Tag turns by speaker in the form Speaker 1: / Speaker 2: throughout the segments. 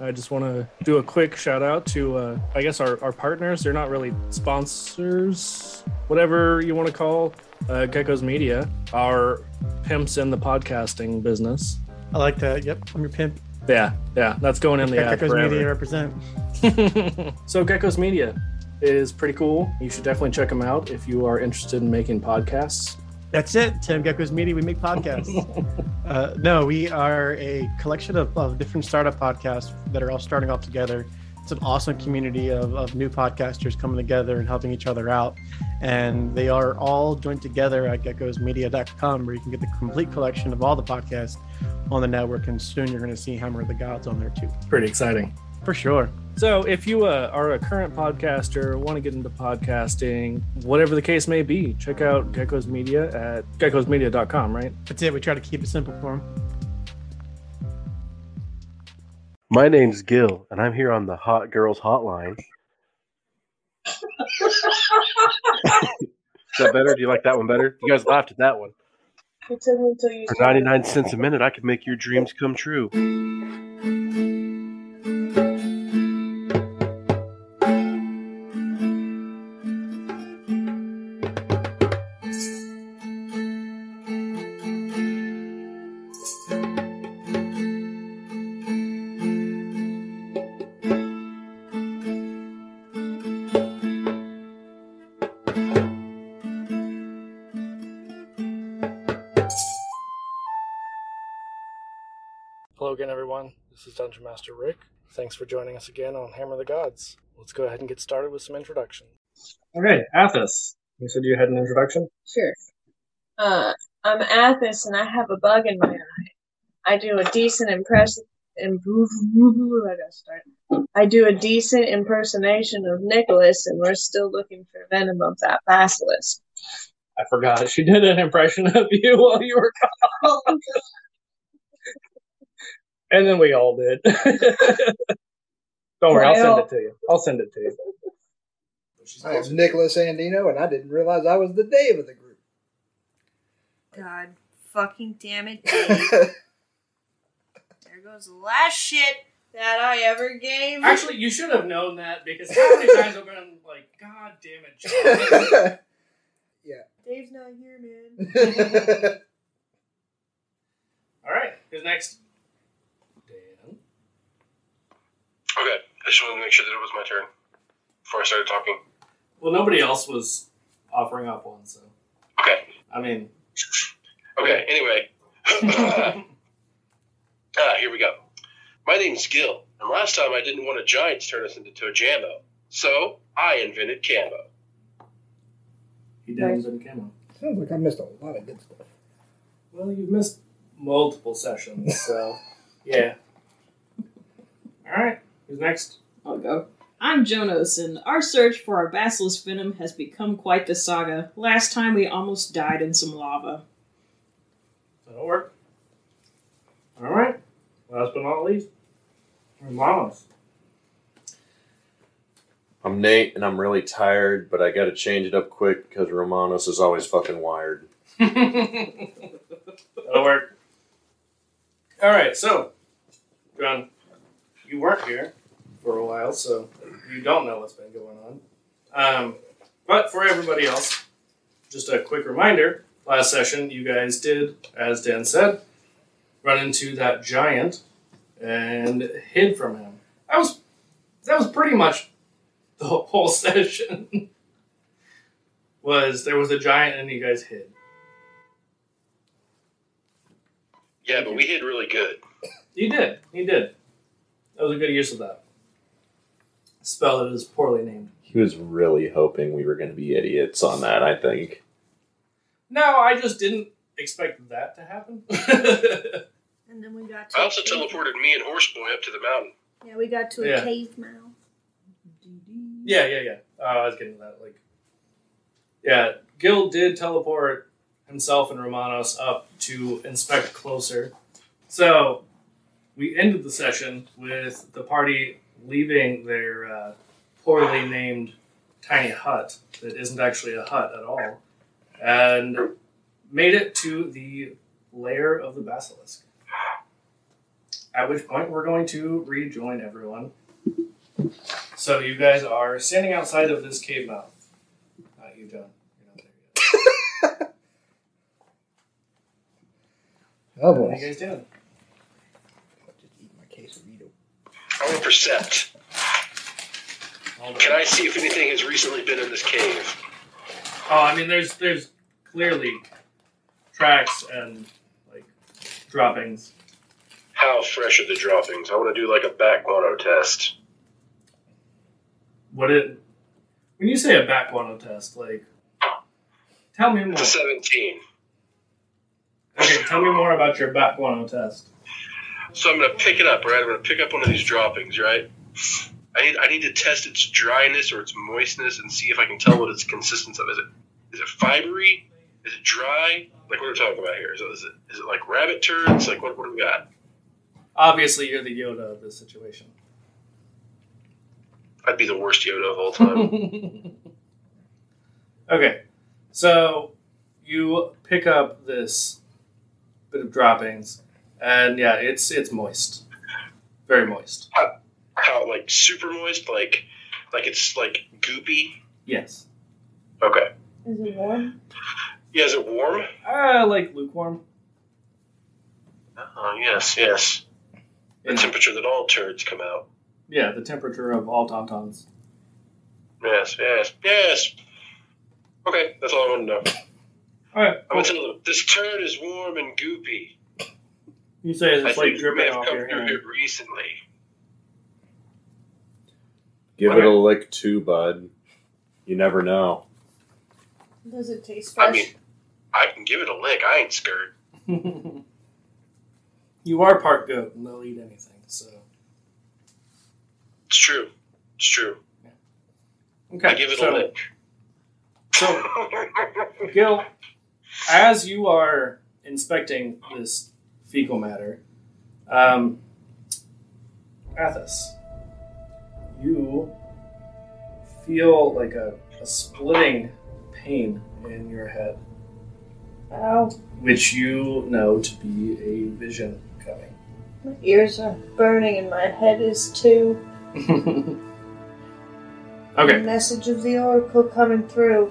Speaker 1: I just want to do a quick shout out to, uh, I guess, our, our partners. They're not really sponsors, whatever you want to call uh, Gecko's Media, our pimps in the podcasting business.
Speaker 2: I like that. Yep, I'm your pimp.
Speaker 1: Yeah, yeah, that's going in the ad
Speaker 2: Gecko's
Speaker 1: forever.
Speaker 2: Media represent.
Speaker 1: so Gecko's Media is pretty cool. You should definitely check them out if you are interested in making podcasts.
Speaker 2: That's it. Tim Gecko's Media. We make podcasts. uh, no, we are a collection of, of different startup podcasts that are all starting off together. It's an awesome community of, of new podcasters coming together and helping each other out. And they are all joined together at geckosmedia.com, where you can get the complete collection of all the podcasts on the network. And soon you're going to see Hammer of the Gods on there too.
Speaker 1: Pretty exciting.
Speaker 2: For sure.
Speaker 1: So, if you uh, are a current podcaster, want to get into podcasting, whatever the case may be, check out Gecko's Media at geckosmedia.com, right?
Speaker 2: That's it. We try to keep it simple for them.
Speaker 3: My name's Gil, and I'm here on the Hot Girls Hotline. Is that better? Do you like that one better? You guys laughed at that one.
Speaker 4: It took me until you
Speaker 3: For 99 cents a minute, I could make your dreams come true.
Speaker 1: Hello again, everyone. This is Dungeon Master Rick. Thanks for joining us again on Hammer of the Gods. Let's go ahead and get started with some introductions. Okay, Athos. You said you had an introduction?
Speaker 4: Sure. Uh, I'm Athos, and I have a bug in my eye. I do a decent impression. And I gotta start. I do a decent impersonation of Nicholas, and we're still looking for venom of that basilisk.
Speaker 1: I forgot. She did an impression of you while you were gone. and then we all did. Don't worry, I'll send it to you. I'll send it to you.
Speaker 5: I am Nicholas Andino, and I didn't realize I was the Dave of the group.
Speaker 4: God fucking damn it, Dave. there goes the last shit that I ever gave.
Speaker 1: Actually, you should have known that because how many times I've been like, God damn it, John.
Speaker 4: Dave's not here, man.
Speaker 1: all right, who's next? Dan.
Speaker 6: Okay, I just wanted to make sure that it was my turn before I started talking.
Speaker 1: Well, nobody else was offering up one, so
Speaker 6: Okay,
Speaker 1: I mean,
Speaker 6: okay, anyway. ah, here we go. My name's Gil, and last time I didn't want a giant to turn us into Tojambo, so I invented Cambo.
Speaker 1: he didn't in camo.
Speaker 5: Sounds like I missed a lot of good stuff.
Speaker 1: Well, you've missed multiple sessions, so yeah. All right, who's next?
Speaker 7: I'll go. I'm Jonas, and our search for our basilisk venom has become quite the saga. Last time we almost died in some lava.
Speaker 1: That'll work. All right. Last but not least, Ramos.
Speaker 8: I'm Nate, and I'm really tired, but I got to change it up quick because Romanos is always fucking wired.
Speaker 1: That'll work. All right, so, John, you weren't here for a while, so you don't know what's been going on. Um, but for everybody else, just a quick reminder last session, you guys did, as Dan said, run into that giant and hid from him. That was that was pretty much the whole session. was there was a giant and you guys hid.
Speaker 6: Yeah, but we hid really good.
Speaker 1: He did. He did. That was a good use of that. Spell that is poorly named.
Speaker 8: He was really hoping we were going to be idiots on that, I think.
Speaker 1: No, I just didn't expect that to happen.
Speaker 4: And then we got
Speaker 6: I also teleported me and Horseboy up to the mountain.
Speaker 4: Yeah, we got to
Speaker 1: a Yeah.
Speaker 4: cave mouth.
Speaker 1: yeah, yeah, yeah. Uh, I was getting to that. Like, yeah, Gil did teleport himself and Romanos up to inspect closer. So we ended the session with the party leaving their uh, poorly named tiny hut that isn't actually a hut at all, and made it to the lair of the basilisk. At which point, we're going to rejoin everyone. So you guys are standing outside of this cave mouth. Not you, John. You're not there yet.
Speaker 5: Oh
Speaker 1: What are you
Speaker 5: boy.
Speaker 1: guys doing?
Speaker 5: Just eat my quesarito.
Speaker 6: I will percept.
Speaker 1: Hold on.
Speaker 6: Can I see if anything has recently been in this cave?
Speaker 1: Oh, I mean, there's there's clearly tracks and like droppings.
Speaker 6: How fresh are the droppings? I want to do like a back mono test.
Speaker 1: What it? When you say a back guano test, like, tell me more.
Speaker 6: It's a 17.
Speaker 1: Okay, tell me more about your back guano test.
Speaker 6: So I'm gonna pick it up, right? I'm gonna pick up one of these droppings, right? I need I need to test its dryness or its moistness and see if I can tell what its consistence of. Is it is it fibery? Is it dry? Like what are we talking about here? Is it is it, is it like rabbit turds? Like what what do we got?
Speaker 1: Obviously, you're the Yoda of this situation.
Speaker 6: I'd be the worst Yoda of all time.
Speaker 1: okay, so you pick up this bit of droppings, and yeah, it's it's moist, very moist.
Speaker 6: How like super moist? Like like it's like goopy?
Speaker 1: Yes,
Speaker 6: Okay.
Speaker 9: Is it warm?
Speaker 6: Yeah, is it warm?
Speaker 1: ah, like lukewarm.
Speaker 6: Oh yes, yes. The temperature that all turds come out.
Speaker 1: Yeah, the temperature of all tauntauns.
Speaker 6: Yes, yes, yes. Okay, that's all I want to know.
Speaker 1: All right,
Speaker 6: I'm gonna tell them this turd is warm and goopy.
Speaker 1: you say
Speaker 6: I
Speaker 1: it's like
Speaker 6: think you may
Speaker 1: dripping
Speaker 6: have
Speaker 1: off
Speaker 6: come
Speaker 1: your
Speaker 6: through
Speaker 1: hand.
Speaker 6: it recently.
Speaker 10: Give it
Speaker 1: Okay.
Speaker 10: a lick too, bud. You never know.
Speaker 9: Does it taste
Speaker 6: I mean, I can give it a lick. I ain't scared.
Speaker 1: you are part goat, and they'll eat anything. So
Speaker 6: It's true. It's true.
Speaker 1: okay,
Speaker 6: I give it
Speaker 1: so,
Speaker 6: a lick.
Speaker 1: So Gil, as you are inspecting this fecal matter, um, Athos, you feel like a, a splitting pain in your head,
Speaker 9: Ow.
Speaker 1: which you know to be a vision coming.
Speaker 9: My ears are burning and my head is too.
Speaker 1: okay.
Speaker 9: Message of the Oracle coming through.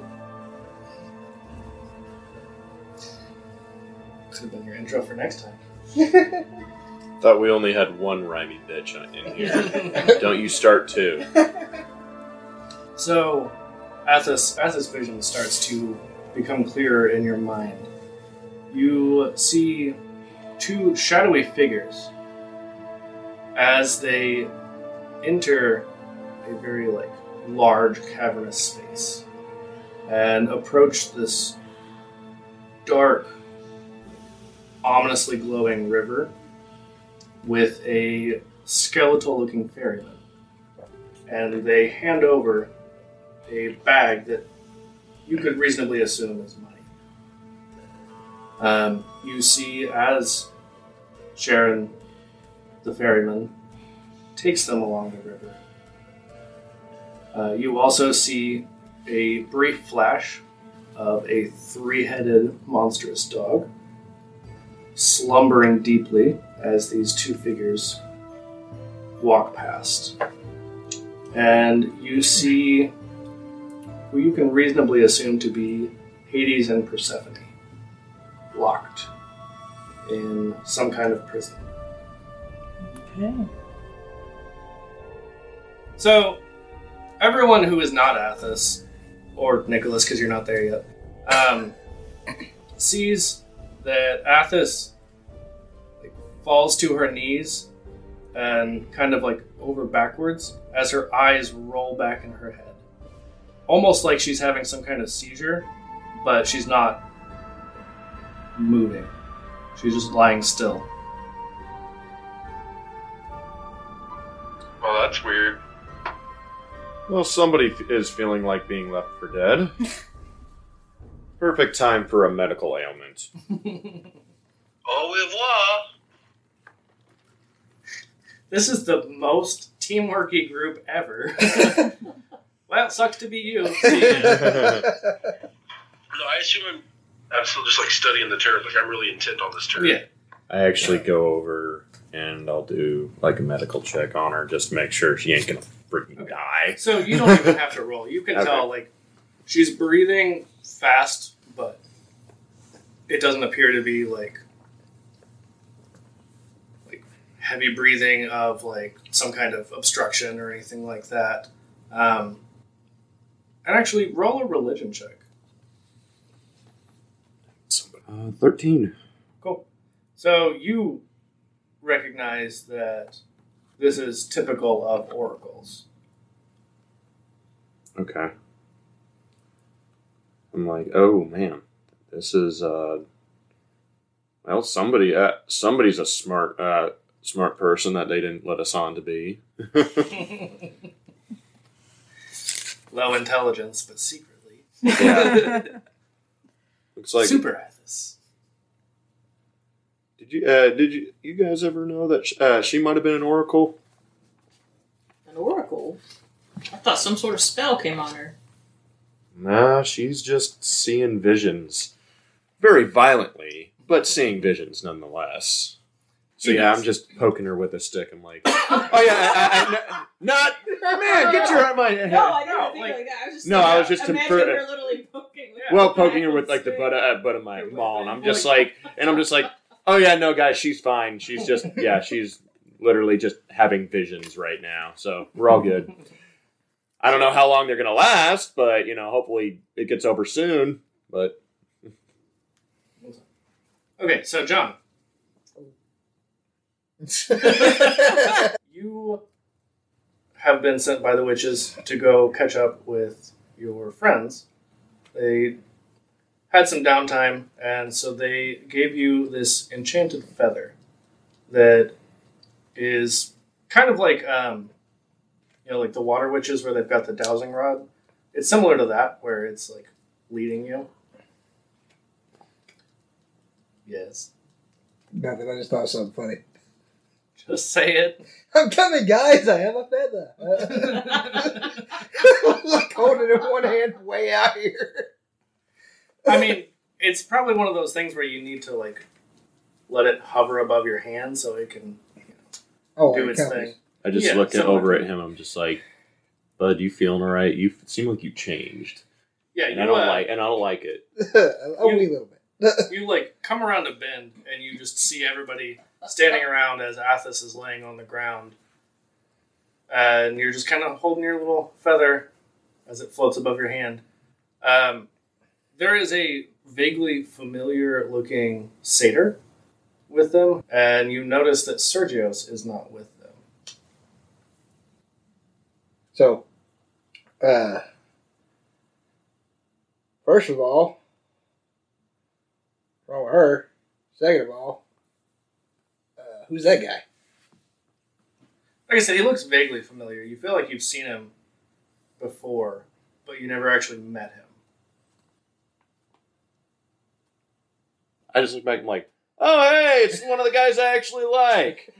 Speaker 1: Could have been your intro for next time.
Speaker 10: Thought we only had one rhyming bitch in here. Don't you start two.
Speaker 1: So, as this, as this vision starts to become clearer in your mind, you see two shadowy figures as they enter a very like large cavernous space and approach this dark, ominously glowing river with a skeletal-looking ferryman, and they hand over a bag that you could reasonably assume is money. Um, you see, as Sharon, the ferryman, takes them along the river, uh, you also see a brief flash of a three headed monstrous dog slumbering deeply as these two figures walk past. And you see who you can reasonably assume to be Hades and Persephone, locked in some kind of prison.
Speaker 9: Okay.
Speaker 1: So, everyone who is not Athos, or Nicholas, because you're not there yet, um, sees that Athos like, falls to her knees and kind of like over backwards as her eyes roll back in her head. Almost like she's having some kind of seizure, but she's not moving. She's just lying still.
Speaker 6: well, Oh, that's weird.
Speaker 10: Well, somebody f- is feeling like being left for dead. Perfect time for a medical ailment.
Speaker 6: Au revoir.
Speaker 1: This is the most teamworky group ever. well, sucks to be you.
Speaker 6: No, I assume I'm. I'm still just like studying the turd. Like I'm really intent on this turd.
Speaker 1: yeah.
Speaker 10: I actually go over
Speaker 6: and I'll do like a medical check on her just to make sure she ain't gonna freaking die.
Speaker 1: So you don't even have to roll. You can
Speaker 6: Okay.
Speaker 1: tell like she's breathing fast, but it doesn't appear to be like like heavy breathing of like some kind of obstruction or anything like that. Um, and actually, roll a religion check.
Speaker 6: Uh, Thirteen.
Speaker 1: Cool. So you recognize that this is typical of oracles.
Speaker 6: Okay. I'm like, oh man, this is uh, well, somebody, uh, somebody's a smart, uh, smart person that they didn't let us on to be.
Speaker 1: Low intelligence, but secretly.
Speaker 6: Yeah. Looks like.
Speaker 1: Super Athos.
Speaker 6: Did you, uh, did you, you guys ever know that sh- uh, she might have been an oracle?
Speaker 7: An oracle? I thought some sort of spell came on her.
Speaker 6: Nah, she's just seeing visions, very violently, but seeing visions nonetheless. So yeah, I'm just poking her with a stick. I'm like, oh yeah, I, I, I, not man, get your my
Speaker 7: No, I didn't
Speaker 1: No,
Speaker 7: think
Speaker 1: like-
Speaker 7: like, that. I was just
Speaker 6: No, I was just
Speaker 7: imagining
Speaker 6: infer-
Speaker 7: her literally poking. with
Speaker 6: well
Speaker 7: her
Speaker 6: poking her
Speaker 7: back
Speaker 6: with like the
Speaker 7: stick.
Speaker 6: butt, uh, butt of my maul, and I'm just like, and I'm just like, oh yeah, no, guys, she's fine. She's just yeah, she's literally just having visions right now, so we're all good. I don't know how long they're gonna last, but you know, hopefully it gets over soon. But
Speaker 1: Okay, so John, you have been sent by the witches to go catch up with your friends. They had some downtime, and so they gave you this enchanted feather that is kind of like, um, you know, like the water witches where they've got the dowsing rod. It's similar to that, where it's like leading you. Yes.
Speaker 5: Nothing. I just thought of something funny.
Speaker 1: Just say it.
Speaker 5: I'm coming, guys. I have a feather. like holding it in one hand, way out here.
Speaker 1: I mean, it's probably one of those things where you need to like let it hover above your hand so it can.
Speaker 5: Oh,
Speaker 1: Do
Speaker 5: it
Speaker 1: its
Speaker 5: comes.
Speaker 1: thing.
Speaker 6: I just
Speaker 1: Yeah,
Speaker 6: look at,
Speaker 1: so-
Speaker 6: over at him. I'm just like, Bud, you feeling all right? You f- seem like you changed,
Speaker 1: Yeah,
Speaker 6: and
Speaker 1: you
Speaker 6: I don't
Speaker 1: uh,
Speaker 6: like, and I don't like it.
Speaker 5: a
Speaker 1: You-
Speaker 5: wee little bit.
Speaker 1: you like come around a bend and you just see everybody standing around as Athos is laying on the ground, Uh, and you're just kind of holding your little feather as it floats above your hand. Um, there is a vaguely familiar looking satyr with them, and you notice that Sergios is not with them.
Speaker 5: So, uh, first of all, wrong with her. Second of all, uh, who's that guy?
Speaker 1: Like I said, he looks vaguely familiar. You feel like you've seen him before, but you never actually met him.
Speaker 6: I just look back. I'm like, oh hey, it's one of the guys I actually like.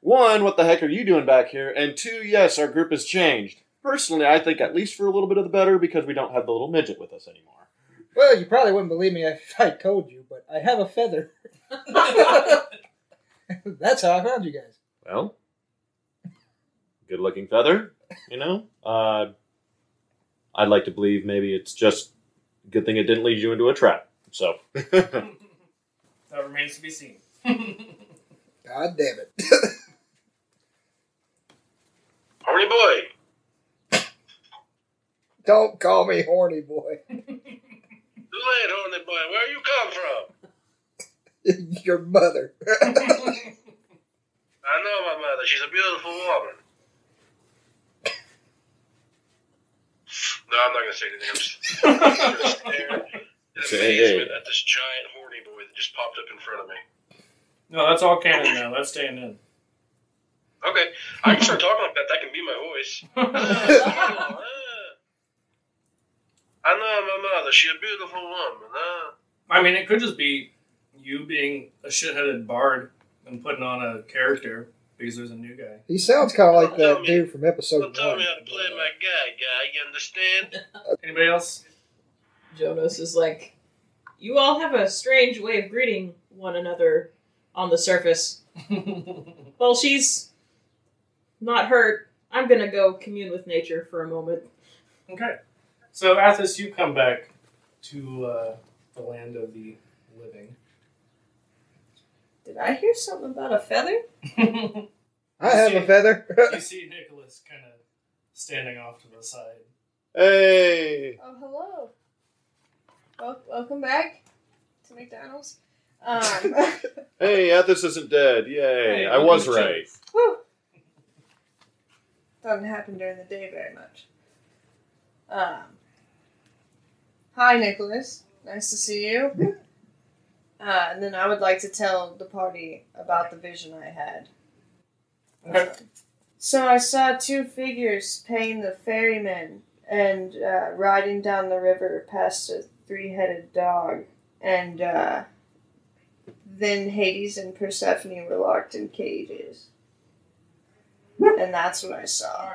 Speaker 6: One, what the heck are you doing back here? And two, yes, our group has changed. Personally, I think at least for a little bit of the better because we don't have the little midget with us anymore.
Speaker 5: Well, you probably wouldn't believe me if I told you, but I have a feather. That's how I found you guys.
Speaker 6: Well, good looking feather, you know? Uh, I'd like to believe maybe it's just a good thing it didn't lead you into a trap. So,
Speaker 1: That remains to be seen.
Speaker 5: God damn it.
Speaker 8: Horny boy.
Speaker 5: Don't call me horny boy.
Speaker 8: Who's that horny boy? Where you come from?
Speaker 5: Your mother.
Speaker 8: I know my mother. She's a beautiful woman. No, I'm not gonna say anything. I'm just I'm just staring in
Speaker 6: Say, hey,
Speaker 8: amazement
Speaker 6: hey.
Speaker 8: at this giant horny boy that just popped up in front of me.
Speaker 1: No, that's all canon now. That's staying in.
Speaker 8: Okay, I can start talking like that. That can be my voice. Ah. I know my mother. She's a beautiful woman. Uh,
Speaker 1: I mean, it could just be you being a shitheaded bard and putting on a character because there's a new guy.
Speaker 5: He sounds kind of like
Speaker 8: Don't
Speaker 5: that
Speaker 8: tell me-
Speaker 5: dude from episode
Speaker 8: don't tell
Speaker 5: one.
Speaker 8: me how to play my guy, guy. You understand?
Speaker 1: Anybody else?
Speaker 7: Jonas is like, you all have a strange way of greeting one another on the surface. Well, she's not hurt. I'm gonna go commune with nature for a moment.
Speaker 1: Okay. So, Athos, you come back to uh, the land of the living.
Speaker 7: Did I hear something about a feather?
Speaker 1: you
Speaker 5: I have a feather.
Speaker 1: see Nicholas kind of standing off to the side.
Speaker 11: Hey.
Speaker 9: Oh, hello. Wel- welcome back to McDonald's. Um,
Speaker 11: Hey, Athos isn't dead. Yay. I
Speaker 1: look
Speaker 11: was
Speaker 1: at you.
Speaker 11: right.
Speaker 9: whew. Doesn't happen during the day very much. Um, hi, Nicholas. Nice to see you. Uh, and then I would like to tell the party about the vision I had.
Speaker 1: Okay.
Speaker 9: So I saw two figures paying the ferryman and uh, riding down the river past a three headed dog. And uh, then Hades and Persephone were locked in cages. And that's what I saw.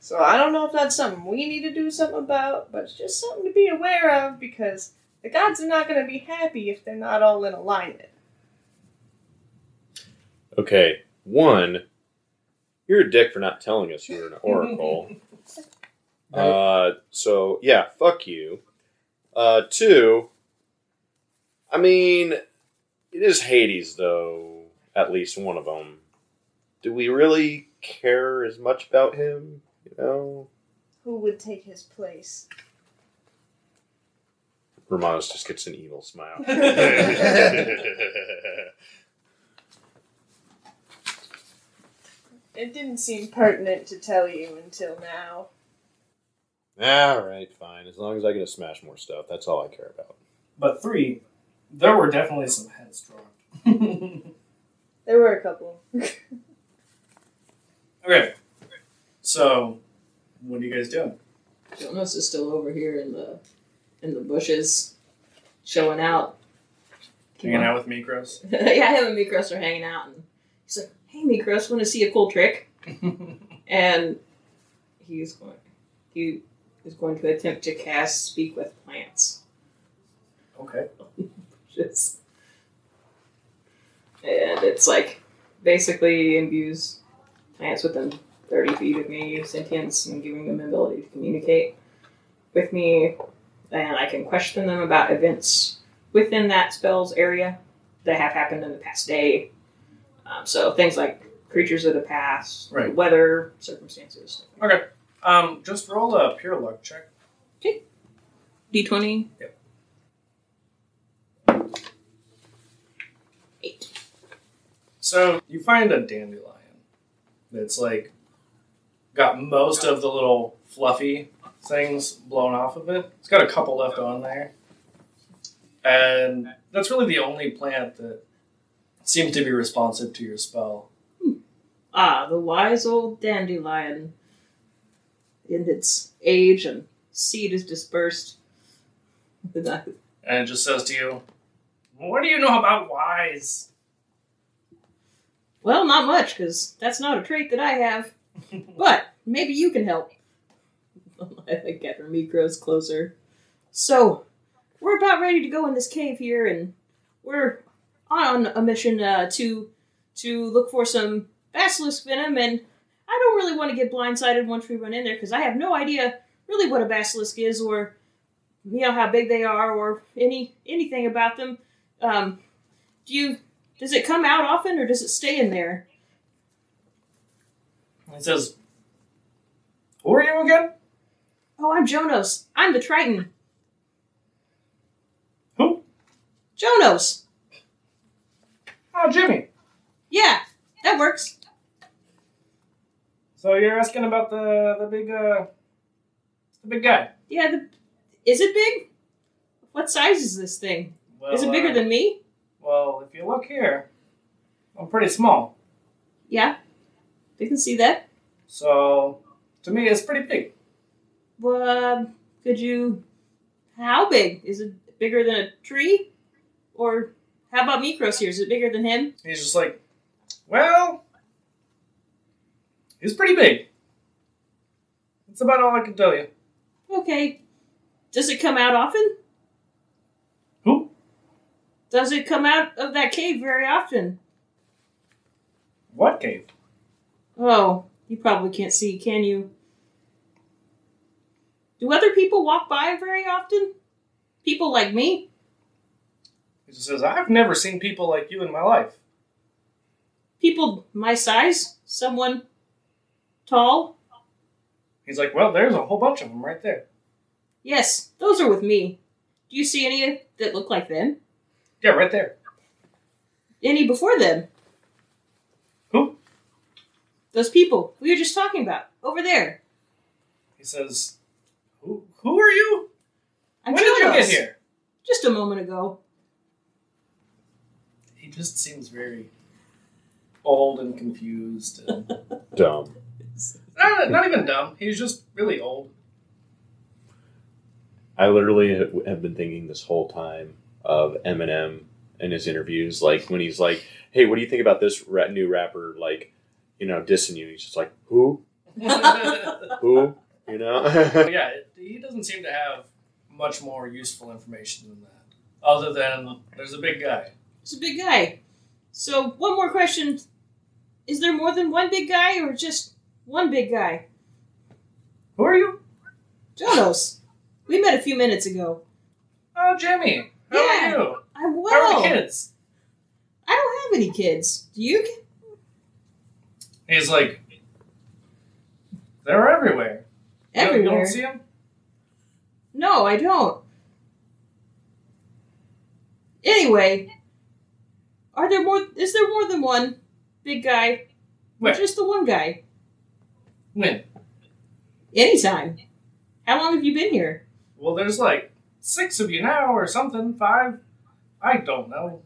Speaker 9: So I don't know if that's something we need to do something about, but it's just something to be aware of because the gods are not going to be happy if they're not all in alignment.
Speaker 11: Okay. One, you're a dick for not telling us you were an oracle. uh, so, yeah, fuck you. Uh, two, I mean, it is Hades, though, at least one of them. Do we really care as much about him? You know?
Speaker 9: Who would take his place?
Speaker 11: Romanus just gets an evil smile.
Speaker 9: It didn't seem pertinent to tell you until now.
Speaker 11: All right, fine. As long as I get to smash more stuff, that's all I care about.
Speaker 1: But three, there were definitely some heads dropped.
Speaker 9: There were a couple.
Speaker 1: okay. So, what are you guys doing?
Speaker 7: Jonas is still over here in the in the bushes, showing out.
Speaker 1: Hanging out with Mikros?
Speaker 7: yeah, him and Mikros are hanging out, and he's like, "Hey, Mikros, want to see a cool trick?" And he's going, he is going to attempt to cast Speak with Plants.
Speaker 1: okay.
Speaker 7: Just, and it's like basically imbues plants within thirty feet of me, sentience, and giving them the ability to communicate with me, and I can question them about events within that spell's area that have happened in the past day. Um, so things like creatures of the past,
Speaker 1: Right.
Speaker 7: weather, circumstances.
Speaker 1: Um, just roll a pure luck check.
Speaker 7: D twenty.
Speaker 1: Yep.
Speaker 7: Eight.
Speaker 1: So, you find a dandelion that's like got most of the little fluffy things blown off of it. It's got a couple left on there. And that's really the only plant that seems to be responsive to your spell.
Speaker 7: Ah, the wise old dandelion. In its age and seed is dispersed.
Speaker 1: And it just says to you, What do you know about wise?
Speaker 7: well, not much, because that's not a trait that I have. But maybe you can help. I get her Mikros closer. So, we're about ready to go in this cave here, and we're on a mission uh, to to look for some basilisk venom. And I don't really want to get blindsided once we run in there, because I have no idea really what a basilisk is, or you know how big they are, or any anything about them. Um, do you? Does it come out often, or does it stay in there?
Speaker 1: It says, Who are you again?
Speaker 7: Oh, I'm Jonos. I'm the Triton.
Speaker 1: Who?
Speaker 7: Jonos.
Speaker 1: Oh, Jimmy.
Speaker 7: Yeah, that works.
Speaker 1: So you're asking about the the big uh the big guy.
Speaker 7: Yeah, the, is it big? What size is this thing?
Speaker 1: Well,
Speaker 7: is it bigger
Speaker 1: uh,
Speaker 7: than me?
Speaker 1: Well, if you look here, I'm pretty small.
Speaker 7: Yeah, they can see that.
Speaker 1: So to me, it's pretty big.
Speaker 7: Well, could you? How big is it? Bigger than a tree? Or how about Mikros here? Is it bigger than him?
Speaker 1: He's just like, well, he's pretty big. That's about all I can tell you.
Speaker 7: Okay. Does it come out often?
Speaker 1: Who?
Speaker 7: doesn't come out of that cave very often.
Speaker 1: What cave?
Speaker 7: Oh, you probably can't see, can you? Do other people walk by very often? People like me?
Speaker 1: He just says, I've never seen people like you in my life.
Speaker 7: People my size? Someone tall?
Speaker 1: He's like, Well, there's a whole bunch of them right there.
Speaker 7: Yes, those are with me. Do you see any that look like them?
Speaker 1: Yeah, right there.
Speaker 7: Any before them?
Speaker 1: Who?
Speaker 7: Those people we were just talking about over there.
Speaker 1: He says, Who, who are you?
Speaker 7: I
Speaker 1: when did you
Speaker 7: killed
Speaker 1: get
Speaker 7: those
Speaker 1: here?
Speaker 7: Just a moment ago.
Speaker 1: He just seems very old and confused. And
Speaker 6: Dumb.
Speaker 1: not, not even dumb. He's just really old.
Speaker 6: I literally have been thinking this whole time of Eminem in his interviews, like when he's like, "Hey, what do you think about this ra- new rapper?" Like, you know, dissing you. He's just like, "Who?
Speaker 1: yeah,
Speaker 6: Who?" You know.
Speaker 1: he doesn't seem to have much more useful information than that. Other than there's a big guy.
Speaker 7: It's a big guy. So, one more question. Is there more than one big guy or just one big guy?
Speaker 1: Who are you?
Speaker 7: Jonos, we met a few minutes ago.
Speaker 1: Oh, Jimmy. How
Speaker 7: Yeah.
Speaker 1: are you?
Speaker 7: I'm
Speaker 1: How are
Speaker 7: well.
Speaker 1: the kids?
Speaker 7: I don't have any kids. Do you?
Speaker 1: He's like, they're everywhere. You don't- You
Speaker 7: Everywhere.
Speaker 1: don't see them?
Speaker 7: No, I don't. Anyway, are there more? Is there more than one big guy? Or
Speaker 1: Where?
Speaker 7: Just the one guy.
Speaker 1: When?
Speaker 7: Anytime. How long have you been here?
Speaker 1: Well, there's like six of you now or something, five. I don't know.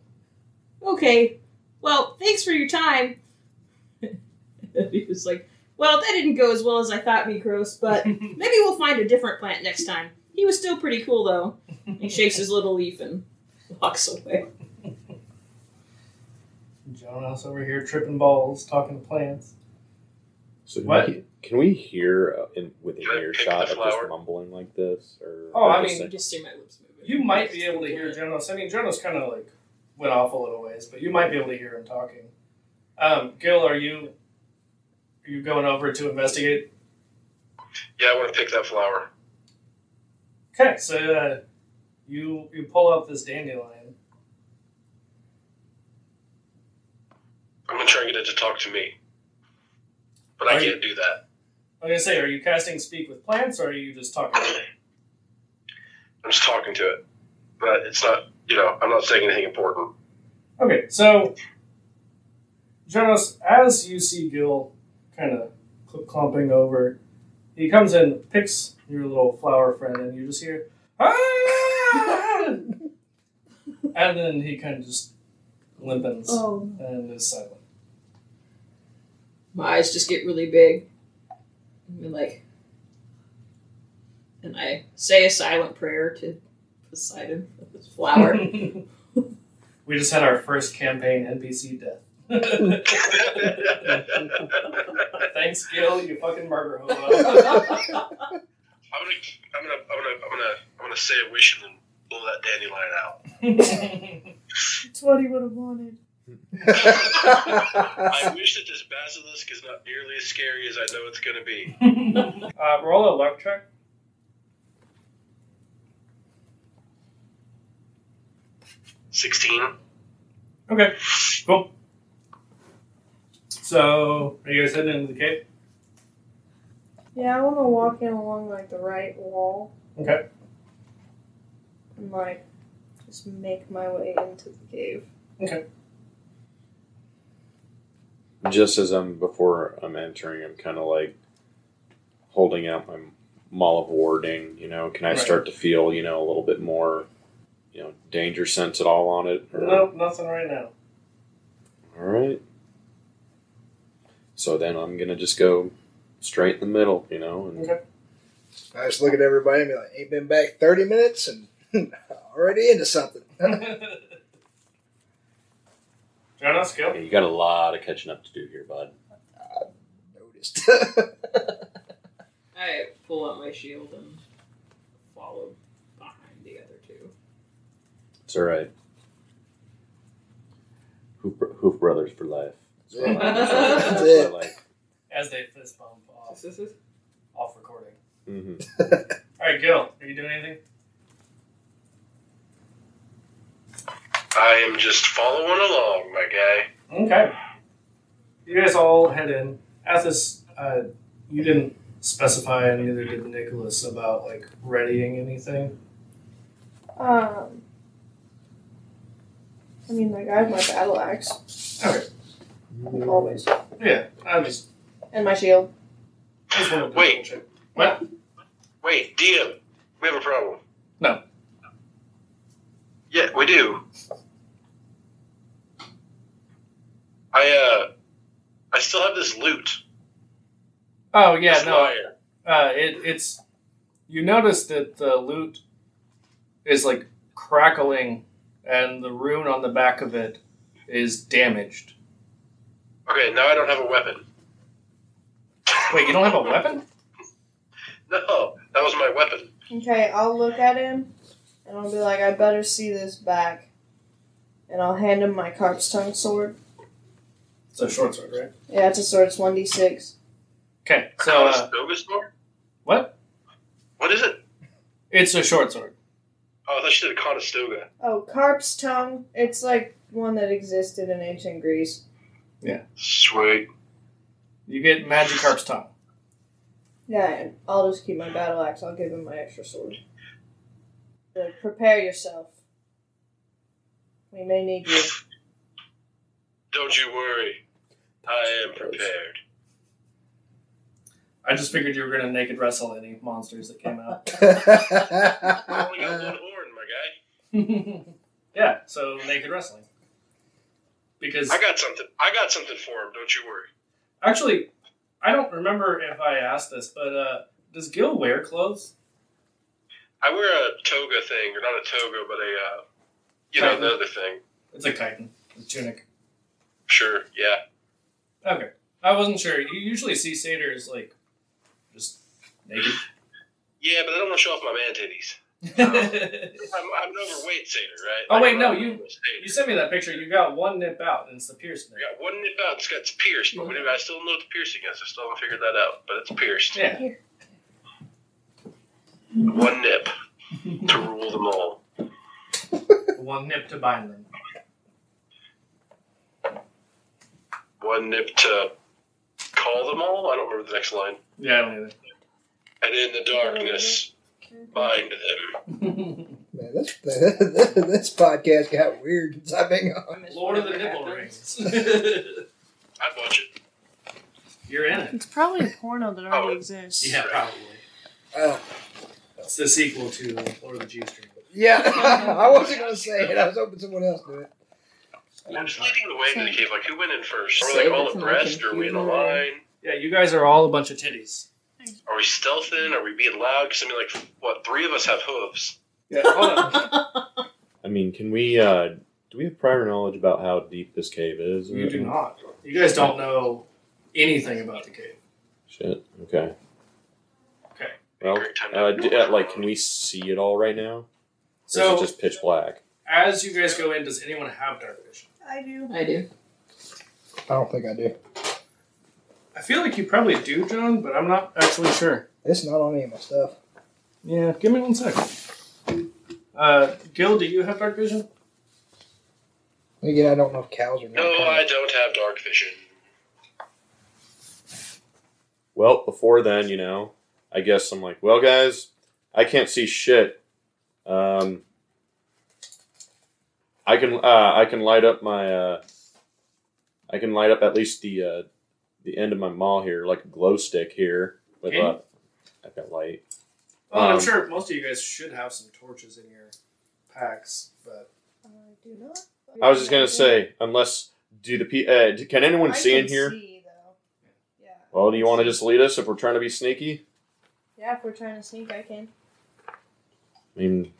Speaker 7: Okay. Well, thanks for your time. he was like, "Well, that didn't go as well as I thought, me gross, but maybe we'll find a different plant next time." He was still pretty cool though. He shakes his little leaf and walks away.
Speaker 1: Jonas over here tripping balls, talking to plants.
Speaker 6: So can
Speaker 1: What?
Speaker 6: we- Can we hear uh, in, within
Speaker 9: Can I
Speaker 6: earshot
Speaker 9: pick
Speaker 6: of
Speaker 9: the
Speaker 6: just
Speaker 9: flower?
Speaker 6: mumbling like this? Or
Speaker 1: Oh, I
Speaker 6: or just
Speaker 1: mean-
Speaker 7: I just see my lips moving.
Speaker 1: You might be able to hear Jonas. I mean, Jonas kind of like went off a little ways, but you might be able to hear him talking. Um, Gil, are you are you going over to investigate?
Speaker 9: Yeah, I want to pick that flower.
Speaker 1: Okay, so uh, you you pull up this dandelion.
Speaker 9: I'm gonna try and get it to talk to me, but I
Speaker 1: Are you-
Speaker 9: can't do that.
Speaker 1: I was gonna say, are you casting speak with plants, or are you just talking? to it?
Speaker 9: I'm just talking to it, but it's not. You know, I'm not saying anything important.
Speaker 1: Okay, so Jonas, as you see Gil kind of cl- clomping over, he comes in, picks your little flower friend, and you just hear, "Ah!" and then he kind of just limpens
Speaker 7: Oh,
Speaker 1: and is silent.
Speaker 7: my eyes just get really big. And I'm like, and I say a silent prayer to Poseidon for this flower.
Speaker 1: we just had our first campaign NPC death.
Speaker 9: I'm
Speaker 1: Thanks, Gil, you fucking murder hobo.
Speaker 9: gonna, I'm gonna, I'm gonna, I'm gonna, I'm gonna say a wish and then blow that dandelion out.
Speaker 12: That's what he would have wanted.
Speaker 9: I wish that this basilisk is not nearly as scary as I know it's gonna be.
Speaker 1: uh, roll a luck check.
Speaker 9: Sixteen.
Speaker 1: Okay, cool. So, are you guys heading into the cave?
Speaker 12: Yeah, I want to walk in along like the right wall.
Speaker 1: Okay.
Speaker 12: And like just make my way into the cave.
Speaker 6: just as I'm before I'm entering, I'm kind of like holding out my maul of warding. You know, can I
Speaker 1: Right.
Speaker 6: start to feel you know a little bit more, you know, danger sense at all on it? Or-
Speaker 1: Nope, nothing right now.
Speaker 6: All right. So then I'm gonna just go straight in the middle. You know, and
Speaker 1: Okay.
Speaker 5: I just look at everybody and be like, ain't been back 30 minutes and already into something.
Speaker 1: Jonas, go.
Speaker 6: Hey, you got a lot of catching up to do here, bud.
Speaker 5: Noticed.
Speaker 7: I pull out my shield and follow behind the other two.
Speaker 6: It's all right. for life. That's
Speaker 5: Yeah.
Speaker 6: what I like. That's
Speaker 5: That's
Speaker 6: what I like.
Speaker 1: As they fist bump off, off recording.
Speaker 6: hmm
Speaker 1: All right, Gil, are you doing anything?
Speaker 8: I am just following along, my guy.
Speaker 1: Okay. You guys all head in. Athos, uh, you didn't specify, and neither did Nicholas, about like readying anything.
Speaker 9: Um, I mean, like, I have my battle axe.
Speaker 1: Okay.
Speaker 9: Like always.
Speaker 1: Yeah, I just,
Speaker 9: And my shield.
Speaker 1: just wanted to
Speaker 8: Wait.
Speaker 1: double check.
Speaker 8: Wait, DM, we have a problem.
Speaker 1: No.
Speaker 8: Yeah, we do. I uh, I still have this loot.
Speaker 1: Oh yeah,
Speaker 8: this
Speaker 1: no.
Speaker 8: wire.
Speaker 1: Uh, it, it's you notice that the loot is like crackling, and the rune on the back of it is damaged.
Speaker 8: Okay, now I don't have a weapon.
Speaker 1: Wait, you don't have a weapon?
Speaker 8: No, that was my weapon.
Speaker 9: Okay, I'll look at him and I'll be like, I better see this back. And I'll hand him my carp's tongue sword.
Speaker 1: It's a short sword, right?
Speaker 9: Yeah, it's a sword, it's 1d6.
Speaker 1: Okay, so uh,
Speaker 8: Conestoga sword?
Speaker 1: what?
Speaker 8: What is it?
Speaker 1: It's a short sword.
Speaker 8: Oh, I thought she said Conestoga.
Speaker 9: Oh, carp's tongue. It's like one that existed in ancient Greece.
Speaker 8: Sweet.
Speaker 1: You get Magikarp's tongue.
Speaker 9: Yeah, and I'll just keep my battle axe. I'll give him my extra sword. Like, prepare yourself. We may need you.
Speaker 8: Don't you worry. I am prepared.
Speaker 1: I just figured you were gonna naked wrestle any monsters that came out.
Speaker 8: I only got one horn, my guy.
Speaker 1: yeah, so naked wrestling. Because
Speaker 8: I got something. I got something for him. Don't you worry.
Speaker 1: actually, I don't remember if I asked this, but uh, does Gil wear clothes?
Speaker 8: I wear a toga thing, or not a toga, but a, uh, you know,
Speaker 1: Titan.
Speaker 8: the other thing.
Speaker 1: It's a chitin, it's a tunic.
Speaker 8: Sure, yeah.
Speaker 1: Okay, I wasn't sure. You usually see satyrs like just naked.
Speaker 8: Yeah, but I don't want to show off my man titties.
Speaker 1: you
Speaker 8: I'm, I'm an overweight satyr, right?
Speaker 1: Oh, wait,
Speaker 8: I'm
Speaker 1: no,
Speaker 8: an
Speaker 1: you-
Speaker 8: overweight satyr.
Speaker 1: sent me that picture. You got one nip out, and it's the pierced
Speaker 8: I got one nip out. It's got it's pierced, but whatever. I still don't know what the piercing is. I still haven't figured that out, but it's pierced.
Speaker 1: nip. Yeah.
Speaker 8: One nip to rule them all.
Speaker 1: one nip to bind them.
Speaker 8: One nip to call them all. I don't remember the next line.
Speaker 1: Yeah, I don't
Speaker 8: And in the darkness, bind them.
Speaker 1: either.
Speaker 5: Man, this, this podcast got weird since I've been on.
Speaker 1: Lord of the Nipple Rings.
Speaker 8: I'd watch it.
Speaker 1: You're in it.
Speaker 9: It's probably a porno that
Speaker 8: already
Speaker 9: exists.
Speaker 1: Yeah, probably.
Speaker 5: Uh,
Speaker 1: It's the sequel to Lord of the G String.
Speaker 5: yeah, I wasn't going to say it. I was hoping someone else knew it.
Speaker 8: Who's leading the way into the cave? Like, who went in first? Are we
Speaker 7: Save
Speaker 8: like all
Speaker 7: it
Speaker 8: abreast?
Speaker 7: to
Speaker 8: Are we in a
Speaker 7: computer.
Speaker 8: line?
Speaker 1: Yeah, you guys are all a bunch of titties.
Speaker 8: Are we stealthing? Are we being loud? Because I mean, like, what? Three of us have hooves.
Speaker 1: Yeah, hold on.
Speaker 6: I mean, can we? Uh, do we have prior knowledge about how deep this cave is?
Speaker 1: you do not. You guys don't know anything about the cave.
Speaker 6: Shit. Okay.
Speaker 1: Okay.
Speaker 6: Well,
Speaker 8: Great time to-
Speaker 6: uh, d- uh, like, can we see it all right now? Or
Speaker 1: So,
Speaker 6: is it just pitch black?
Speaker 1: as you guys go in, does anyone have dark vision?
Speaker 9: I do.
Speaker 7: I do.
Speaker 5: I don't think I do.
Speaker 1: I feel like you probably do, John, but I'm not actually sure.
Speaker 5: It's not on any of my stuff.
Speaker 1: Yeah, give me one second. Uh, Gil, do you have dark vision?
Speaker 5: And Again, I don't know if cows are not.
Speaker 8: No, I don't have dark vision.
Speaker 6: Well, before then, you know, I guess I'm like, well, guys, I can't see shit. Um, I can uh, I can light up my uh, I can light up at least the uh, the end of my maul here, like a glow stick here with
Speaker 1: Can you?
Speaker 6: uh, I've got light.
Speaker 1: Well, I'm
Speaker 6: Um,
Speaker 1: sure most of you guys should have some torches in your packs, but
Speaker 9: I do not.
Speaker 6: I was just gonna say, unless do the p uh, d- can anyone
Speaker 9: I
Speaker 6: see in
Speaker 9: can
Speaker 6: here?
Speaker 9: see, though. Yeah.
Speaker 6: Well, do you want to just lead us if we're trying to be sneaky?
Speaker 9: Yeah, if we're trying to sneak, I can.
Speaker 6: I mean,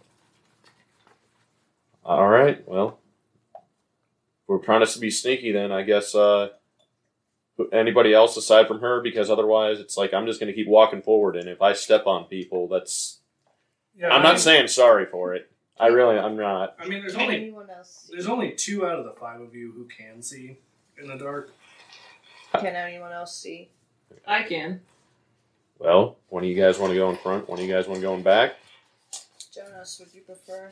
Speaker 6: all right. Well, if we're trying to be sneaky. Then I guess uh, anybody else aside from her, because otherwise it's like I'm just gonna keep walking forward, and if I step on people, that's
Speaker 1: yeah,
Speaker 6: I'm
Speaker 1: I
Speaker 6: not
Speaker 1: mean-
Speaker 6: saying sorry for it. I really, I'm not.
Speaker 1: I mean, there's
Speaker 9: Can
Speaker 1: only
Speaker 9: anyone else see?
Speaker 1: There's only two out of the five of you who can see, in the dark.
Speaker 9: Can anyone else see?
Speaker 13: I can.
Speaker 6: Well, one of you guys want to go in front? One of you guys want to go in back?
Speaker 9: Jonas, would you prefer?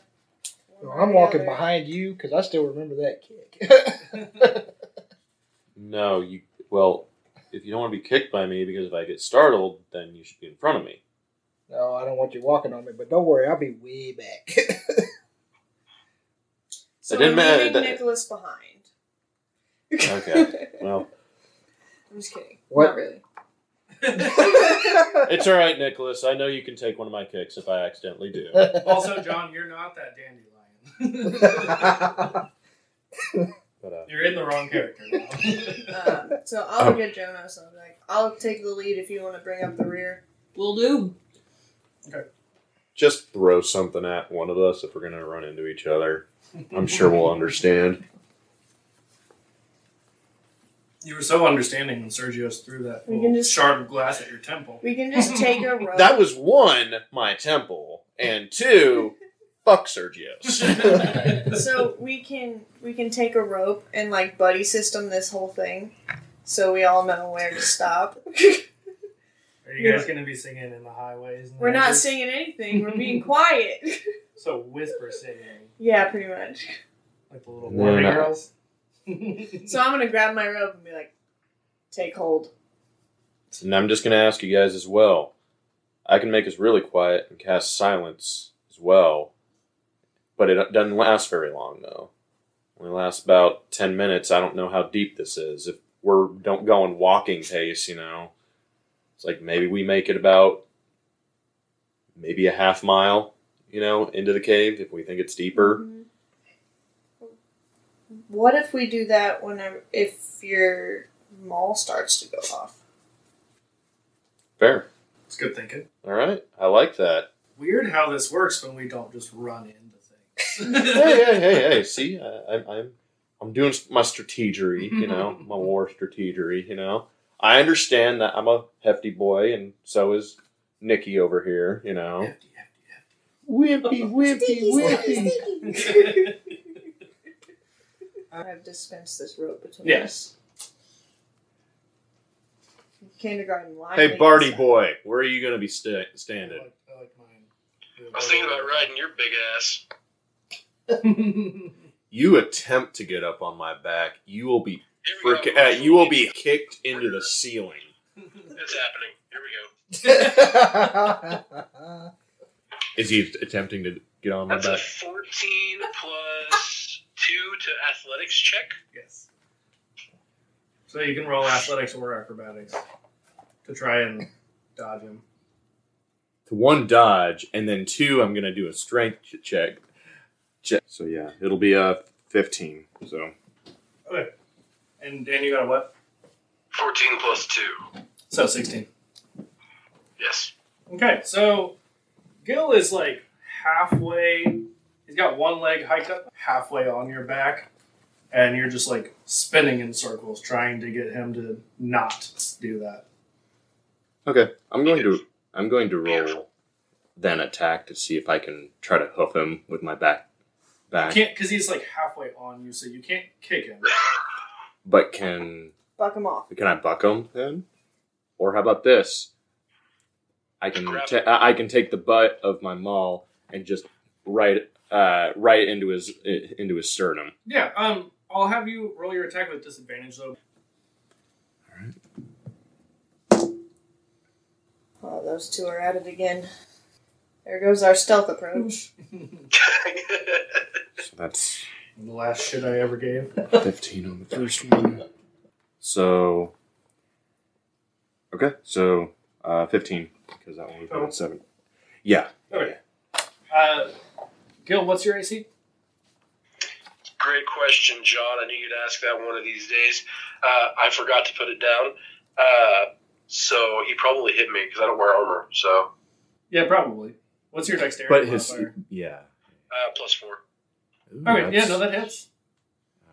Speaker 9: one
Speaker 5: Well,
Speaker 9: or
Speaker 5: I'm
Speaker 9: the
Speaker 5: walking
Speaker 9: other?
Speaker 5: behind you because I still remember that kick.
Speaker 6: No, you. Well, if you don't want to be kicked by me, because if I get startled, then you should be in front of me.
Speaker 5: no, I don't want you walking on me, but don't worry, I'll be way back.
Speaker 9: So
Speaker 6: It didn't
Speaker 9: we're
Speaker 6: matter
Speaker 9: leaving
Speaker 6: that-
Speaker 9: Nicholas behind.
Speaker 6: Okay. Well,
Speaker 9: I'm just kidding.
Speaker 5: What?
Speaker 9: Not really.
Speaker 6: it's all right, Nicholas. I know you can take one of my kicks if I accidentally do.
Speaker 1: Also, John, you're not that dandelion.
Speaker 6: But uh,
Speaker 1: you're in the wrong character. Now.
Speaker 9: Um, so I'll
Speaker 6: Oh.
Speaker 9: get Jonas. and I'll be like, I'll take the lead if you want to bring up the rear.
Speaker 13: Will do.
Speaker 6: just throw something at one of us if we're gonna run into each other.
Speaker 1: Mm-hmm.
Speaker 6: I'm sure we'll understand.
Speaker 1: You were so understanding when Sergio's threw that
Speaker 9: We can
Speaker 1: little
Speaker 9: just-
Speaker 1: shard of glass at your temple.
Speaker 9: We can just take a rope.
Speaker 6: That was one, my temple, and two, fuck Sergio's.
Speaker 9: so we can we can take a rope and like buddy system this whole thing, so we all know where to stop.
Speaker 1: Are you guys going to be singing in the highways? and
Speaker 9: We're not
Speaker 1: hedges?
Speaker 9: singing anything. We're being quiet.
Speaker 1: So whisper singing,
Speaker 9: yeah, pretty much.
Speaker 1: like the little
Speaker 6: No,
Speaker 1: Barbie
Speaker 6: no.
Speaker 1: girls.
Speaker 9: So I'm gonna grab my rope and be like, take hold.
Speaker 6: And I'm just going to ask you guys as well. I can make us really quiet and cast silence as well, but it doesn't last very long though. It only lasts about ten minutes. I don't know how deep this is. If we're don't go in walking pace, you know, it's like maybe we make it about maybe a half mile, you know, into the cave if we think it's deeper.
Speaker 9: What if we do that whenever if your mall starts to go off?
Speaker 6: Fair.
Speaker 1: It's good thinking.
Speaker 6: All right, I like that.
Speaker 1: Weird how this works when we don't just run into
Speaker 6: hey,
Speaker 1: things.
Speaker 6: hey, hey, hey! See, I, I'm, I'm, I'm doing my strategery, you know, my war strategery, you know. I understand that I'm a hefty boy, and so is Nikki over here, you know.
Speaker 1: Hefty, hefty,
Speaker 14: Wimpy, wimpy, wimpy.
Speaker 1: hefty.
Speaker 9: I've dispensed this rope between
Speaker 1: yes.
Speaker 9: us. Kindergarten line.
Speaker 6: Hey, Barty boy, where are you going to be sta
Speaker 1: I
Speaker 6: standing?
Speaker 1: like, I like mine.
Speaker 7: I was thinking about riding your big ass.
Speaker 1: riding.
Speaker 6: You attempt to get up on my back, you will be
Speaker 7: Here we
Speaker 6: frick-
Speaker 7: go.
Speaker 6: uh, you will be kicked into the ceiling.
Speaker 7: It's happening. Here we go.
Speaker 6: Is he attempting to get on my
Speaker 7: That's a
Speaker 6: back?
Speaker 7: 14 plus 2 to athletics check.
Speaker 1: yes. So you can roll athletics or acrobatics to try and dodge him.
Speaker 6: to one dodge, and then two, I'm gonna do a strength ch- check. check. So yeah, it'll be a 15. So
Speaker 1: And Dan, you got a what?
Speaker 7: 14 plus 2.
Speaker 1: So 16.
Speaker 7: Yes.
Speaker 1: Okay, so Gil is like halfway. He's got one leg hiked up, halfway on your back, and you're just like spinning in circles trying to get him to not do that.
Speaker 6: okay, I'm going to I'm going to
Speaker 7: Beautiful.
Speaker 6: roll then attack to see if I can try to hoof him with my back
Speaker 1: You
Speaker 6: back,
Speaker 1: can't because he's like halfway on you, so you can't kick him.
Speaker 6: but can
Speaker 9: Buck him off.
Speaker 6: can I buck him then? Or how about this? I can
Speaker 7: Grab
Speaker 6: ta- I I can take the butt of my maul and just right uh, right into his into his sternum.
Speaker 1: Yeah, um, I'll have you roll your attack with disadvantage though.
Speaker 9: Oh, those two are at it again. There goes our stealth approach.
Speaker 6: So that's
Speaker 1: The last shit I ever gave.
Speaker 6: 15 on the first one. So, okay, so uh, 15 because that one we put
Speaker 1: Oh.
Speaker 6: at seven. Yeah,
Speaker 1: Okay. Uh, Gil, what's your AC?
Speaker 7: Great question, John. I knew you'd ask that one of these days. Uh, I forgot to put it down. Uh, so he probably hit me because I don't wear armor. So
Speaker 1: Yeah, probably. What's your dexterity?
Speaker 6: but his
Speaker 1: modifier?
Speaker 6: yeah.
Speaker 7: uh, plus 4.
Speaker 6: Ooh,
Speaker 1: All right, yeah,
Speaker 6: that's-
Speaker 1: no, that hits.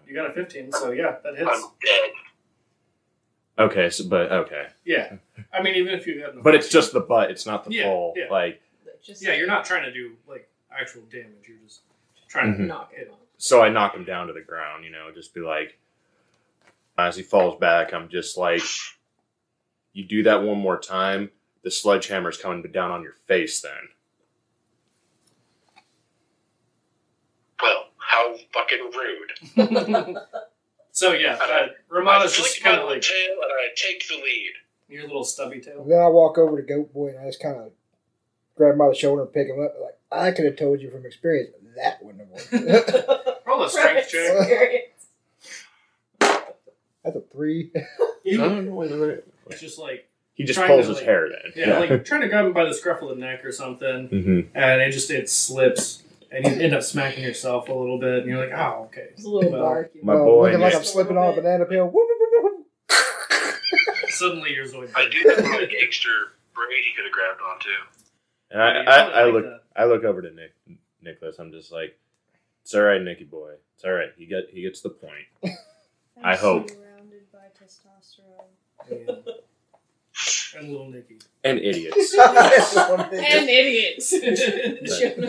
Speaker 1: You got a 15, so yeah, that hits.
Speaker 7: I'm
Speaker 15: Um,
Speaker 7: dead.
Speaker 6: okay, so but okay,
Speaker 1: Yeah, I mean, even if you had, no
Speaker 6: but it's just the butt. It's not the
Speaker 1: Yeah,
Speaker 6: full
Speaker 1: yeah.
Speaker 6: like.
Speaker 13: Just
Speaker 1: yeah, you're not trying to do like actual damage. You're just trying
Speaker 6: Mhm.
Speaker 1: to
Speaker 13: knock it off.
Speaker 6: So I knock him down to the ground. You know, just be like, As he falls back, I'm just like, you do that one more time, the sledgehammer's coming down on your face then.
Speaker 15: Well, how fucking rude.
Speaker 1: so yeah, uh,
Speaker 15: I
Speaker 1: Romana's just
Speaker 15: flick my
Speaker 1: kind of
Speaker 15: little
Speaker 1: like
Speaker 15: tail and I take the lead.
Speaker 1: your little stubby tail.
Speaker 5: And then I walk over to Goat Boy and I just kind of grab him by the shoulder and pick him up. Like I could have told you from experience that wouldn't have worked.
Speaker 1: Roll a strength check.
Speaker 5: That's a three.
Speaker 1: You-
Speaker 6: no, wait a minute.
Speaker 1: It's just like
Speaker 6: He just
Speaker 1: Trying
Speaker 6: pulls
Speaker 1: to,
Speaker 6: his
Speaker 1: like-
Speaker 6: hair then.
Speaker 1: yeah, like trying to grab him by the scruff of the neck or something,
Speaker 6: hmm
Speaker 1: and it just it slips, and you end up smacking yourself a little bit, and you're like, oh okay.
Speaker 7: It's a little
Speaker 1: Well,
Speaker 7: dark.
Speaker 6: My
Speaker 5: Oh,
Speaker 6: boy.
Speaker 5: looking like
Speaker 6: Nick.
Speaker 5: I'm slipping on a banana peel. Whoop, whoop, whoop, whoop.
Speaker 1: Suddenly you're Zoidberg.
Speaker 15: I do have a little gangster braid he could have grabbed onto.
Speaker 6: And I, I, I look I look over to Nick Nicholas. I'm just like, it's all right, Nicky boy. It's all right. He got he gets the point. I hope.
Speaker 9: Surrounded by testosterone.
Speaker 1: Yeah. And little Nicky.
Speaker 6: And idiots.
Speaker 9: And idiots.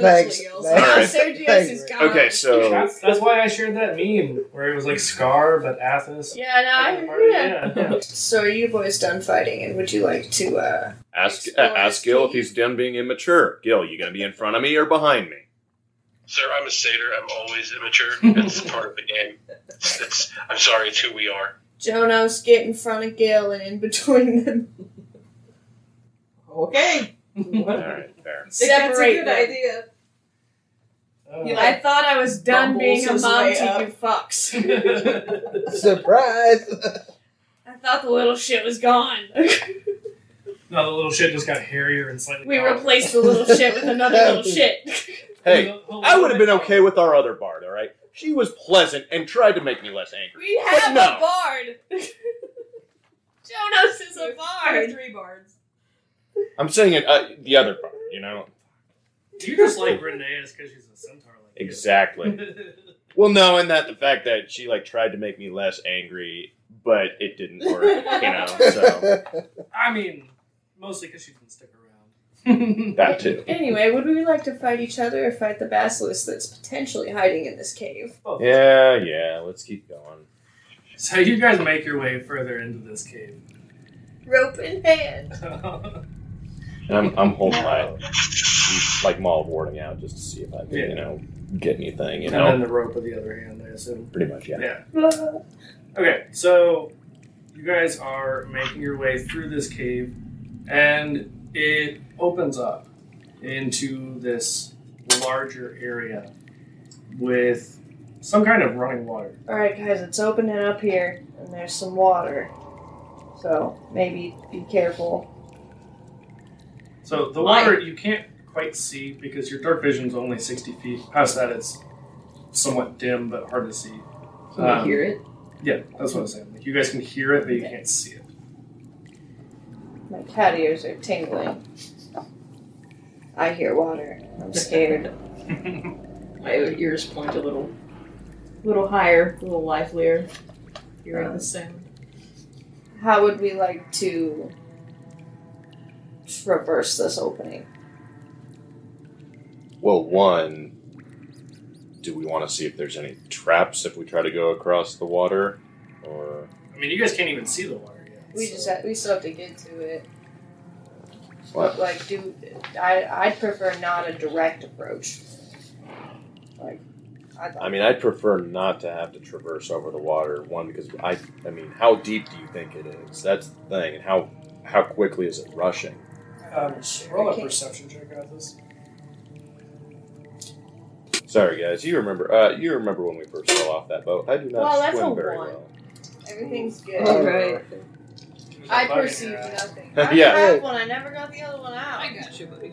Speaker 5: Thanks.
Speaker 6: All right.
Speaker 9: Sergius is gone.
Speaker 6: Okay, so
Speaker 1: That's, that's why I shared that meme where it was like Scar but Athos.
Speaker 9: Yeah, no, I yeah.
Speaker 1: Yeah, yeah.
Speaker 9: So are you boys done fighting, and would you like to, uh...
Speaker 6: ask uh, ask Gil if he's done being immature. Gil, you gonna be in front of me or behind me?
Speaker 15: Sir, I'm a satyr. I'm always immature. It's part of the game. It's, it's- I'm sorry, it's who we are.
Speaker 9: Jonos get in front of Gil and in between them.
Speaker 7: Okay.
Speaker 6: All
Speaker 7: Think
Speaker 6: right, fair.
Speaker 7: that's a
Speaker 9: Separate
Speaker 7: good
Speaker 9: them.
Speaker 7: idea.
Speaker 1: Oh.
Speaker 7: You
Speaker 9: I thought I was done
Speaker 7: Bumbles
Speaker 9: being a
Speaker 7: his
Speaker 9: mom
Speaker 7: way
Speaker 9: to
Speaker 7: up.
Speaker 9: you fucks.
Speaker 5: Surprise!
Speaker 9: I thought the little shit was gone.
Speaker 1: no, the little shit just got hairier and slightly.
Speaker 9: we
Speaker 1: taller.
Speaker 9: replaced the little shit with another little shit.
Speaker 6: Hey, I would have been okay with our other bard. All right, she was pleasant and tried to make me less angry.
Speaker 9: We
Speaker 6: But
Speaker 9: have
Speaker 6: no.
Speaker 9: a bard. Jonos is a
Speaker 7: Or
Speaker 9: bard.
Speaker 7: three bards.
Speaker 6: I'm saying it, uh, the other bard. You know
Speaker 1: You're just like Renee's because she's a centaur. Like you.
Speaker 6: exactly. Well, no, and that the fact that she like tried to make me less angry, but it didn't work. You know, so
Speaker 1: I mean, mostly because she didn't stick around.
Speaker 6: that too.
Speaker 9: Anyway, would we like to fight each other or fight the basilisk that's potentially hiding in this cave?
Speaker 1: Both.
Speaker 6: Yeah, yeah. Let's keep going.
Speaker 1: So you guys make your way further into this cave.
Speaker 9: Rope in hand.
Speaker 6: And I'm, I'm holding my like maul warding out just to see if I can, you know, get anything. You
Speaker 1: And then
Speaker 6: know,
Speaker 1: the rope with the other hand, I assume.
Speaker 6: pretty much. Yeah.
Speaker 1: Yeah.
Speaker 9: Ah.
Speaker 1: Okay, so you guys are making your way through this cave, and it opens up into this larger area with some kind of running water.
Speaker 9: Alright, guys, it's opening up here, and there's some water. So, maybe be careful.
Speaker 1: So the water you can't quite see because your dark vision's only 60 feet. Past that, it's somewhat dim but hard to see.
Speaker 7: Can
Speaker 1: Um,
Speaker 7: you hear it?
Speaker 1: Yeah, that's what I'm saying. Like, you guys can hear it, but you can't see it.
Speaker 9: My cat ears are tingling. I hear water. I'm scared.
Speaker 7: My ears point a little, little higher, a little livelier. Hearing the sound.
Speaker 9: How would we like to traverse this opening?
Speaker 6: Well, one. Do we want to see if there's any traps if we try to go across the water, or
Speaker 1: I mean, you guys can't even see the water yet.
Speaker 9: We
Speaker 1: so-
Speaker 9: just have, we still have to get to it.
Speaker 6: what?
Speaker 9: But like, do I? I'd prefer not a direct approach. Like, I,
Speaker 6: I mean, I'd prefer not to have to traverse over the water. One because I, I mean, how deep do you think it is? That's the thing, and how how quickly is it rushing?
Speaker 1: Um, roll a
Speaker 9: Okay.
Speaker 1: perception check out of this.
Speaker 6: Sorry, guys, you remember uh, you remember when we first fell off that boat? I do not
Speaker 9: Well, that's
Speaker 6: swim
Speaker 9: a
Speaker 6: very
Speaker 9: one.
Speaker 6: well.
Speaker 9: everything's
Speaker 5: Oh,
Speaker 9: good.
Speaker 7: Right.
Speaker 9: I perceive nothing. I
Speaker 6: Yeah.
Speaker 9: have one. I never got the other one out.
Speaker 7: I got you, buddy.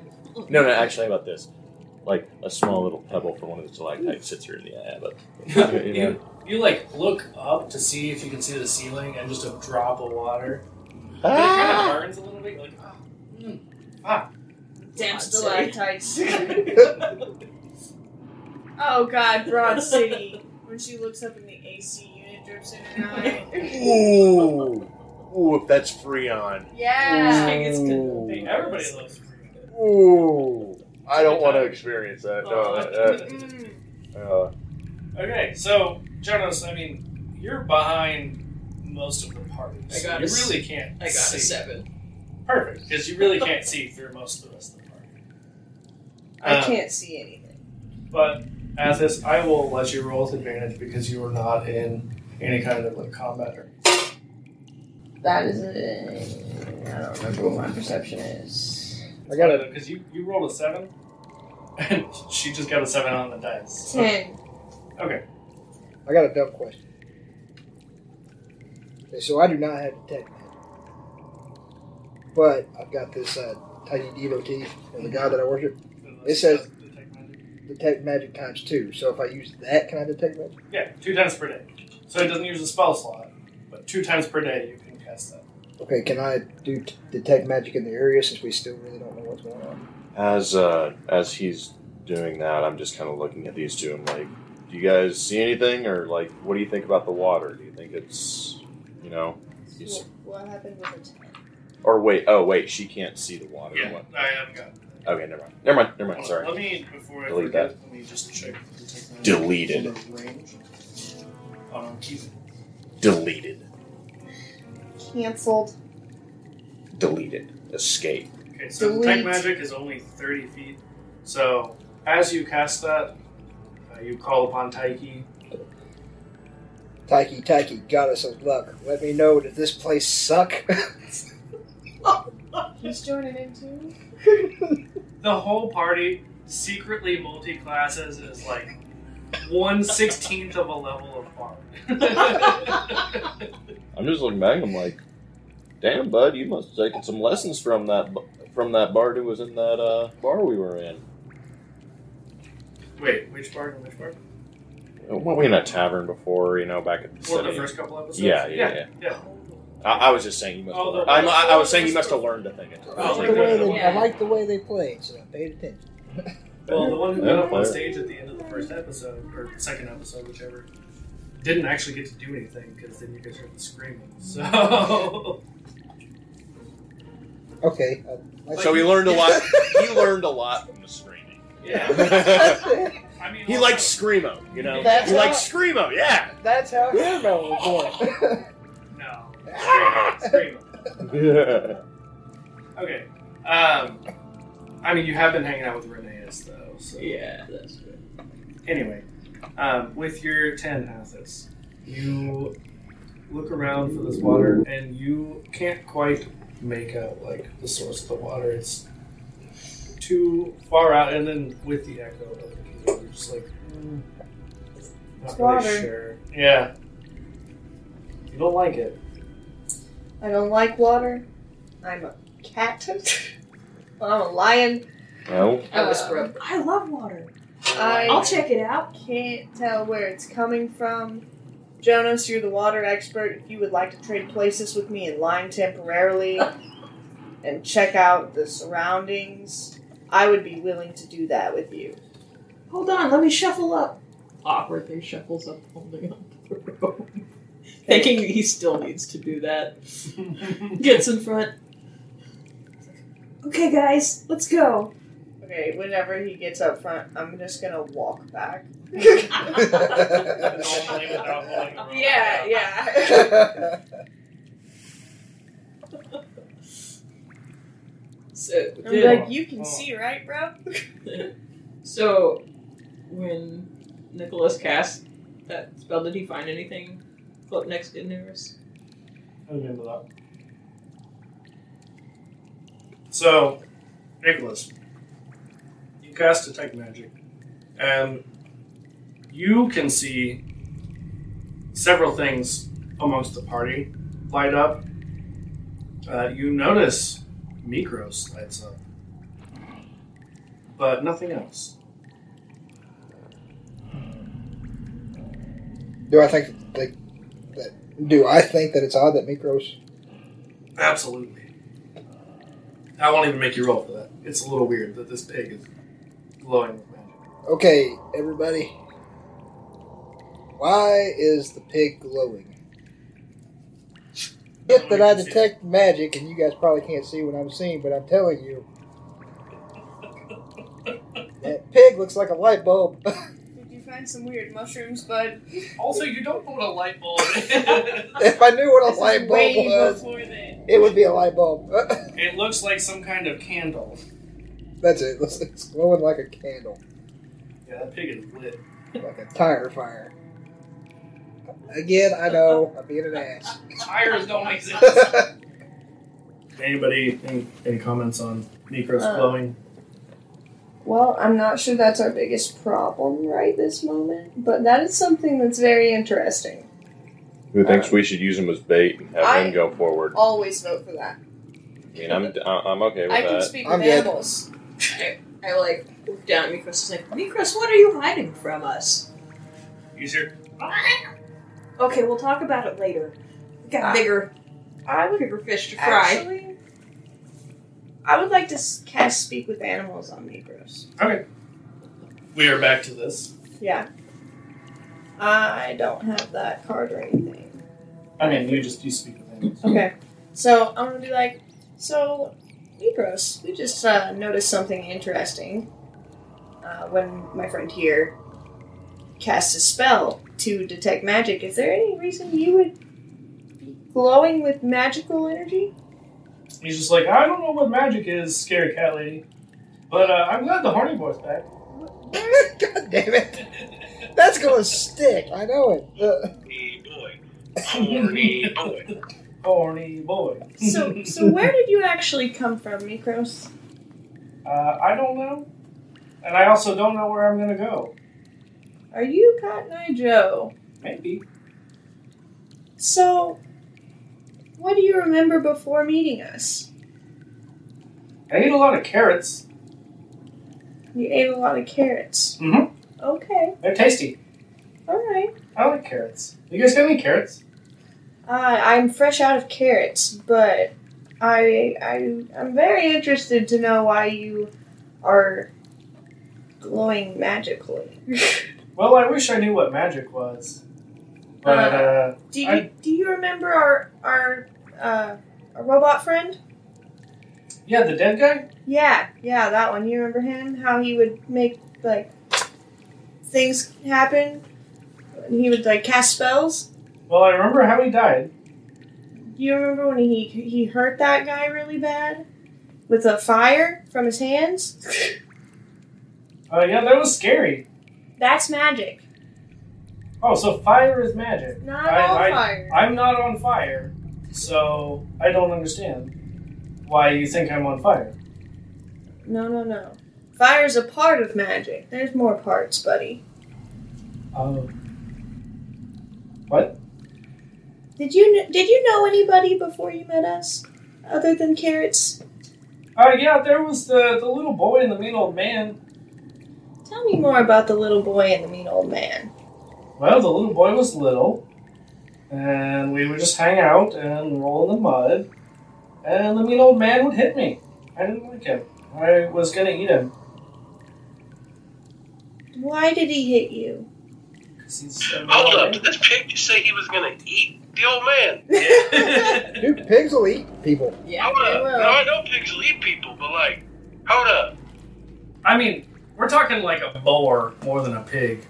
Speaker 6: No, no, actually, how about this? Like a small little pebble from one of the stalactites sits her in the eye, but you know,
Speaker 1: you, you like look up to see if you can see the ceiling and just a drop of water. But it kind
Speaker 7: Ah!
Speaker 1: of burns a little bit. You're like, oh, mm,
Speaker 9: Damn
Speaker 7: Broad
Speaker 9: stalactites. oh God, Broad City. When she looks up in the AC unit, drips in her eye.
Speaker 6: ooh, ooh, if that's Freon, Mm.
Speaker 9: Yeah.
Speaker 7: It's good.
Speaker 1: hey, everybody loves free.
Speaker 6: ooh, I don't want to experience that. No, that-
Speaker 9: Mm.
Speaker 6: that, uh,
Speaker 1: Okay, so Jonas, I mean, you're behind most of the parts.
Speaker 7: I got
Speaker 1: you
Speaker 7: a s-
Speaker 1: really can't.
Speaker 7: I got
Speaker 1: see.
Speaker 7: a seven.
Speaker 1: Perfect, because you really can't see through most of the rest of the party.
Speaker 6: Uh,
Speaker 9: I
Speaker 1: Um,
Speaker 9: can't see anything.
Speaker 1: But as this, I will let you roll with advantage because you are not in any kind of like combat or.
Speaker 9: That is a. I don't remember what my perception is.
Speaker 5: I got a
Speaker 1: because you you rolled a seven, and she just got a seven on the dice. So-
Speaker 9: Ten.
Speaker 5: I got a dumb question. Okay, so I do not have detect magic, but I've got this uh, tiny devotee and the god that I worship It says- detect magic times two. So if I use that, can I detect magic?
Speaker 1: Yeah, two times per day. So it doesn't use a spell slot, but two times per day you can cast that.
Speaker 5: Okay, can I do t- detect magic in the area since we still really don't know what's going on?
Speaker 6: As uh, as he's doing that, I'm just kind of looking at these two. I'm like, do you guys see anything, or like, what do you think about the water? Do you think it's, you know, Yes.
Speaker 9: What, what happened with the ten?
Speaker 6: or wait, oh wait, she can't see the water. What?
Speaker 1: I have got.
Speaker 6: Okay, never mind. Never mind. Never mind. Sorry.
Speaker 1: Let me before I
Speaker 6: Delete
Speaker 1: forget. Let me just check. detect magic.
Speaker 6: Deleted.
Speaker 1: On the range. Um, keep it.
Speaker 6: Deleted.
Speaker 9: Cancelled.
Speaker 6: Deleted. Escape.
Speaker 1: Okay, so detect
Speaker 9: Delete.
Speaker 1: magic is only thirty feet. So as you cast that, uh, you call upon Taiki.
Speaker 5: Taiki, Taiki, goddess of luck, let me know does this place suck?
Speaker 9: He's joining in too.
Speaker 1: The whole party secretly multi classes is like one sixteenth of a level of bard.
Speaker 6: I'm just looking back. I'm like, damn, bud, you must have taken some lessons from that bu- from that bard who was in that uh, bar we were in.
Speaker 1: Wait, which bard and which bard?
Speaker 6: Weren't we in a tavern before? You know, back at the
Speaker 1: Or the
Speaker 6: city.
Speaker 1: first couple episodes?
Speaker 6: Yeah, yeah, yeah. I, I was just saying you must.
Speaker 1: Oh,
Speaker 6: have learned.
Speaker 1: the-
Speaker 6: I'm- I, I was saying you must have learned a thing. or two.
Speaker 5: I,
Speaker 1: Oh,
Speaker 5: like
Speaker 1: like
Speaker 5: the way
Speaker 1: the-
Speaker 5: they, I like the way they played, so I paid attention.
Speaker 1: Well, the one who
Speaker 6: Yeah,
Speaker 1: got up on
Speaker 6: fair.
Speaker 1: stage at the end of the first episode, or second episode, whichever, didn't actually get to do anything because then you guys heard the screaming. So.
Speaker 5: Okay. um, I like
Speaker 6: So he learned a lot. he learned a lot from the screaming.
Speaker 1: Yeah. I mean,
Speaker 6: he
Speaker 1: also-
Speaker 6: liked screamo. You know,
Speaker 9: That's
Speaker 6: he liked
Speaker 9: how-
Speaker 6: screamo. Yeah.
Speaker 5: That's how Annabelle was born.
Speaker 1: No. Scream. Okay. Um, I mean, you have been hanging out with Reneas, though. So.
Speaker 7: Yeah, that's good.
Speaker 1: Anyway, um, with your 10 Athos, you look around for this water and you can't quite make out, like, the source of the water. It's too far out, and then with the echo of the keyboard, you're just like, mm,
Speaker 9: It's
Speaker 1: not really
Speaker 9: water.
Speaker 1: sure. Yeah. You don't like it.
Speaker 9: I don't like water. I'm a cat. I'm a lion.
Speaker 6: Well,
Speaker 7: I was
Speaker 9: Um,
Speaker 7: broke.
Speaker 16: I love water.
Speaker 9: I-
Speaker 16: I'll check it out.
Speaker 9: Can't tell where it's coming from. Jonas, you're the water expert. If you would like to trade places with me in line temporarily and check out the surroundings, I would be willing to do that with you.
Speaker 16: Hold on, let me shuffle up.
Speaker 7: Awkward thing shuffles up holding on to the rope. Thinking he still needs to do that. Gets in front.
Speaker 16: Okay, guys, let's go.
Speaker 9: Okay, whenever he gets up front, I'm just gonna walk back.
Speaker 1: Normally without holding the rope.
Speaker 4: "Oh,
Speaker 9: yeah.
Speaker 7: So,
Speaker 9: I'm
Speaker 7: did,
Speaker 9: like, you can see, right, bro?
Speaker 7: so when Nicholas cast that spell, did he find anything up next to Nerus?
Speaker 1: I remember that. So, Nicholas, you cast Detect Magic, and you can see several things amongst the party light up. Uh, you notice Mikros lights up, but nothing else.
Speaker 5: do I think that, that do I think that it's odd that Mikros
Speaker 1: Absolutely. I won't even make you roll for that. It's a little weird that this pig is glowing with magic.
Speaker 5: Okay, everybody. Why is the pig glowing? Hit that I detect magic, and you guys probably can't see what I'm seeing, but I'm telling you. That pig looks like a light bulb.
Speaker 9: Did you find some weird mushrooms, bud.
Speaker 1: Also, you don't put a light bulb.
Speaker 5: If I knew what a light bulb
Speaker 9: Way
Speaker 5: was,
Speaker 9: before then.
Speaker 5: it would be a light bulb.
Speaker 1: it looks like some kind of candle.
Speaker 5: That's it. It's it's glowing like a candle,
Speaker 1: Yeah, that pig is lit.
Speaker 5: like a tire fire. Again, I know I'm being an ass.
Speaker 1: Tires don't exist. Anybody, any, any comments on Necros
Speaker 9: Uh.
Speaker 1: glowing?
Speaker 9: Well, I'm not sure that's our biggest problem right this moment, but that is something that's very interesting.
Speaker 11: Who thinks we should use him as bait and have
Speaker 9: I-
Speaker 11: him go forward?
Speaker 9: Always vote for that.
Speaker 11: I mean, I'm I'm okay with
Speaker 9: I can
Speaker 11: that.
Speaker 9: speak
Speaker 5: I'm
Speaker 9: with
Speaker 5: good.
Speaker 9: animals.
Speaker 4: I like look down at Mikros. is like, Mikros, what are you hiding from us?
Speaker 1: You hear?
Speaker 7: Okay, we'll talk about it later. We got
Speaker 9: Ah.
Speaker 7: bigger,
Speaker 9: I would
Speaker 7: bigger fish to fry.
Speaker 9: actually. I would like to s- cast speak with animals on Negroes.
Speaker 1: We are back to this.
Speaker 9: Yeah. I don't have that card or anything.
Speaker 1: I mean, you just you speak with animals.
Speaker 9: Okay. So I'm gonna be like, so Negros, we just uh, noticed something interesting uh, when my friend here cast a spell to detect magic. Is there any reason you would be glowing with magical energy?
Speaker 1: He's just like, I don't know what magic is, scary cat lady, but uh, I'm glad the horny boy's back.
Speaker 5: God damn it! That's gonna stick. I know it. Uh,
Speaker 8: Horny boy. Horny boy.
Speaker 1: Horny boy.
Speaker 9: So, so where did you actually come from, Negros?
Speaker 1: Uh, I don't know, and I also don't know where I'm gonna go.
Speaker 9: Are you Cotton Eye Joe?
Speaker 1: Maybe.
Speaker 9: So, what do you remember before meeting us?
Speaker 1: I ate a lot of carrots.
Speaker 9: You ate a lot of carrots.
Speaker 1: Mm-hmm.
Speaker 9: Okay,
Speaker 1: They're tasty.
Speaker 9: all right.
Speaker 1: I like carrots. You guys got any carrots?
Speaker 9: Uh, I'm fresh out of carrots, but I, I I'm very interested to know why you are glowing magically.
Speaker 1: Well, I wish I knew what magic was, but uh,
Speaker 9: do you
Speaker 1: I-
Speaker 9: do you remember our our uh, our robot friend?
Speaker 1: yeah, the dead guy.
Speaker 9: Yeah, yeah, that one. You remember him? How he would make like things happen. And he would like cast spells.
Speaker 1: Well, I remember how he died.
Speaker 9: Do you remember when he he hurt that guy really bad with a fire from his hands?
Speaker 1: Uh, yeah, that was scary.
Speaker 9: That's magic.
Speaker 1: Oh, so fire is magic.
Speaker 9: Not
Speaker 1: I-
Speaker 9: all
Speaker 1: I-
Speaker 9: fire.
Speaker 1: I'm not on fire, so I don't understand why you think I'm on fire.
Speaker 9: No, no, no. Fire's a part of magic. There's more parts, buddy.
Speaker 1: Oh,
Speaker 9: Did you kn- did you know anybody before you met us, other than carrots?
Speaker 1: uh, yeah, there was the, the little boy and the mean old man.
Speaker 9: Tell me more about the little boy and the mean old man.
Speaker 1: Well, the little boy was little, and we would just hang out and roll in the mud, and the mean old man would hit me. I didn't like him. I was gonna eat him
Speaker 9: Why did he hit you?
Speaker 1: 'cause he's a mean
Speaker 8: Hold up.
Speaker 1: old
Speaker 8: Did this pig just say he was going to eat the old man?
Speaker 1: man.
Speaker 5: dude, pigs will eat people.
Speaker 4: Yeah.
Speaker 8: Hold up.
Speaker 9: will.
Speaker 8: Now, I know pigs will eat people, but like, hold up.
Speaker 1: I mean, we're talking like a boar more than a pig.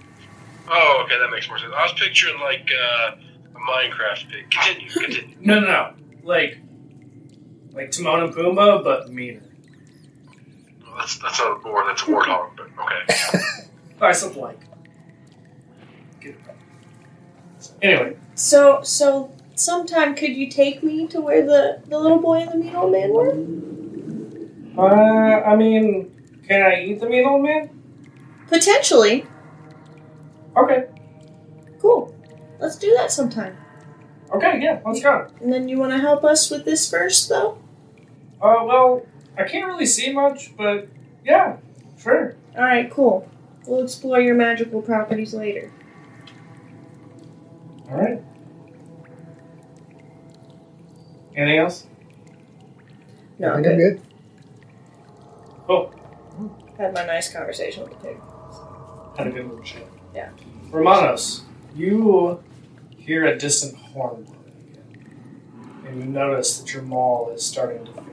Speaker 8: Oh, okay. That makes more sense. I was picturing like uh, a Minecraft pig. Continue. Continue.
Speaker 1: No, no, no. Like, like Timon and Pumbaa, but meaner.
Speaker 8: Well, that's, that's not a boar. That's a warthog, but okay.
Speaker 1: I something like. Get it back. Anyway,
Speaker 9: So so sometime could you take me to where the the little boy and the mean old man were?
Speaker 1: uh, I mean, can I eat the meat, old man?
Speaker 9: Potentially.
Speaker 1: Okay,
Speaker 9: Cool. Let's do that sometime.
Speaker 1: okay, yeah, let's go.
Speaker 9: And then you want to help us with this first, though.
Speaker 1: Uh, well, I can't really see much, but yeah, sure.
Speaker 9: All right, cool. We'll explore your magical properties later.
Speaker 1: All right. Anything else?
Speaker 9: No,
Speaker 5: I
Speaker 9: I'm
Speaker 5: think I'm
Speaker 9: good.
Speaker 5: good.
Speaker 9: Had my nice conversation with the pig.
Speaker 1: Had a good little chat.
Speaker 9: Yeah.
Speaker 1: Romanos, you hear a distant horn blowing again, and you notice that your maul is starting to fade.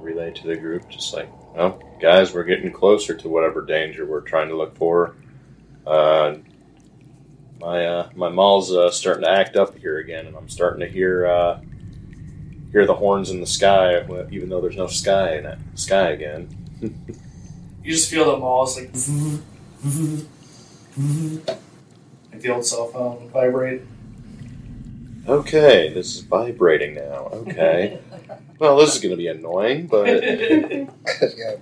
Speaker 11: Relay to the group, just like, oh,
Speaker 6: guys, we're getting closer to whatever danger we're trying to look for. Uh, my uh, my mall's uh, starting to act up here again, and I'm starting to hear uh, hear the horns in the sky, even though there's no sky in it. Sky again.
Speaker 1: You just feel the mall is like, like the old cell phone vibrate.
Speaker 6: Okay, this is vibrating now. Okay. well, this is going to be annoying, but
Speaker 5: yeah, image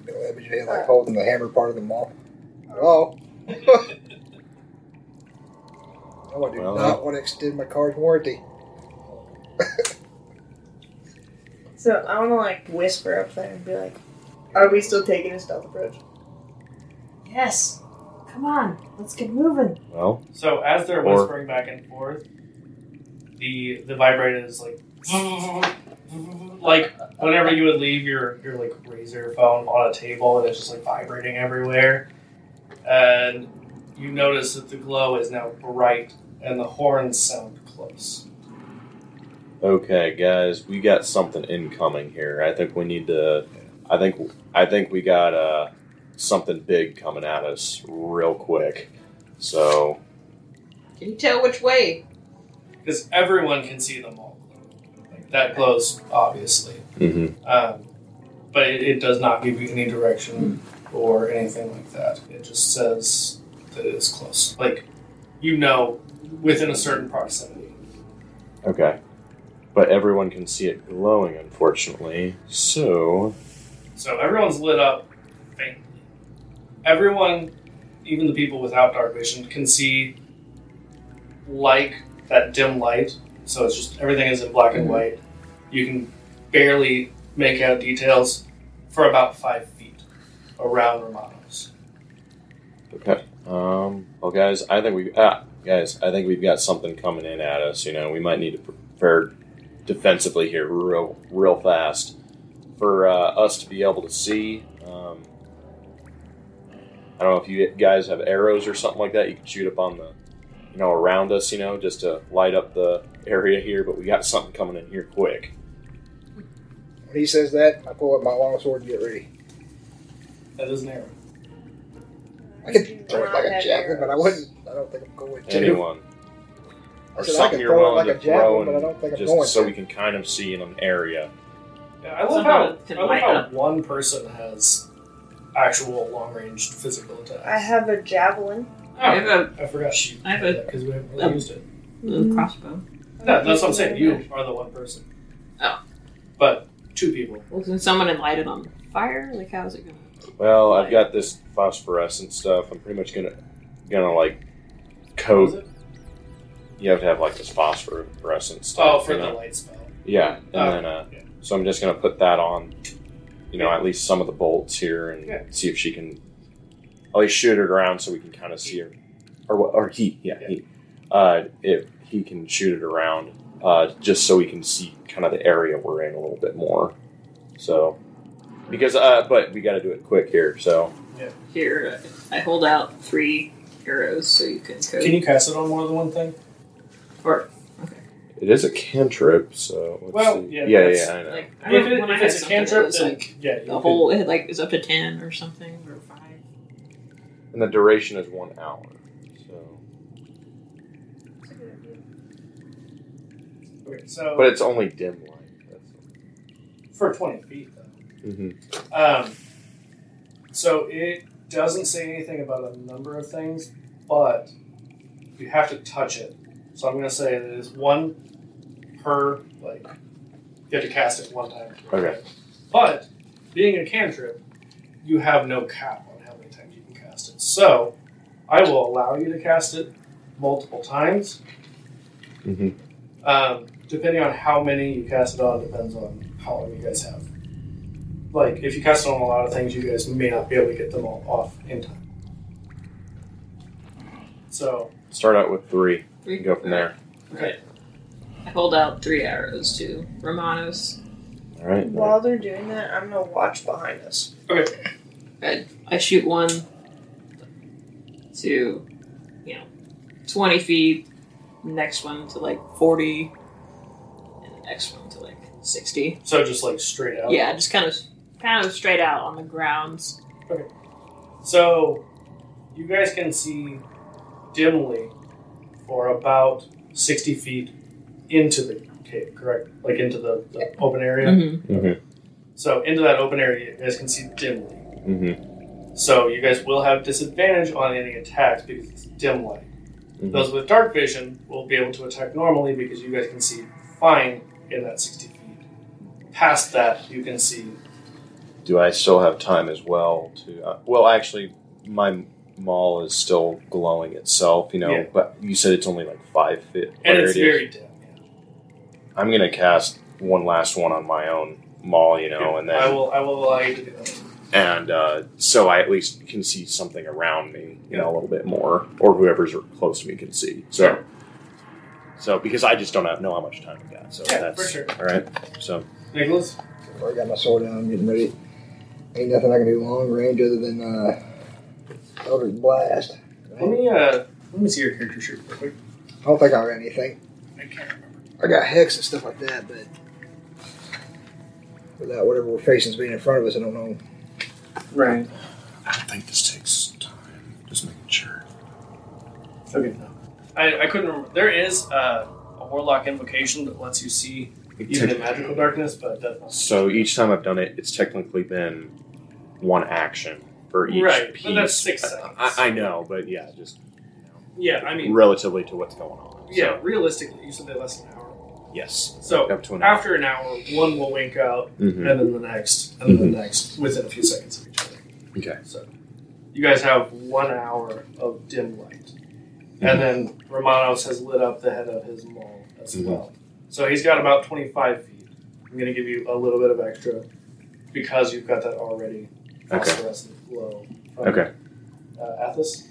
Speaker 5: of him like holding the hammer part of the mall. Hello. No, I do
Speaker 6: Well,
Speaker 5: not want to extend my car's warranty.
Speaker 9: So I want to like whisper up there and be like, "Are we still taking a stealth approach?"
Speaker 7: Yes. Come on. Let's get moving.
Speaker 6: well,
Speaker 1: So as they're
Speaker 6: Or-
Speaker 1: whispering back and forth, the the vibrator is like like whenever you would leave your your like razor phone on a table and it's just like vibrating everywhere, and you notice that the glow is now bright and the horns sound close.
Speaker 6: okay, guys, we got something incoming here. I think we need to. I think I think we got uh, something big coming at us real quick. So
Speaker 4: Can you tell which way?
Speaker 1: because everyone can see them all. Like that glows obviously,
Speaker 6: mm-hmm,
Speaker 1: um, but it, it does not give you any direction or anything like that. It just says that it is close. Like you know, within a certain proximity.
Speaker 6: okay, but everyone can see it glowing, unfortunately. So
Speaker 1: So everyone's lit up faintly. Everyone, even the people without dark vision, can see like that dim light. So it's just everything is in black and white. You can barely make out details for about five feet around Romano's.
Speaker 6: Okay. Um, well, guys, I think we ah, guys, I think we've got something coming in at us. You know, we might need to prepare defensively here, real, real fast, for uh, us to be able to see. Um, I don't know if you guys have arrows or something like that. You can shoot up on the, you know, around us. You know, just to light up the area here. But we got something coming in here quick.
Speaker 5: When he says that, I pull up my long sword and get ready.
Speaker 1: That is an arrow.
Speaker 5: I could throw it
Speaker 9: Not
Speaker 5: like a
Speaker 9: that
Speaker 5: javelin, but I
Speaker 9: arrows.
Speaker 5: wouldn't. I don't think I'm going to.
Speaker 6: Anyone
Speaker 5: I
Speaker 6: or
Speaker 5: said I
Speaker 6: something
Speaker 5: could
Speaker 6: you're
Speaker 5: throw it
Speaker 6: willing
Speaker 5: like a
Speaker 6: to throw,
Speaker 5: javelin, but I
Speaker 6: and
Speaker 5: don't think I'm going
Speaker 6: just so
Speaker 5: to.
Speaker 6: we can kind of see in an area.
Speaker 1: Yeah, I love
Speaker 4: Somehow it
Speaker 1: how,
Speaker 4: can
Speaker 1: I love
Speaker 4: light
Speaker 1: how
Speaker 4: up.
Speaker 1: one person has actual long range physical attacks. Oh,
Speaker 9: I have a javelin.
Speaker 4: I have a,
Speaker 1: I forgot she.
Speaker 4: I have a-
Speaker 1: because we haven't really
Speaker 4: Um,
Speaker 1: used it.
Speaker 7: Mm-hmm.
Speaker 4: a crossbow.
Speaker 1: No, that's what I'm saying. You are the one person.
Speaker 4: Oh.
Speaker 1: But two people.
Speaker 4: Well, can someone and light it on fire? Like, how's it going?
Speaker 6: Well, I've got this phosphorescent stuff. I'm pretty much gonna gonna like coat. You have to have like this phosphorescent
Speaker 1: Oh,
Speaker 6: stuff.
Speaker 1: for
Speaker 6: you
Speaker 1: the
Speaker 6: know?
Speaker 1: light spell.
Speaker 6: yeah, and
Speaker 1: Oh,
Speaker 6: then uh,
Speaker 1: yeah.
Speaker 6: so I'm just gonna put that on. You know,
Speaker 1: Yeah.
Speaker 6: at least some of the bolts here, and
Speaker 1: Yeah.
Speaker 6: see if she can at least shoot it around so we can kind of see her, or what- or he, yeah,
Speaker 1: Yeah.
Speaker 6: he, uh, if he can shoot it around, uh, just so we can see kind of the area we're in a little bit more. So, because uh, but we got to do it quick here, so.
Speaker 4: Here, I hold out three arrows so you can code.
Speaker 1: Can you cast it on more than one thing?
Speaker 4: or,
Speaker 6: It is a cantrip, so let's
Speaker 1: Well,
Speaker 6: see.
Speaker 1: yeah,
Speaker 6: yeah,
Speaker 1: that's-
Speaker 6: I know.
Speaker 4: like, I
Speaker 1: If,
Speaker 4: remember
Speaker 1: it,
Speaker 4: when I
Speaker 1: if
Speaker 4: had
Speaker 1: it's a
Speaker 4: something that
Speaker 1: cantrip,
Speaker 4: was,
Speaker 1: then
Speaker 4: like,
Speaker 1: yeah, you
Speaker 4: the
Speaker 1: could-
Speaker 4: whole, it like is up to 10 or something, or 5.
Speaker 6: and the duration is one hour. So,
Speaker 1: Okay, so
Speaker 6: but it's only dim light.
Speaker 1: for twenty feet though.
Speaker 6: Mm-hmm.
Speaker 1: Um, so it doesn't say anything about a number of things, but you have to touch it. So I'm going to say that it's one per like you have to cast it one time.
Speaker 6: Okay.
Speaker 1: But being a cantrip, you have no cap on how many times you can cast it. So I will allow you to cast it multiple times.
Speaker 6: Mhm.
Speaker 1: Um, depending on how many you cast it on, depends on how long you guys have. Like, if you cast it on a lot of things, you guys may not be able to get them all off in time. So,
Speaker 6: Start out with three
Speaker 4: Three.
Speaker 6: and go from there.
Speaker 1: okay.
Speaker 4: I hold out three arrows to Romanos.
Speaker 6: All right.
Speaker 9: While they're doing that, I'm gonna watch behind us.
Speaker 4: I shoot one to, you know, 20 feet, next one to like 40, and the next one to like 60.
Speaker 1: So just like straight out.
Speaker 4: Yeah, just kind of kind of straight out on the grounds.
Speaker 1: Okay. So, you guys can see dimly for about 60 feet into the cave, correct? Like into the, the open area?
Speaker 6: Mm
Speaker 1: So, into that open area, you guys can see dimly.
Speaker 6: hmm. Mm
Speaker 1: So, you guys will have disadvantage on any attacks because it's dim light.
Speaker 6: hmm.
Speaker 1: Those with dark vision will be able to attack normally because you guys can see fine in that 60 feet. Past that, you can see.
Speaker 6: Do I still have time as well to? Uh, well, actually, my mall is still glowing itself, you know.
Speaker 1: Yeah.
Speaker 6: But you said it's only like five feet.
Speaker 1: And
Speaker 6: where
Speaker 1: it's
Speaker 6: it is.
Speaker 1: very dim.
Speaker 6: I'm gonna cast one last one on my own mall, you know, oh, and then
Speaker 1: I will, I will allow you to do that.
Speaker 6: and uh, so I at least can see something around me, you know, a little bit more, or whoever's close to me can see. So, so because I just don't have, know how much time I got, so
Speaker 1: Yeah,
Speaker 6: that's
Speaker 1: for sure.
Speaker 6: all right. So
Speaker 1: Nicholas?
Speaker 5: I already got my sword down. I'm getting ready. Ain't nothing I can do long range other than uh, Eldritch Blast.
Speaker 1: Let me uh, let me see your character sheet real quick.
Speaker 5: I don't think I got anything.
Speaker 1: I can't remember.
Speaker 5: I got hex and stuff like that, but without whatever we're facing is being in front of us, I don't know.
Speaker 1: Right.
Speaker 6: I think this takes time. Just making sure.
Speaker 1: Okay. No. I, I couldn't remember. There is uh, a warlock invocation that lets you see even in magical darkness, but that's not.
Speaker 6: So each time I've done it, it's technically been one action for each
Speaker 1: Right,
Speaker 6: piece.
Speaker 1: but that's six
Speaker 6: I, I, I know, but yeah, just
Speaker 1: Yeah, I mean,
Speaker 6: relatively to what's going on.
Speaker 1: yeah.
Speaker 6: So,
Speaker 1: Realistically, you said they last an hour.
Speaker 6: yes.
Speaker 1: So
Speaker 6: Up to an hour.
Speaker 1: after an hour, one will wink out,
Speaker 6: Mhm.
Speaker 1: and then the next, and then the next, within a few seconds of each other.
Speaker 6: Hmm. Okay.
Speaker 1: So you guys have one hour of dim light. And then Romanos has lit up the head of his mole as
Speaker 6: Mhm.
Speaker 1: well. So he's got about 25 feet. I'm going to give you a little bit of extra because you've got that already
Speaker 6: Okay.
Speaker 1: phosphorescent glow. from,
Speaker 6: Okay.
Speaker 1: Uh, Athos?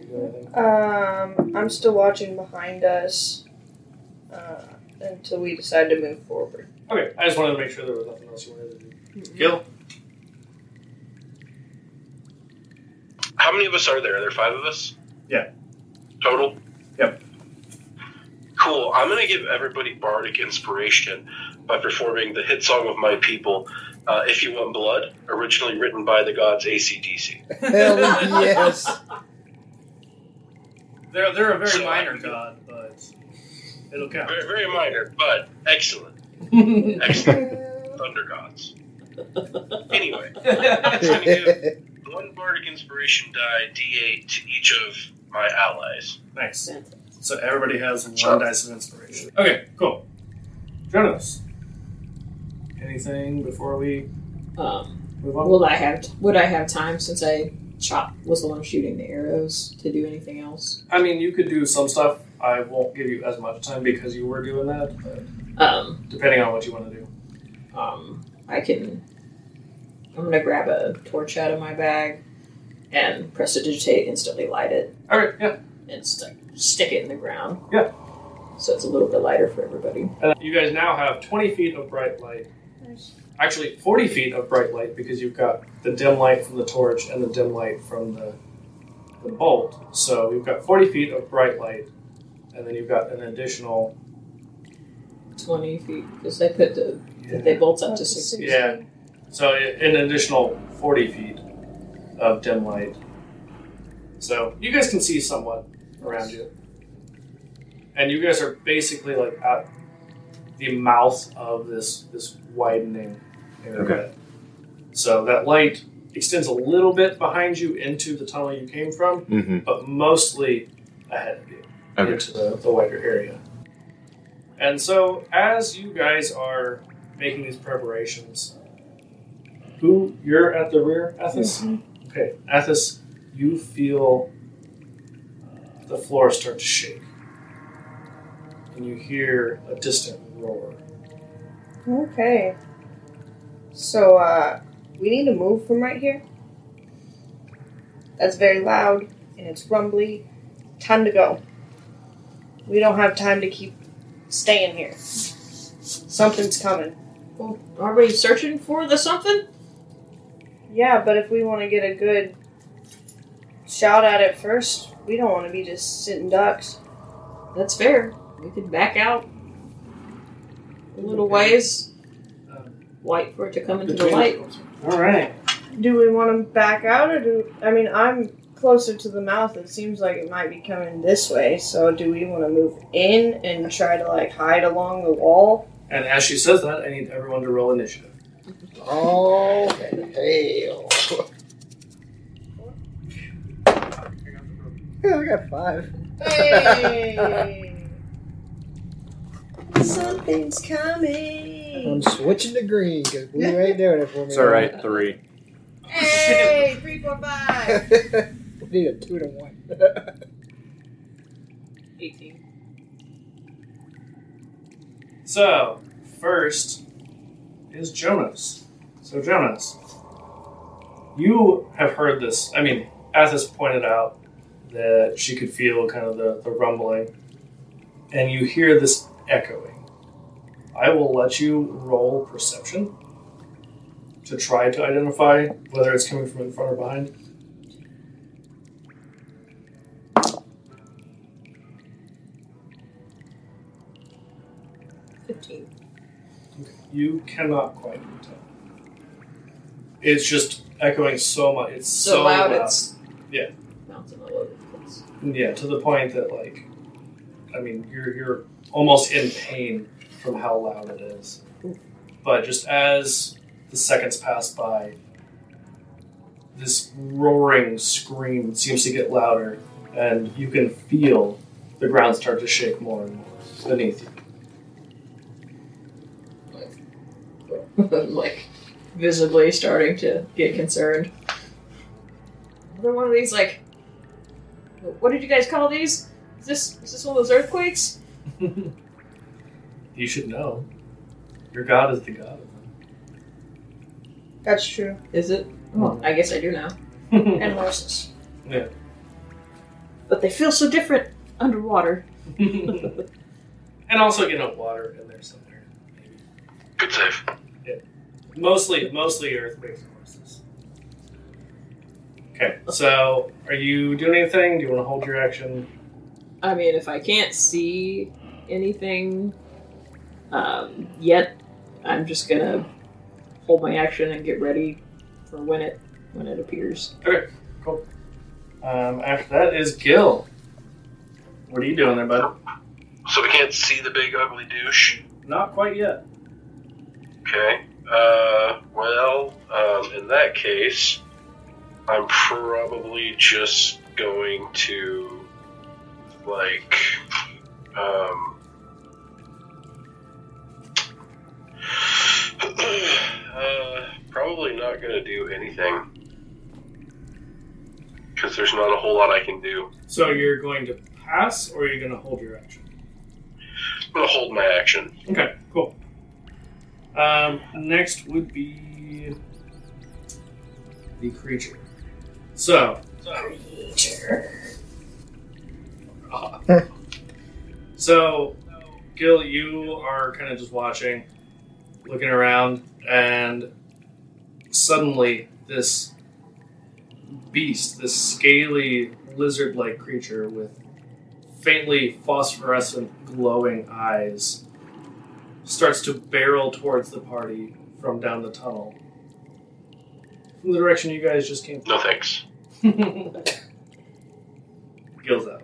Speaker 1: You doing anything?
Speaker 9: Um, I'm still watching behind us uh, until we decide to move forward.
Speaker 1: Okay, I just wanted to make sure there was nothing else you wanted to do. Gil?
Speaker 8: How many of us are there? Are there five of us?
Speaker 1: Yeah.
Speaker 8: Total?
Speaker 1: Yep.
Speaker 8: Cool. I'm going to give everybody bardic inspiration by performing the hit song of my people, uh, If You Want Blood, originally written by the gods ACDC.
Speaker 5: Hell yes.
Speaker 1: They're, they're a very
Speaker 8: So-
Speaker 1: minor god, but it'll count.
Speaker 8: Very, very minor, but excellent. Excellent.
Speaker 6: Mm-hmm.
Speaker 8: Thunder gods. Anyway, I'm going to give one bardic inspiration die D8 to each of my allies.
Speaker 1: nice.
Speaker 7: Fantastic.
Speaker 1: So everybody has one
Speaker 8: Sure.
Speaker 1: dice of inspiration. Okay, cool. Jonas, anything before we
Speaker 7: Um,
Speaker 1: move on?
Speaker 7: will I have would I have time since I shot was the one shooting the arrows to do anything else?
Speaker 1: I mean, you could do some stuff. I won't give you as much time because you were doing that, but
Speaker 7: Um,
Speaker 1: depending on what you want to do.
Speaker 7: um, I can. I'm gonna grab a torch out of my bag and press to digitate, instantly light it,
Speaker 1: All right, yeah.
Speaker 7: and stick stick it in the ground.
Speaker 1: Yeah.
Speaker 7: So it's a little bit lighter for everybody.
Speaker 1: And you guys now have 20 feet of bright light. Actually, 40 feet of bright light because you've got the dim light from the torch and the dim light from the, the bolt. So we've got 40 feet of bright light, and then you've got an additional.
Speaker 7: Twenty feet because they put the they bolts up to six.
Speaker 1: Yeah. So i- an additional 40 feet of dim light. So you guys can see somewhat around you. And you guys are basically like at the mouth of this this widening area.
Speaker 6: Okay.
Speaker 1: So that light extends a little bit behind you into the tunnel you came from,
Speaker 6: Mm-hmm.
Speaker 1: but mostly ahead of you
Speaker 6: Okay.
Speaker 1: into the, the wider area. And so, as you guys are making these preparations, who you're at the rear, Athos? Okay, Athos, you feel the floor start to shake, and you hear a distant roar.
Speaker 9: Okay. So, uh, we need to move from right here. That's very loud and it's rumbly. Time to go. We don't have time to keep staying here. Something's coming.
Speaker 7: Well, are we searching for the something?
Speaker 9: Yeah, but if we want to get a good shot at it first, we don't want to be just sitting ducks.
Speaker 7: That's fair. We could back out a little ways,
Speaker 1: Um,
Speaker 7: wait for it to come into Um, the light.
Speaker 1: All right.
Speaker 4: Do we want to back out or do I mean I'm closer to the mouth. It seems like it might be coming this way. So do we want to move in and try to like hide along the wall?
Speaker 1: And as she says that, I need everyone to roll initiative.
Speaker 5: Oh, hell. Yeah, I got five.
Speaker 4: Hey, something's coming.
Speaker 5: I'm switching to green because blue ain't doing it for me.
Speaker 6: It's all right. Three.
Speaker 4: Hey, three, four, five.
Speaker 5: we need a two to one.
Speaker 7: 18.
Speaker 1: So, first is Jonas. So, Jonas, you have heard this. I mean, Athos pointed out that she could feel kind of the, the rumbling, and you hear this echoing. I will let you roll perception to try to identify whether it's coming from in front or behind.
Speaker 7: Fifteen.
Speaker 1: You cannot quite tell. It's just echoing so much. It's
Speaker 7: So,
Speaker 1: so,
Speaker 7: loud, it's
Speaker 1: Yeah.
Speaker 7: bouncing all over the place.
Speaker 1: Yeah, to the point that like, I mean, you're you're almost in pain from how loud it is. But just as the seconds pass by, this roaring scream seems to get louder, and you can feel the ground start to shake more and more beneath you.
Speaker 7: I'm like visibly starting to get concerned. Another one of these like what did you guys call these? Is this is this one of those earthquakes?
Speaker 1: You should know, your God is the God
Speaker 4: That's true.
Speaker 7: Is it? Well, I guess I do now.
Speaker 1: of them.
Speaker 4: And horses.
Speaker 1: yeah.
Speaker 7: But they feel so different underwater.
Speaker 1: and also, you know, water in there somewhere. Maybe.
Speaker 9: Good save.
Speaker 1: Mostly, mostly Earth based horses. Okay, so are you doing anything? Do you want to hold your action?
Speaker 7: I mean, if I can't see anything um, yet, I'm just gonna hold my action and get ready for when it when it appears.
Speaker 1: Um, after that is Gil. What are you doing there, bud?
Speaker 9: So we can't see the big ugly douche.
Speaker 1: Not quite yet.
Speaker 9: Okay. Uh, well, um, in that case, I'm probably just going to, like, um, uh, probably not going to do anything. Because there's not a whole lot I can do.
Speaker 1: So you're going to pass, or you're going to hold your action?
Speaker 9: I'm going to hold my action.
Speaker 1: Okay, cool. Um, next would be the creature. So, so Gil, you are kind of just watching, looking around, and suddenly this beast, this scaly lizard-like creature with faintly phosphorescent glowing eyes starts to barrel towards the party from down the tunnel. From the direction you guys just came
Speaker 9: No thanks.
Speaker 1: from. Gills out.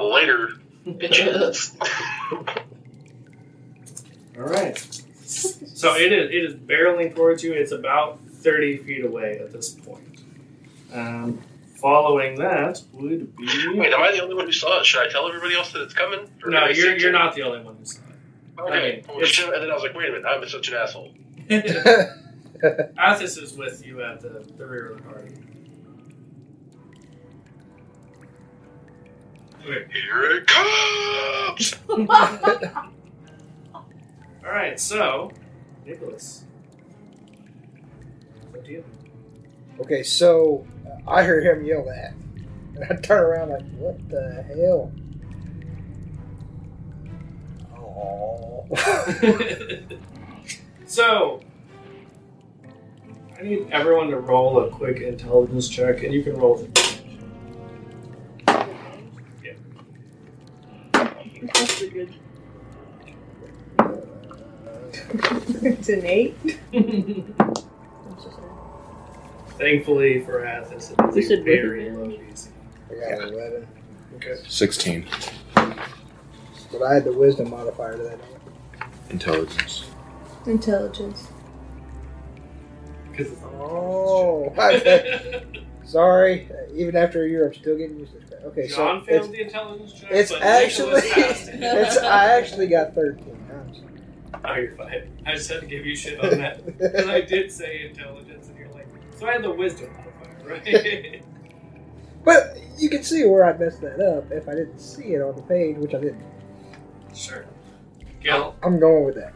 Speaker 9: Later, bitches.
Speaker 1: Alright. So it is it is barreling towards you. It's about thirty feet away at this point. Um, following that would be
Speaker 9: Wait, am I the only one who saw it? Should I tell everybody else that it's coming? Or did
Speaker 1: No,
Speaker 9: I
Speaker 1: you're
Speaker 9: see-
Speaker 1: you're not the only one who saw I
Speaker 9: Okay.
Speaker 1: mean,
Speaker 9: Well, shit, and then I was like, wait a minute, I'm such an asshole.
Speaker 1: it. Athos is with you at the, the rear of the party.
Speaker 9: Here it comes!
Speaker 1: All right, so Nicholas, what do you?
Speaker 5: okay, so uh, I heard him yell that. And I turn around like, what the hell? Oh.
Speaker 1: so, I need everyone to roll a quick intelligence check, and you can roll. with it.
Speaker 4: It's an eight.
Speaker 1: Thankfully for Athens, it
Speaker 7: We
Speaker 1: is a
Speaker 7: should look
Speaker 1: very low DC.
Speaker 5: I got an 11.
Speaker 1: Okay.
Speaker 6: 16.
Speaker 5: But I had the wisdom modifier to that.
Speaker 6: Intelligence.
Speaker 9: Intelligence.
Speaker 1: Because it's all
Speaker 5: Oh, I- sorry. Even after a year, I'm still getting used to this.
Speaker 1: John
Speaker 5: Okay, so it's,
Speaker 1: failed the intelligence check.
Speaker 5: it's
Speaker 1: but
Speaker 5: actually,
Speaker 1: Nicholas passed it.
Speaker 5: it's I actually got 13. I'm sorry.
Speaker 1: Oh, you're fine. I just had to give you shit on that because I did say intelligence, and you're like, so I had the wisdom modifier, right?
Speaker 5: But you can see where I messed that up if I didn't see it on the page, which I didn't.
Speaker 1: sure. Gil,
Speaker 5: I'm going with that.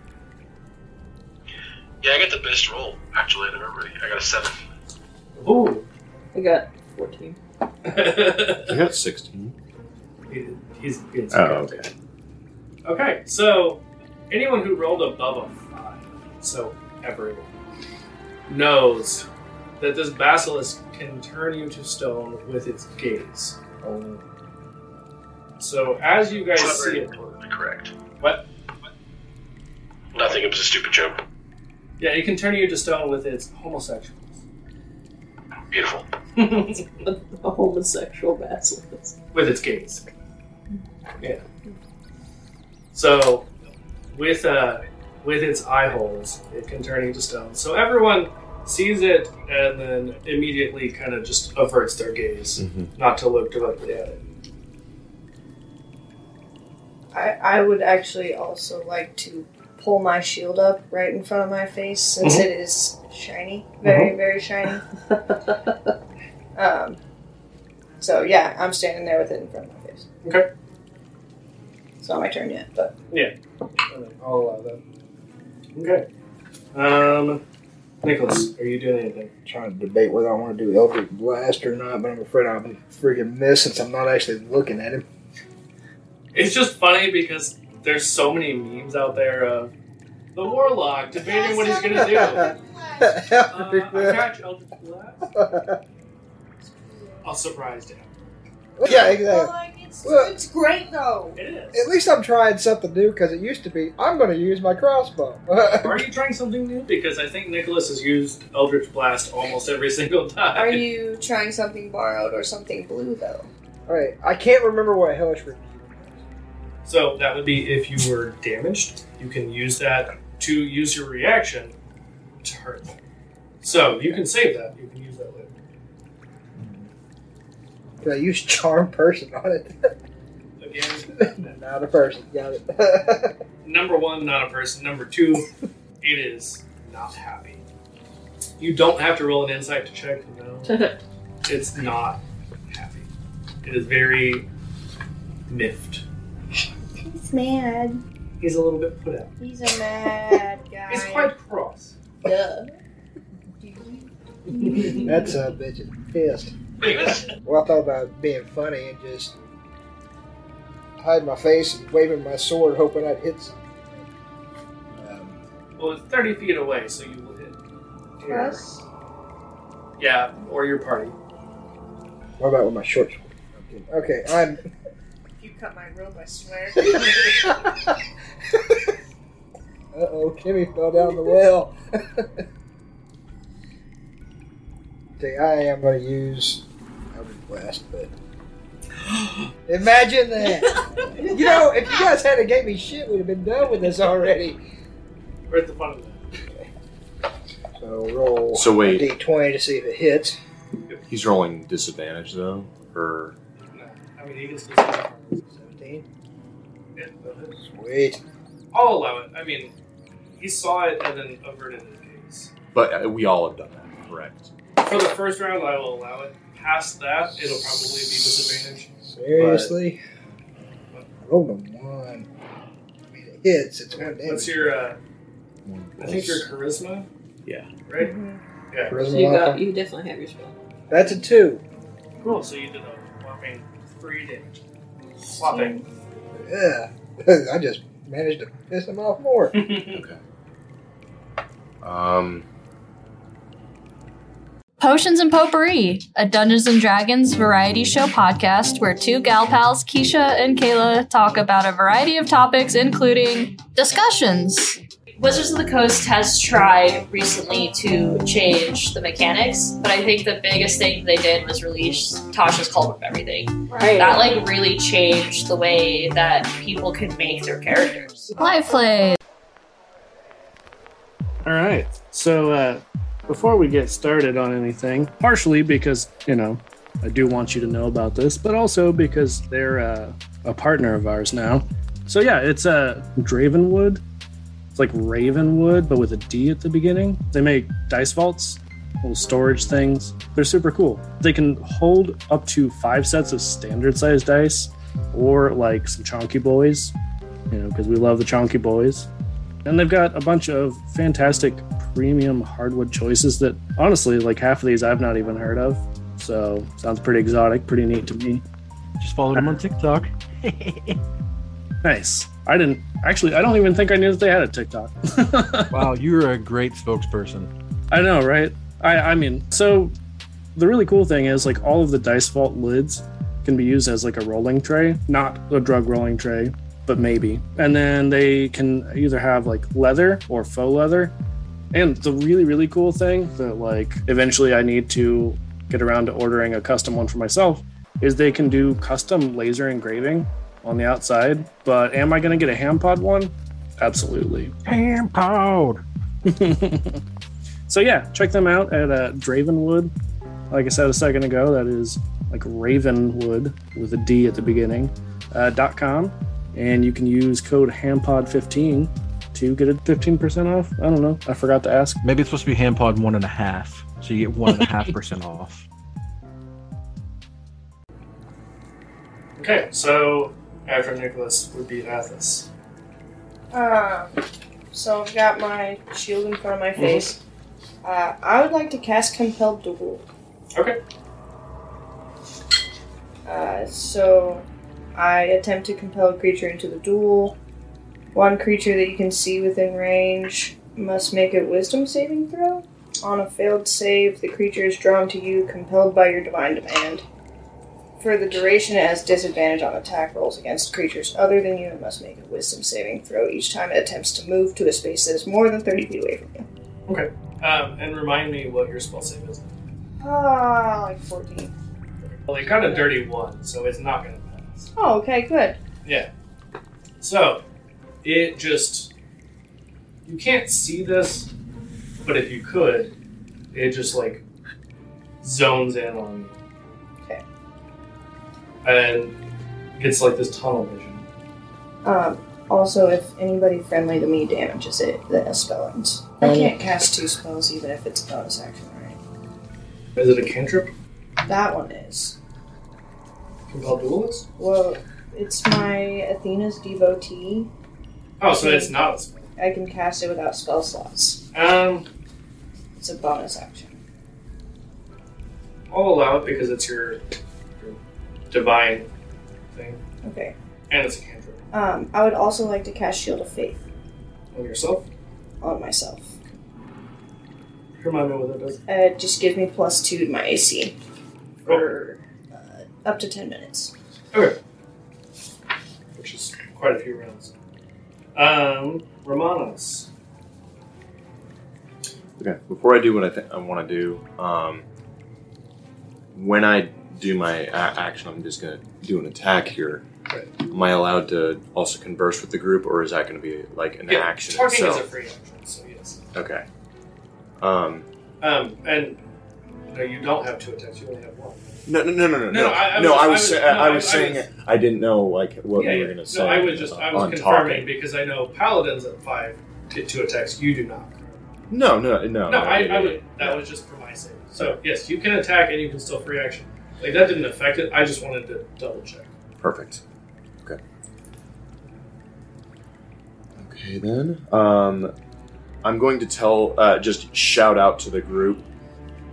Speaker 8: Yeah, I got the best roll actually out of everybody. I got a seven.
Speaker 1: ooh,
Speaker 4: I got 14.
Speaker 6: I got 16.
Speaker 1: He- he's being
Speaker 6: Oh,
Speaker 1: sarcastic. Okay, so anyone who rolled above a five, so everyone, knows that this basilisk can turn you to stone with its gaze. only. So as you guys
Speaker 8: Not
Speaker 1: see
Speaker 8: very
Speaker 1: it,
Speaker 8: politically correct.
Speaker 1: What?
Speaker 8: Nothing. It was a stupid joke.
Speaker 1: yeah, it can turn you to stone with its homosexuals.
Speaker 8: Beautiful.
Speaker 1: with
Speaker 4: A homosexual basilisk.
Speaker 1: its gaze. Yeah. So with uh with its eye holes, it can turn into stone. So everyone sees it and then immediately kind of just averts their gaze,
Speaker 6: Mm-hmm.
Speaker 1: not to look directly at it.
Speaker 9: I, I would actually also like to pull my shield up right in front of my face since it is shiny, very very shiny. um, so yeah, I'm standing there with it in front of my face.
Speaker 1: Okay.
Speaker 9: It's not my turn yet, but
Speaker 1: And then
Speaker 5: Oh,
Speaker 1: I'll allow that. Okay. Um, Nicholas, are you doing anything?
Speaker 5: trying to debate whether I want to do Eldritch Blast or not, but I'm afraid I'll be friggin' miss since I'm not actually looking at him.
Speaker 1: It's just funny because there's so many memes out there of the warlock debating what he's gonna do. Uh, I catch Eldritch Blast. I'll surprise him.
Speaker 5: yeah, exactly.
Speaker 9: it's,
Speaker 5: Well-
Speaker 9: it's great though.
Speaker 1: It is.
Speaker 5: At least I'm trying something new because it used to be I'm going to use my crossbow.
Speaker 1: Are you trying something new? Because I think Nicholas has used Eldritch Blast almost every single time.
Speaker 9: Are you trying something borrowed or something blue though?
Speaker 5: All right, I can't remember what hellish review.
Speaker 1: So that would be if you were damaged, you can use that to use your reaction to hurt them. So you can save that. You can use that later.
Speaker 5: Did I use charm person on it?
Speaker 1: Again,
Speaker 5: not a person. Got it.
Speaker 1: number one, not a person. Number two, it is not happy. You don't have to roll an insight to check to know. it's not happy. It is very miffed.
Speaker 9: He's mad.
Speaker 1: He's a little bit put out.
Speaker 9: He's a mad guy.
Speaker 1: He's quite cross.
Speaker 4: Duh.
Speaker 5: That's a bitch is pissed. Well, I thought about being funny and just hide my face and waving my sword, hoping I'd hit something. Um,
Speaker 1: Well, it's 30 feet away, so you will hit. your-
Speaker 9: Us?
Speaker 1: Yeah, or your party.
Speaker 5: what about with my short sword? Okay, I'm.
Speaker 9: You cut my rope, I swear.
Speaker 5: Uh oh, Kimmy fell down the well. See, I am going to use Eldritch Blast, but. Imagine that! you know, if you guys hadn't gave me shit, we'd have been done with this already.
Speaker 1: Where's the fun of that?
Speaker 5: So roll
Speaker 6: So wait.
Speaker 5: a d20 to see if it hits.
Speaker 6: He's rolling disadvantage, though? Or.
Speaker 1: No. I mean, he can still see the party.
Speaker 5: 17.
Speaker 1: Yeah, that is-
Speaker 5: Sweet.
Speaker 1: I'll allow it. I mean, he saw it and then averted his gaze.
Speaker 6: But uh, we all have done that, correct?
Speaker 1: For the first round, I will allow it. Past that, it'll probably be disadvantage.
Speaker 5: Seriously? I rolled a 1. I mean, it hits. It's 1 damage.
Speaker 1: What's your, uh, I think your charisma?
Speaker 6: Yeah.
Speaker 1: Right? Yeah.
Speaker 5: Charisma
Speaker 4: So you got
Speaker 5: modifier.
Speaker 4: you definitely have your spell.
Speaker 5: That's a 2.
Speaker 1: Cool. So you did a whopping three damage. Whopping.
Speaker 5: Yeah. I just managed to piss him off more.
Speaker 6: Um.
Speaker 17: Potions and Potpourri, a Dungeons and Dragons variety show podcast where two gal pals, Keisha and Kayla, talk about a variety of topics, including discussions, Wizards of the Coast has tried recently to change the mechanics, but I think the biggest thing they did was release Tasha's Cult of Everything.
Speaker 7: Right.
Speaker 17: That like really changed the way that people could make their characters. Live play.
Speaker 1: All right. So uh, before we get started on anything, partially because you know I do want you to know about this, but also because they're uh, a partner of ours now. So yeah, it's uh, Dravenwood. It's like Ravenwood, but with a D at the beginning. They make dice vaults, little storage things. They're super cool. They can hold up to five sets of standard-sized dice, or like some chonky boys, you know, because we love the chonky boys. And they've got a bunch of fantastic premium hardwood choices that honestly, like half of these I've not even heard of. So sounds pretty exotic, pretty neat to me.
Speaker 2: Just followed them on TikTok.
Speaker 1: nice. I didn't actually I don't even think I knew that they had a TikTok.
Speaker 18: wow, you're a great spokesperson.
Speaker 1: I know, right? I, I mean, so the really cool thing is like all of the dice vault lids can be used as like a rolling tray, not a drug rolling tray, but maybe. And then they can either have like leather or faux leather. And the really really cool thing that like eventually I need to get around to ordering a custom one for myself is they can do custom laser engraving on the outside. But am I going to get a ham pod one? Absolutely.
Speaker 18: Ham pod.
Speaker 1: So yeah, check them out at uh, Dravenwood. Like I said a second ago, that is like Ravenwood with a D at the beginning. Uh, dot com, and you can use code Hampod15 to get a 15% off. I don't know. I forgot to ask.
Speaker 18: Maybe it's supposed to be ham pod one and a half, so you get one and a half percent off.
Speaker 1: Okay, so after Nicholas would be Athos.
Speaker 9: Um, so I've got my shield in front of my face. Uh, I would like to cast Compelled Duel.
Speaker 1: Okay.
Speaker 9: Uh, so I attempt to compel a creature into the duel. One creature that you can see within range must make a wisdom saving throw. On a failed save, the creature is drawn to you, compelled by your divine demand. For the duration, it has disadvantage on attack rolls against creatures other than you and must make a wisdom saving throw each time it attempts to move to a space that is more than 30 feet away from you.
Speaker 1: Okay. Um, and remind me what your spell save is.
Speaker 9: Ah, like 14.
Speaker 1: Well, they got a dirty one, so it's not going to pass.
Speaker 9: Oh, okay, good.
Speaker 1: Yeah. So, it just. You can't see this, but if you could, it just like zones in on you.
Speaker 9: Okay.
Speaker 1: And gets like this tunnel vision.
Speaker 9: Um, also, if anybody friendly to me damages it, that has spell ends. I can't cast two spells even if it's a bonus action, right?
Speaker 1: Is it a cantrip?
Speaker 9: That one is.
Speaker 1: Compelled duelist?
Speaker 9: Well, it's my Athena's devotee.
Speaker 1: Oh, so it's not a spell.
Speaker 9: I can cast it without spell slots.
Speaker 1: Um,
Speaker 9: It's a bonus action.
Speaker 1: I'll allow it because it's your, your divine thing,
Speaker 9: Okay.
Speaker 1: and it's a cantrip
Speaker 9: Um, I would also like to cast Shield of Faith
Speaker 1: on yourself.
Speaker 9: on myself.
Speaker 1: Remind me what that does.
Speaker 9: Uh, it just gives me plus two to my AC for uh, up to ten minutes.
Speaker 1: Okay. Which is quite a few rounds. Um, Romanos.
Speaker 6: Okay, before I do what I think I want to do, um, when I do my a- action, I'm just going to do an attack here. Am I allowed to also converse with the group, or is that going to be like an
Speaker 1: Yeah,
Speaker 6: action
Speaker 1: Talking
Speaker 6: itself?
Speaker 1: is a free action, so yes.
Speaker 6: okay. Um,
Speaker 1: Um, and no, you don't have two attacks. You only have one.
Speaker 6: no, no, no, no,
Speaker 1: No,
Speaker 6: no, no.
Speaker 1: I- I
Speaker 6: no,
Speaker 1: was-
Speaker 6: I
Speaker 1: I
Speaker 6: was,
Speaker 1: was-
Speaker 6: sa-
Speaker 1: no,
Speaker 6: I
Speaker 1: I-
Speaker 6: was
Speaker 1: I
Speaker 6: saying
Speaker 1: was-
Speaker 6: it. I didn't know like what
Speaker 1: yeah,
Speaker 6: we were
Speaker 1: yeah.
Speaker 6: going to
Speaker 1: no,
Speaker 6: say.
Speaker 1: I was just I was
Speaker 6: on
Speaker 1: confirming
Speaker 6: topic.
Speaker 1: because I know paladins at five get two attacks. You do not.
Speaker 6: No, no, no.
Speaker 1: no, I,
Speaker 6: yeah,
Speaker 1: I
Speaker 6: Oh, yeah,
Speaker 1: would. That was just for my sake. So yes, you can attack and you can still free action. Like that didn't affect it. I just wanted to double check.
Speaker 6: yeah. Perfect. Okay. Okay then. Um, I'm going to tell. Uh, just shout out to the group.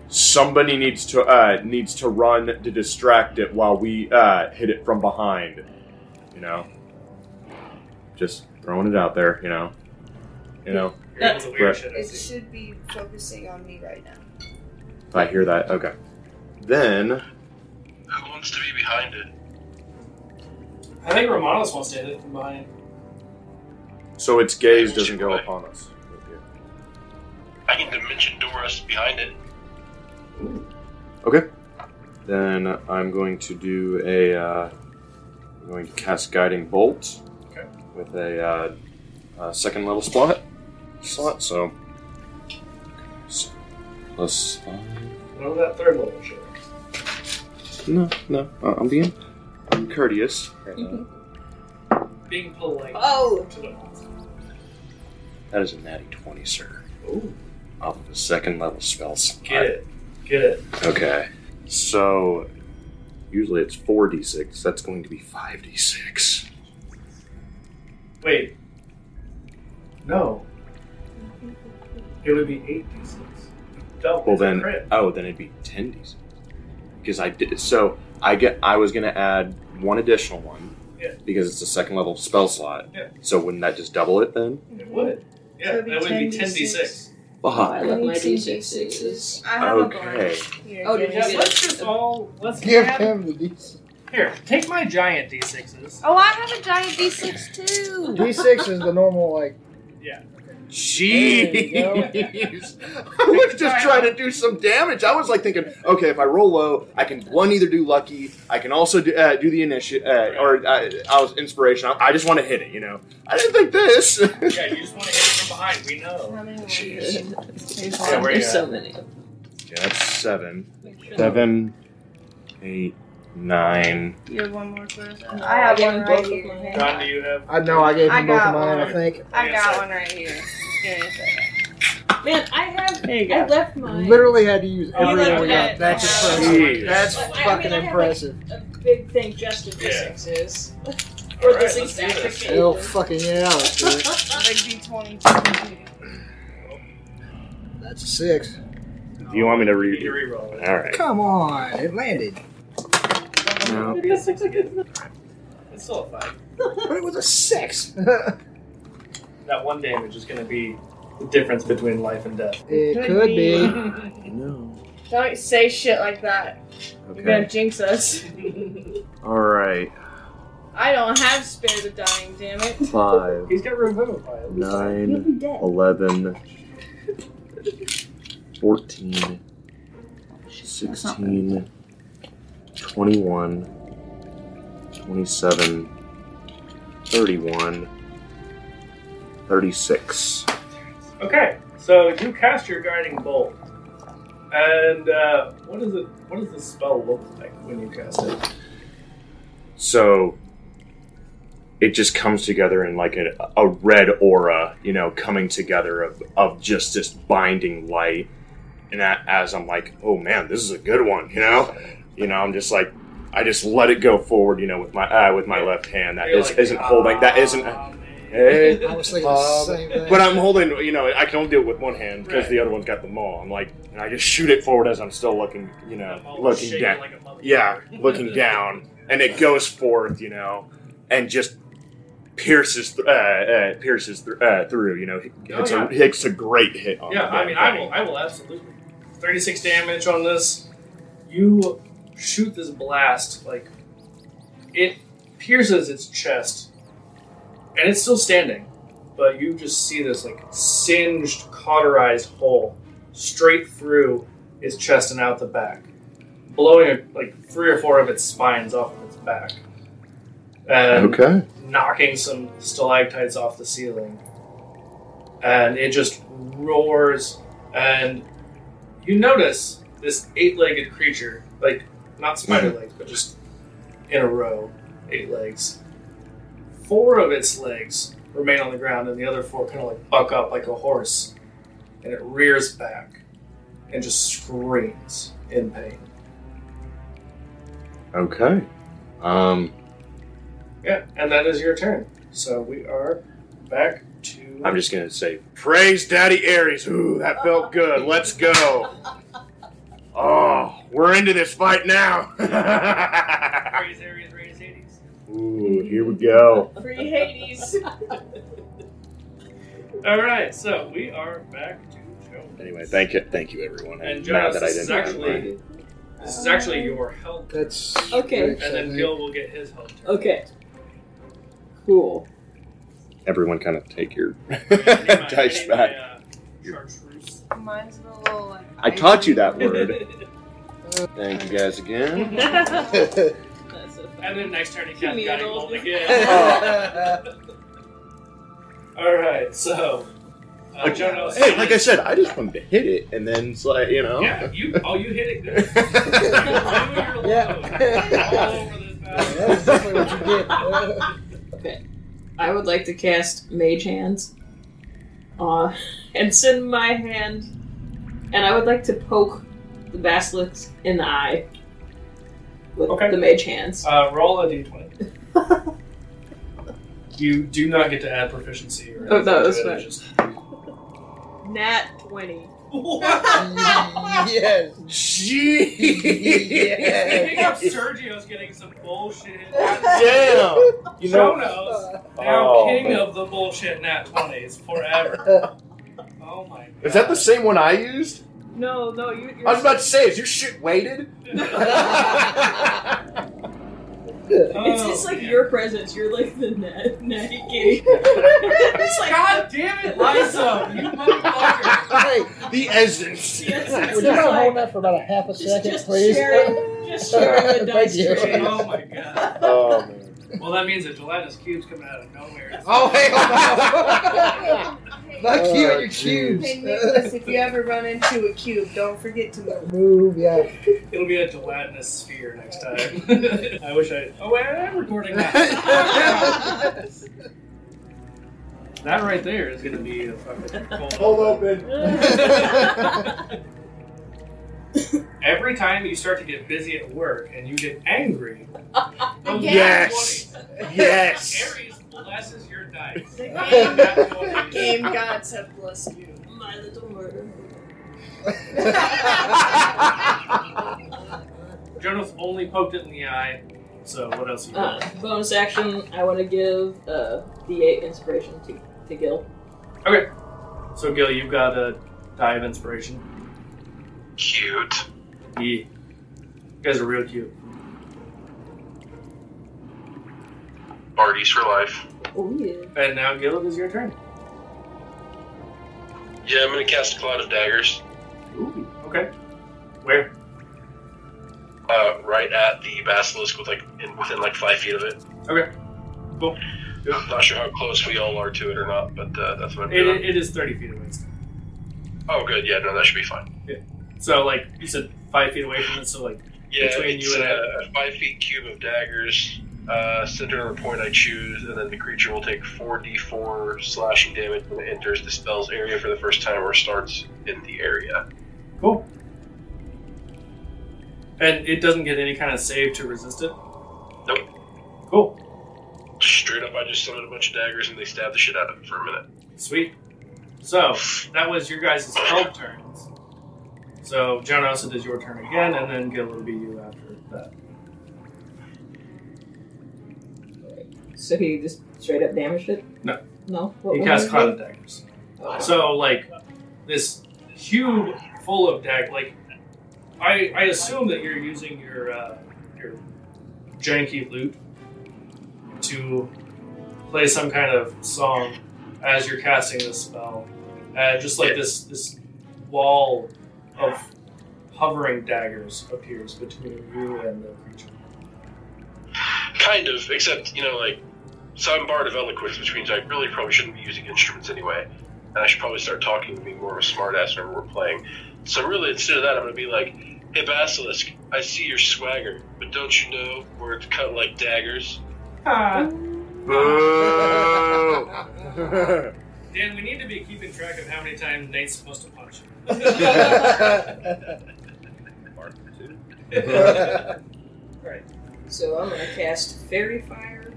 Speaker 6: Somebody needs to uh, needs to run to distract it while we uh, hit it from behind. You know. Just throwing it out there. You know. You know.
Speaker 1: You're able to weird
Speaker 6: Right.
Speaker 1: shit. I
Speaker 9: It
Speaker 1: see.
Speaker 9: should be focusing on me right now.
Speaker 6: If I hear that, okay. Then
Speaker 8: Who wants to be behind it?
Speaker 1: I think Romanos wants to hit it from behind.
Speaker 6: so its gaze doesn't go upon us.
Speaker 8: can dimension door us behind it.
Speaker 6: Okay. Then I'm going to do a. Uh, I'm going to cast Guiding Bolt with a, uh, uh second level slot. Slot. So. so plus
Speaker 1: Well, that third level shit.
Speaker 6: No, no. Uh, I'm being. I'm courteous.
Speaker 1: Being polite.
Speaker 7: Oh!
Speaker 6: That is a natty twenty, sir.
Speaker 1: Oh.
Speaker 6: Off of a second level spell slot.
Speaker 1: Get it. Get it.
Speaker 6: Okay. So usually it's 4d6. That's going to be 5d6.
Speaker 1: Wait. No. It would be 8d6. Double.
Speaker 6: Well
Speaker 1: It's a
Speaker 6: then
Speaker 1: crit.
Speaker 6: oh, then it'd be 10d6. Because I did so I get I was going to add one additional one
Speaker 1: Yeah.
Speaker 6: because it's a second level spell slot.
Speaker 1: Yeah.
Speaker 6: So wouldn't that just double it then?
Speaker 1: It
Speaker 9: Mm-hmm.
Speaker 1: would. Yeah, that would be 10d6.
Speaker 6: Fuck.
Speaker 7: my d6s.
Speaker 1: I
Speaker 6: have a Okay.
Speaker 7: Oh, did you
Speaker 1: Yeah,
Speaker 7: get
Speaker 1: let's just all let's
Speaker 5: Give
Speaker 1: grab-
Speaker 5: him the D6.
Speaker 1: Here, take my giant d6s.
Speaker 9: Oh, I have a giant D6 too.
Speaker 5: D6 is the normal, like,
Speaker 1: Yeah.
Speaker 6: Jeez. I was just trying to do some damage. I was like thinking, okay, if I roll low, I can one either do lucky, I can also do, uh, do the initiative, uh, or uh, I was inspiration. I, I just want to hit it, you know. I didn't think this.
Speaker 1: yeah, you just want to hit it from behind. We know. Yeah, where you
Speaker 7: There's so
Speaker 1: at?
Speaker 7: many.
Speaker 6: Yeah, that's seven.
Speaker 7: sure-
Speaker 6: Seven, eight, nine.
Speaker 9: You have one more close.
Speaker 19: I have one
Speaker 9: right
Speaker 19: both of
Speaker 9: here.
Speaker 19: my
Speaker 1: John, do you have?
Speaker 5: I know I gave
Speaker 9: I
Speaker 5: him both
Speaker 9: got
Speaker 5: of mine, I
Speaker 9: one.
Speaker 5: think.
Speaker 9: I
Speaker 1: Yeah,
Speaker 9: got
Speaker 1: so-
Speaker 9: one right here. Give me a second.
Speaker 7: Man, I have.
Speaker 5: There you
Speaker 7: I left mine.
Speaker 5: Literally had to use
Speaker 7: Oh,
Speaker 5: every
Speaker 7: you
Speaker 5: one we
Speaker 7: left
Speaker 5: got.
Speaker 7: it.
Speaker 5: That's
Speaker 7: Wow.
Speaker 5: impressive.
Speaker 6: Jeez.
Speaker 5: That's
Speaker 7: Like, I mean,
Speaker 5: fucking
Speaker 7: I have, like-
Speaker 5: impressive.
Speaker 7: a big thing just of the
Speaker 1: Yeah.
Speaker 7: sixes.
Speaker 1: All
Speaker 7: or
Speaker 1: right, let's
Speaker 7: this
Speaker 1: do
Speaker 7: exact
Speaker 1: this.
Speaker 7: thing.
Speaker 5: Hell fucking yeah, let's do it.
Speaker 9: Big D20.
Speaker 5: That's a six.
Speaker 6: Do you want me to
Speaker 1: You need to
Speaker 6: read?
Speaker 1: reroll it.
Speaker 6: All right.
Speaker 5: Come on, it landed.
Speaker 6: No.
Speaker 1: It's still a five.
Speaker 5: But it was a six.
Speaker 1: That one damage is going to be the difference between life and death.
Speaker 5: it
Speaker 9: Could
Speaker 5: could be.
Speaker 6: No.
Speaker 9: Don't say shit like that. You're gonna
Speaker 6: Okay.
Speaker 9: jinx us.
Speaker 6: All right.
Speaker 9: I don't have spare the dying, damn it.
Speaker 6: Five,
Speaker 1: He's got revivify.
Speaker 6: nine,
Speaker 7: You'll be dead.
Speaker 6: 11, 14, 16, 21, 27, 31, 36.
Speaker 1: Okay, so you cast your guiding bolt, and uh, what does it? What does the spell look like when you cast it?
Speaker 6: So it just comes together in like a, a red aura, you know, coming together of, of just this binding light. And a as I'm like, oh man, this is a good one, you know, you know, I'm just like, I just let it go forward, you know, with my uh, with my left hand. That
Speaker 1: You're
Speaker 6: is,
Speaker 1: like,
Speaker 6: not holding. That isn't.
Speaker 1: "Ah, Um,
Speaker 6: Hey,
Speaker 5: I was thinking the same thing.
Speaker 6: but I'm holding, you know, I can only do it with one hand because
Speaker 1: Right.
Speaker 6: the other one's got the maul. I'm like, and I just shoot it forward as I'm still looking, you know,
Speaker 1: I'm all
Speaker 6: looking
Speaker 1: shaking
Speaker 6: down.
Speaker 1: like a motherfucker."
Speaker 6: Yeah, looking down, and it goes forth, you know, and just pierces, th- uh, uh, pierces th- uh, through. You know, it's,
Speaker 1: Oh, yeah.
Speaker 6: a, it's a great hit. on
Speaker 1: Yeah,
Speaker 6: the
Speaker 1: I mean, I
Speaker 6: damn
Speaker 1: will, I will absolutely. Thirty-six damage on this. You shoot this blast like it pierces its chest, and it's still standing, but you just see this like singed, cauterized hole straight through its chest and out the back, blowing like three or four of its spines off of its back.
Speaker 6: thing.
Speaker 1: And
Speaker 6: Okay.
Speaker 1: knocking some stalactites off the ceiling. And it just roars, and you notice this eight legged creature, like, not spider legs, but just in a row, eight legs. Four of its legs remain on the ground, and the other four kind of like buck up like a horse, and it rears back and just screams in pain.
Speaker 6: Okay. Um,
Speaker 1: Yeah, and that is your turn. So we are back to.
Speaker 6: I'm just gonna say, praise Daddy Ares. Ooh, that felt good. Let's go. Oh, we're into this fight now.
Speaker 1: Raise Aries, raise Hades.
Speaker 6: Ooh, here we go.
Speaker 9: Free Hades.
Speaker 1: All right, so we are back to Jonas.
Speaker 6: Anyway, thank you, thank you, everyone. I'm
Speaker 1: And
Speaker 6: mad
Speaker 1: Jonas,
Speaker 6: that I
Speaker 1: this is
Speaker 6: didn't. have mine.
Speaker 1: actually this is actually your help,
Speaker 5: That's
Speaker 7: Okay.
Speaker 5: six,
Speaker 1: and
Speaker 5: I
Speaker 1: then
Speaker 5: think.
Speaker 1: Gil will get his help. turn.
Speaker 7: Okay. Cool.
Speaker 6: Everyone, kind of take your
Speaker 1: I need my- I
Speaker 6: dice
Speaker 1: need my,
Speaker 6: back.
Speaker 1: uh, chartreuse.
Speaker 20: Mine's the little like.
Speaker 6: I taught you that word. Thank you guys again.
Speaker 1: and then next turn he cast Guiding
Speaker 7: Communal.
Speaker 1: Bolt again. All right, so uh,
Speaker 6: Like,
Speaker 1: Jonas.
Speaker 6: hey, like I said, I just wanted to hit it, and then it's like you know.
Speaker 1: Yeah, you. Oh, you hit it good. yeah.
Speaker 5: That's definitely what you get.
Speaker 7: Okay. I would like to cast Mage Hands. Uh, and send my hand. And I would like to poke the basilisk in the eye with the Mage Hands.
Speaker 1: Uh, roll a d20. you do not get to add proficiency. Or
Speaker 7: Oh, no, that's
Speaker 1: anything to it,
Speaker 7: fine.
Speaker 1: it's just- Oh.
Speaker 7: Nat 20.
Speaker 5: yes.
Speaker 1: I think
Speaker 5: Yes.
Speaker 1: up Sergio's getting some bullshit.
Speaker 6: Damn. You know-
Speaker 1: Jonas, now
Speaker 6: Oh,
Speaker 1: king
Speaker 6: man.
Speaker 1: of the bullshit nat 20s forever. oh my
Speaker 6: Is that the same one I used?
Speaker 7: No, no, you,
Speaker 6: I was about to say, is your shit weighted?
Speaker 1: Oh,
Speaker 7: it's just like your presence. You're like the nat- natty kitty. it's like,
Speaker 1: God damn it, Liza, you motherfucker.
Speaker 6: the essence.
Speaker 5: Would you not hold that for about a half a second, please?
Speaker 7: just
Speaker 5: sharing the dice tray.
Speaker 1: Oh my god.
Speaker 6: Oh man.
Speaker 1: Well, that means that gelatinous cube's coming out of nowhere.
Speaker 5: Oh, hey, oh, no. Fuck you and your cubes.
Speaker 4: Hey Nicholas, if you ever run into a cube, don't forget to move.
Speaker 5: Move, yeah.
Speaker 1: It'll be a gelatinous sphere next time. I wish I. Oh, wait, I'm recording that. that right there is gonna be a fucking.
Speaker 6: Hold open.
Speaker 1: Every time you start to get busy at work and you get angry, the
Speaker 6: Yes. Yes.
Speaker 1: Aries blesses your dice.
Speaker 4: game-
Speaker 1: Nat 20.
Speaker 4: Game gods have blessed you.
Speaker 7: my little murder.
Speaker 1: Jonas only poked it in the eye. So what else you got?
Speaker 7: Uh, bonus action, I want to give uh, D8 inspiration to, to Gil.
Speaker 1: okay. So Gil, you've got a die of inspiration.
Speaker 9: Cute.
Speaker 1: Yeah. You guys are real cute.
Speaker 9: Parties for life.
Speaker 7: Oh, yeah.
Speaker 1: And now Gil, it is your turn.
Speaker 9: Yeah, I'm gonna cast a cloud of daggers.
Speaker 1: Ooh. Okay. Where?
Speaker 9: Uh, right at the basilisk with like in, within like five feet of it.
Speaker 1: Okay. Cool.
Speaker 9: I'm not sure how close we all are to it or not, but uh, that's what I'm
Speaker 1: It,
Speaker 9: doing.
Speaker 1: it is thirty feet away. still.
Speaker 9: oh, good. Yeah, no, that should be fine.
Speaker 1: So like you said, five feet away from it. So like
Speaker 9: Yeah,
Speaker 1: between
Speaker 9: it's
Speaker 1: you and that.
Speaker 9: uh, a five feet cube of daggers uh, centered on the point I choose, and then the creature will take 4d4 slashing damage when it enters the spell's area for the first time or starts in the area.
Speaker 1: Cool. And it doesn't get any kind of save to resist it.
Speaker 9: Nope.
Speaker 1: Cool.
Speaker 9: Straight up, I just summoned a bunch of daggers and they stabbed the shit out of it for a minute.
Speaker 1: Sweet. So that was your guys' help turns. So Jonas, it is your turn again, and then Gil will be you after that.
Speaker 7: So he just straight up damaged it?
Speaker 1: No.
Speaker 7: No? What
Speaker 1: You
Speaker 7: was
Speaker 1: cast
Speaker 7: it? Oh,
Speaker 1: cloud of daggers. So like this cube full of dag like I I assume that you're using your uh, your janky lute to play some kind of song as you're casting this spell. And just like this this wall of hovering daggers appears between you and the creature.
Speaker 9: Kind of, except, you know, like, so I'm Bard of Eloquence, which means I really probably shouldn't be using instruments anyway. And I should probably start talking and being more of a smartass whenever we're playing. So really, instead of that, I'm going to be like, hey, Basilisk, I see your swagger, but don't you know where it's cut like daggers?
Speaker 6: Boo.
Speaker 1: Dan, we need to be keeping track of how many times Nate's supposed to punch
Speaker 9: Part two.
Speaker 7: Right. So I'm going to cast Fairy Fire.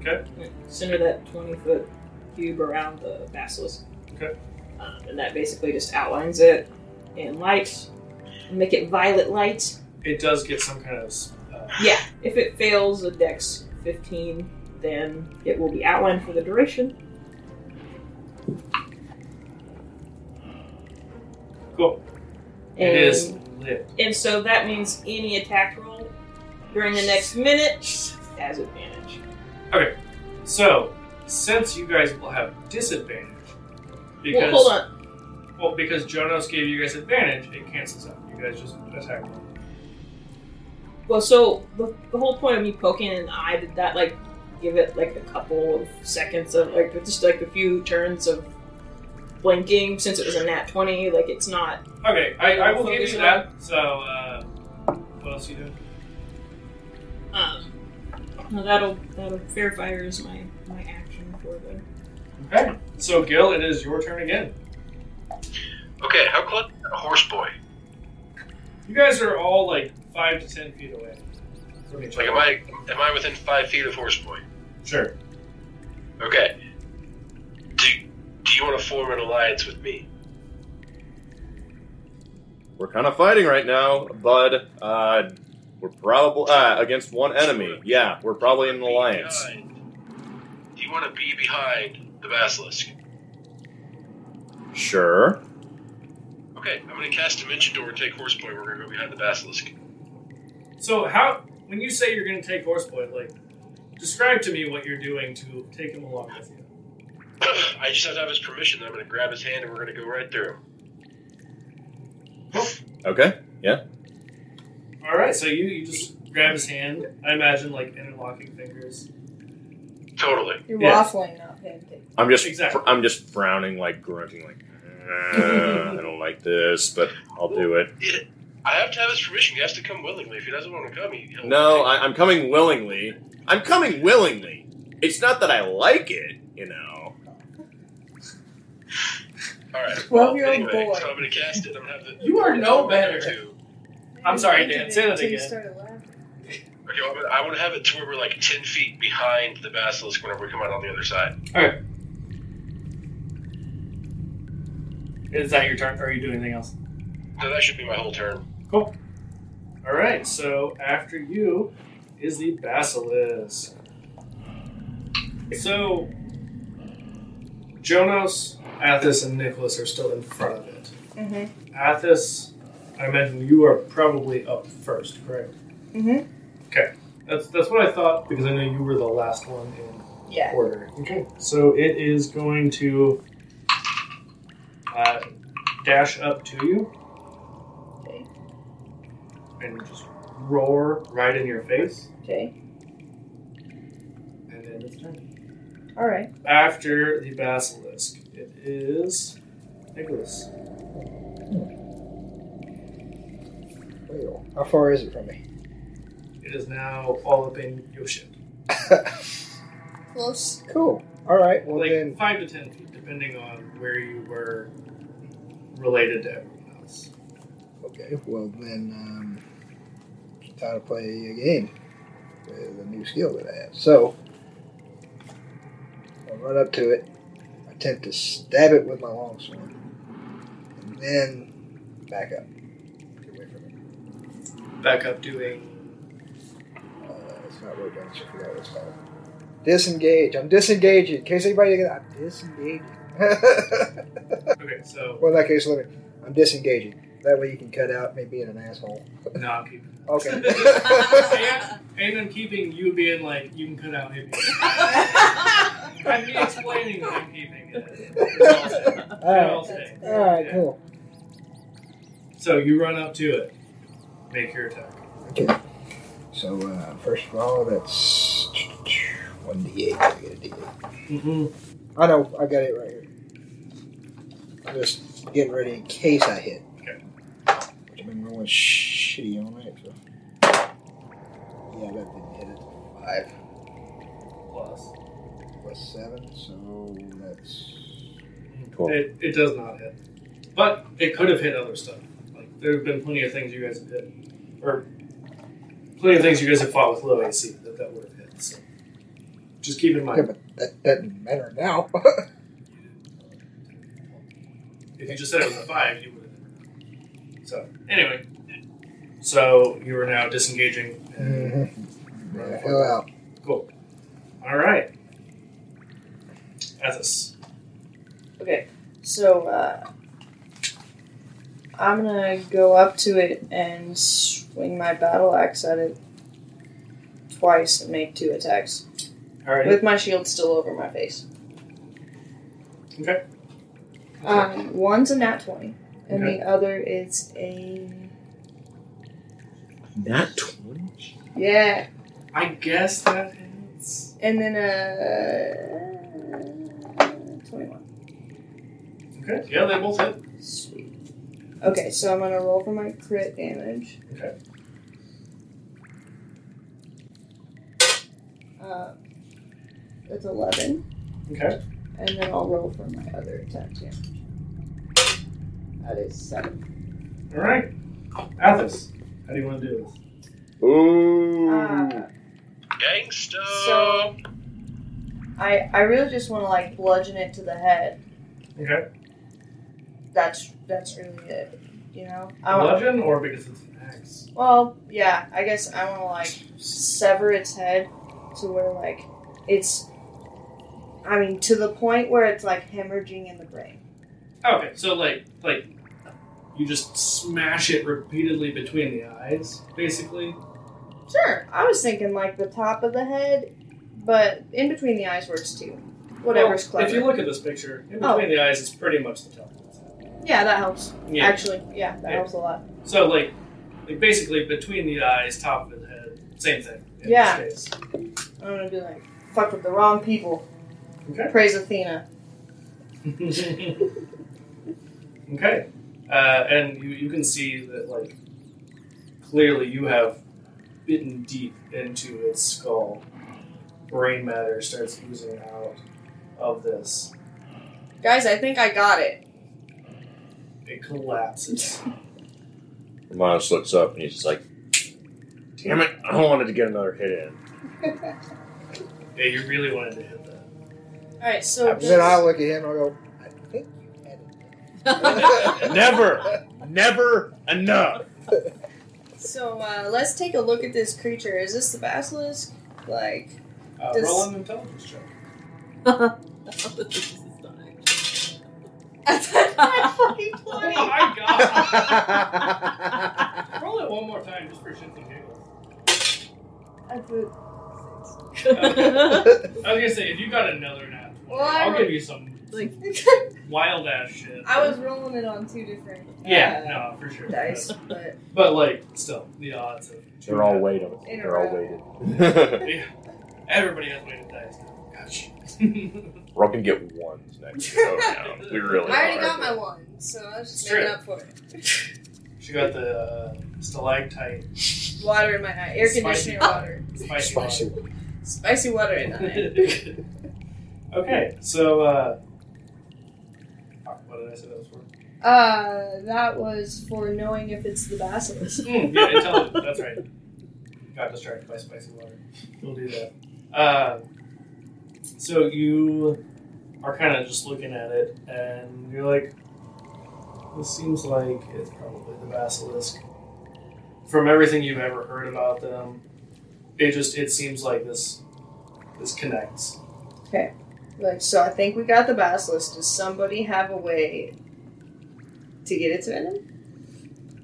Speaker 1: Okay.
Speaker 7: Center that 20 foot cube around the basilisk.
Speaker 1: Okay.
Speaker 7: Um, and that basically just outlines it in light. Make it violet light.
Speaker 1: It does get some kind of uh,
Speaker 7: Yeah. If it fails a dex 15, then it will be outlined for the duration.
Speaker 1: Cool.
Speaker 7: And-
Speaker 1: it is lit.
Speaker 7: And so that means any attack roll during the next minute has advantage.
Speaker 1: Okay. So, since you guys will have disadvantage, because
Speaker 7: Well, hold on.
Speaker 1: Well, because Jonas gave you guys advantage, it cancels out. You guys just attack one.
Speaker 4: Well, so the, the whole point of me poking an eye did that like give it like a couple of seconds of like just like a few turns of blinking since it was a nat twenty. Like it's not.
Speaker 1: Okay, I, I will give
Speaker 4: Focus
Speaker 1: you
Speaker 4: on-
Speaker 1: that. So, uh, what else you doing?
Speaker 4: Um, no, that'll that'll fair fire is my my action for the.
Speaker 1: Okay, so Gil, it is your turn again.
Speaker 8: Okay, how close is that horse boy?
Speaker 1: You guys are all like five to ten feet away from each
Speaker 8: Like,
Speaker 1: other.
Speaker 8: am I am I within five feet of horse boy?
Speaker 1: Sure.
Speaker 8: Okay. Do Do you want to form an alliance with me?
Speaker 6: We're kind of fighting right now, bud. Uh, we're probably uh, against one enemy. Yeah, we're probably in an alliance.
Speaker 8: Do you want to be behind the basilisk?
Speaker 6: Sure.
Speaker 8: Okay, I'm gonna cast dimension door and take horse boy. We're gonna go behind the basilisk.
Speaker 1: So how when you say you're going to take horseboy, like describe to me what you're doing to take him along with you.
Speaker 8: I just have to have his permission. Then I'm gonna grab his hand and we're gonna go right through. him.
Speaker 6: Okay. Yeah.
Speaker 1: All right, so you you just grab his hand. I imagine like interlocking fingers.
Speaker 8: Totally.
Speaker 9: You're
Speaker 1: Yeah.
Speaker 9: waffling, not pancake.
Speaker 6: I'm just.
Speaker 1: Exactly.
Speaker 6: I'm just frowning, like grunting, like "Uh, I don't like this, but I'll do it.
Speaker 8: I have to have his permission. He has to come willingly. If he doesn't want to come, he, he'll.
Speaker 6: No, I, I'm coming willingly. I'm coming willingly. It's not that I like it, you know.
Speaker 8: All right. Well,
Speaker 9: Twelve-year-old
Speaker 8: anyway,
Speaker 9: boy.
Speaker 8: so I'm gonna cast it. I'm gonna have the.
Speaker 1: You are no better.
Speaker 8: Too.
Speaker 1: I'm sorry, Dan. Say that again.
Speaker 8: Okay, well, I'm gonna- I want to have it to where we're like ten feet behind the basilisk whenever we come out on the other side.
Speaker 1: Okay. Is that your turn? Or are you doing anything else?
Speaker 8: So that should be my whole turn.
Speaker 1: Cool. All right. So after you is the basilisk. So Jonas, Athos, and Nicholas are still in front of it.
Speaker 9: Mhm.
Speaker 1: Athos, I imagine you are probably up first, correct?
Speaker 9: Mhm.
Speaker 1: Okay. That's that's what I thought because I know you were the last one in
Speaker 9: Yeah.
Speaker 1: order. Okay. So it is going to uh, dash up to you
Speaker 9: Okay.
Speaker 1: and just roar right in your face.
Speaker 9: Okay.
Speaker 1: And then it's turn.
Speaker 9: All right.
Speaker 1: After the basilisk, it is Nicholas.
Speaker 5: Well, how far is it from me?
Speaker 1: It is now all up in your ship.
Speaker 9: Close.
Speaker 5: Cool. All right. Well
Speaker 1: like
Speaker 5: then,
Speaker 1: five to ten feet, depending on where you were related to everyone else.
Speaker 5: okay. Well then, um, it's time to play a game with a new skill that I have. So I'll run up to it, attempt to stab it with my longsword, and then back up. Get away from it.
Speaker 1: Back up doing
Speaker 5: Uh, it's not really done. I forgot what it's called. Disengage. I'm disengaging. In case anybody, I'm disengaging.
Speaker 1: okay, so
Speaker 5: Well, in that case, let me. I'm disengaging. That way you can cut out me being an asshole.
Speaker 1: no, I'm keeping.
Speaker 5: Okay.
Speaker 1: and, and I'm keeping you being like you can cut out him. I'm explaining that I'm keeping it.
Speaker 5: All right. All right. Cool.
Speaker 1: So you run up to it, make your attack.
Speaker 5: Okay. So uh, first of all, that's one d8. I get a d8.
Speaker 1: Mm-hmm.
Speaker 5: I know. I got it right here. I'm just getting ready in case I hit.
Speaker 1: Okay.
Speaker 5: Which I've been rolling shitty all night. So. Yeah, that didn't hit it. Five
Speaker 1: Plus,
Speaker 5: plus seven, so that's
Speaker 6: Cool.
Speaker 1: it, it does not hit, but it could have hit other stuff. Like there have been plenty of things you guys have hit, or plenty of things you guys have fought with low AC that that would have hit. So just keep in
Speaker 5: Yeah,
Speaker 1: mind
Speaker 5: but that doesn't matter now.
Speaker 1: if you just said it was a five, you would have. So anyway, so you are now disengaging. And
Speaker 5: Mm-hmm. Yeah, hell out.
Speaker 1: Cool. All right. Athos.
Speaker 9: Okay, so uh, I'm gonna go up to it and swing my battle axe at it twice and make two attacks
Speaker 1: All right.
Speaker 9: with my shield still over my face.
Speaker 1: Okay.
Speaker 9: Um, one's a nat 20, and
Speaker 18: Okay.
Speaker 9: the other is a.
Speaker 6: Nat 20?
Speaker 9: Yeah.
Speaker 1: I guess that hits.
Speaker 9: And then uh, a. 21.
Speaker 1: Okay. Yeah, they both hit.
Speaker 9: Sweet. Okay, so I'm gonna roll for my crit damage.
Speaker 1: Okay.
Speaker 9: Uh, that's 11.
Speaker 1: Okay.
Speaker 9: And then I'll roll for my other attack damage. That is 7.
Speaker 1: All right. Athos, how do you want to do this?
Speaker 6: Hmm.
Speaker 11: Ooh.
Speaker 9: Uh,
Speaker 8: Gangsta.
Speaker 9: So. I, I really just want to like bludgeon it to the head.
Speaker 1: Okay.
Speaker 9: That's that's really it, you know. I wa-
Speaker 1: Bludgeon or because it's an axe?
Speaker 9: Well, yeah, I guess I want to like sever its head to where like it's, I mean, to the point where it's like hemorrhaging in the brain.
Speaker 1: Okay, so like like you just smash it repeatedly between the eyes, basically.
Speaker 9: Sure, I was thinking like the top of the head, but in between the eyes works too. Whatever's
Speaker 1: Well,
Speaker 9: clever.
Speaker 1: If you look at this picture, in between
Speaker 9: Oh.
Speaker 1: the eyes it's pretty much the top.
Speaker 9: yeah, that helps.
Speaker 1: Yeah.
Speaker 9: Actually, yeah, that
Speaker 1: Yeah.
Speaker 9: helps a lot.
Speaker 1: So like like basically between the eyes, top of the head, same thing. in
Speaker 9: Yeah.
Speaker 1: this case.
Speaker 9: I'm gonna be like, fuck with the wrong people.
Speaker 1: Okay.
Speaker 9: Praise Athena.
Speaker 1: Okay. Uh, and you, you can see that like clearly you have bitten deep into its skull. Brain matter starts oozing out of this.
Speaker 9: Guys, I think I got it.
Speaker 1: It collapses.
Speaker 6: Miles looks up and he's just like, damn it, I wanted to get another hit in.
Speaker 1: Yeah, you really wanted to hit that.
Speaker 9: Alright, so.
Speaker 5: then I look at him and I go, I think
Speaker 6: Never, never enough.
Speaker 9: So uh, let's take a look at this creature. Is this the basilisk? Like,
Speaker 1: Uh,
Speaker 9: Does-
Speaker 1: Roll an intelligence check.
Speaker 9: fucking
Speaker 1: Oh
Speaker 9: twenty.
Speaker 1: my god! Roll it one more time just for shits and giggles.
Speaker 9: That's it.
Speaker 1: Okay. I was gonna say, if you got another nat 20,
Speaker 9: Well, I
Speaker 1: I'll
Speaker 9: would-
Speaker 1: give you some
Speaker 9: Like,
Speaker 1: wild ass shit.
Speaker 9: I was rolling it on two different uh,
Speaker 1: Yeah, no, for sure.
Speaker 9: dice, but
Speaker 1: But, like, still, the odds of.
Speaker 6: They're all weighted.
Speaker 9: In a
Speaker 6: They're all
Speaker 9: row.
Speaker 6: weighted.
Speaker 1: Yeah. Everybody has weighted dice now. Gosh.
Speaker 6: We're all gonna get ones next year. Oh, no. We really
Speaker 9: I already
Speaker 6: are.
Speaker 9: got my one, so I was just
Speaker 1: It's
Speaker 9: making
Speaker 1: true.
Speaker 9: up for it.
Speaker 1: she got the uh, stalactite
Speaker 9: Water in my eye, air
Speaker 1: Spicy.
Speaker 9: conditioner water,
Speaker 1: spicy.
Speaker 5: Spicy.
Speaker 1: water.
Speaker 9: spicy water in the eye.
Speaker 1: okay, so, uh. fuck, What did I say that was for?
Speaker 9: Uh, that was for knowing if it's the basilisk.
Speaker 1: Mm, yeah, intelligent. That's right. Got distracted by spicy water. We'll do that. Uh, so you are kind of just looking at it, and you're like, "This seems like it's probably the basilisk." From everything you've ever heard about them, it just it seems like this this connects.
Speaker 9: Like, so I think we got the basilisk. Does somebody have a way to get its venom?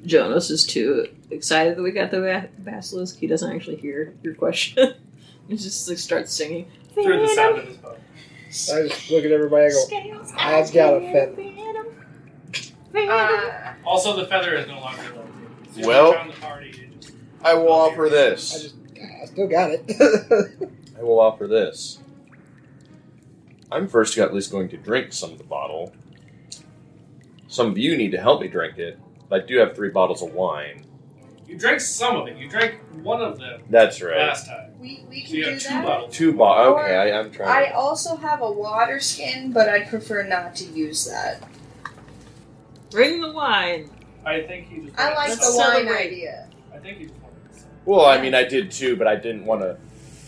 Speaker 7: Jonas is too excited that we got the ba- basilisk. He doesn't actually hear your question. he just like starts singing.
Speaker 1: Through the sound of his bow.
Speaker 5: I just look at everybody and go, I've got a feather.
Speaker 7: Ah,
Speaker 9: Uh,
Speaker 1: Also, the feather is no longer left. It's just
Speaker 6: Well-
Speaker 1: around the party, it just-
Speaker 6: I will offer
Speaker 5: I
Speaker 6: this.
Speaker 5: just, I still got it.
Speaker 6: I will offer this. I'm first at least going to drink some of the bottle. Some of you need to help me drink it. I do have three bottles of wine.
Speaker 1: You drank some of it. You drank one of them
Speaker 6: That's right.
Speaker 1: last time.
Speaker 9: we we
Speaker 1: So you have
Speaker 9: can do
Speaker 1: two
Speaker 9: that.
Speaker 1: bottles.
Speaker 6: Two bottles. Okay,
Speaker 9: Or-
Speaker 6: I, I'm trying.
Speaker 9: I also have a water skin, but I'd prefer not to use that.
Speaker 7: Bring the wine.
Speaker 1: I think he just.
Speaker 9: I
Speaker 1: wanted
Speaker 9: like
Speaker 1: to
Speaker 9: the
Speaker 1: sell-
Speaker 9: wine
Speaker 7: celebrate.
Speaker 9: idea.
Speaker 1: I think he just wanted to sell.
Speaker 6: well, I mean, I did two, but I didn't want to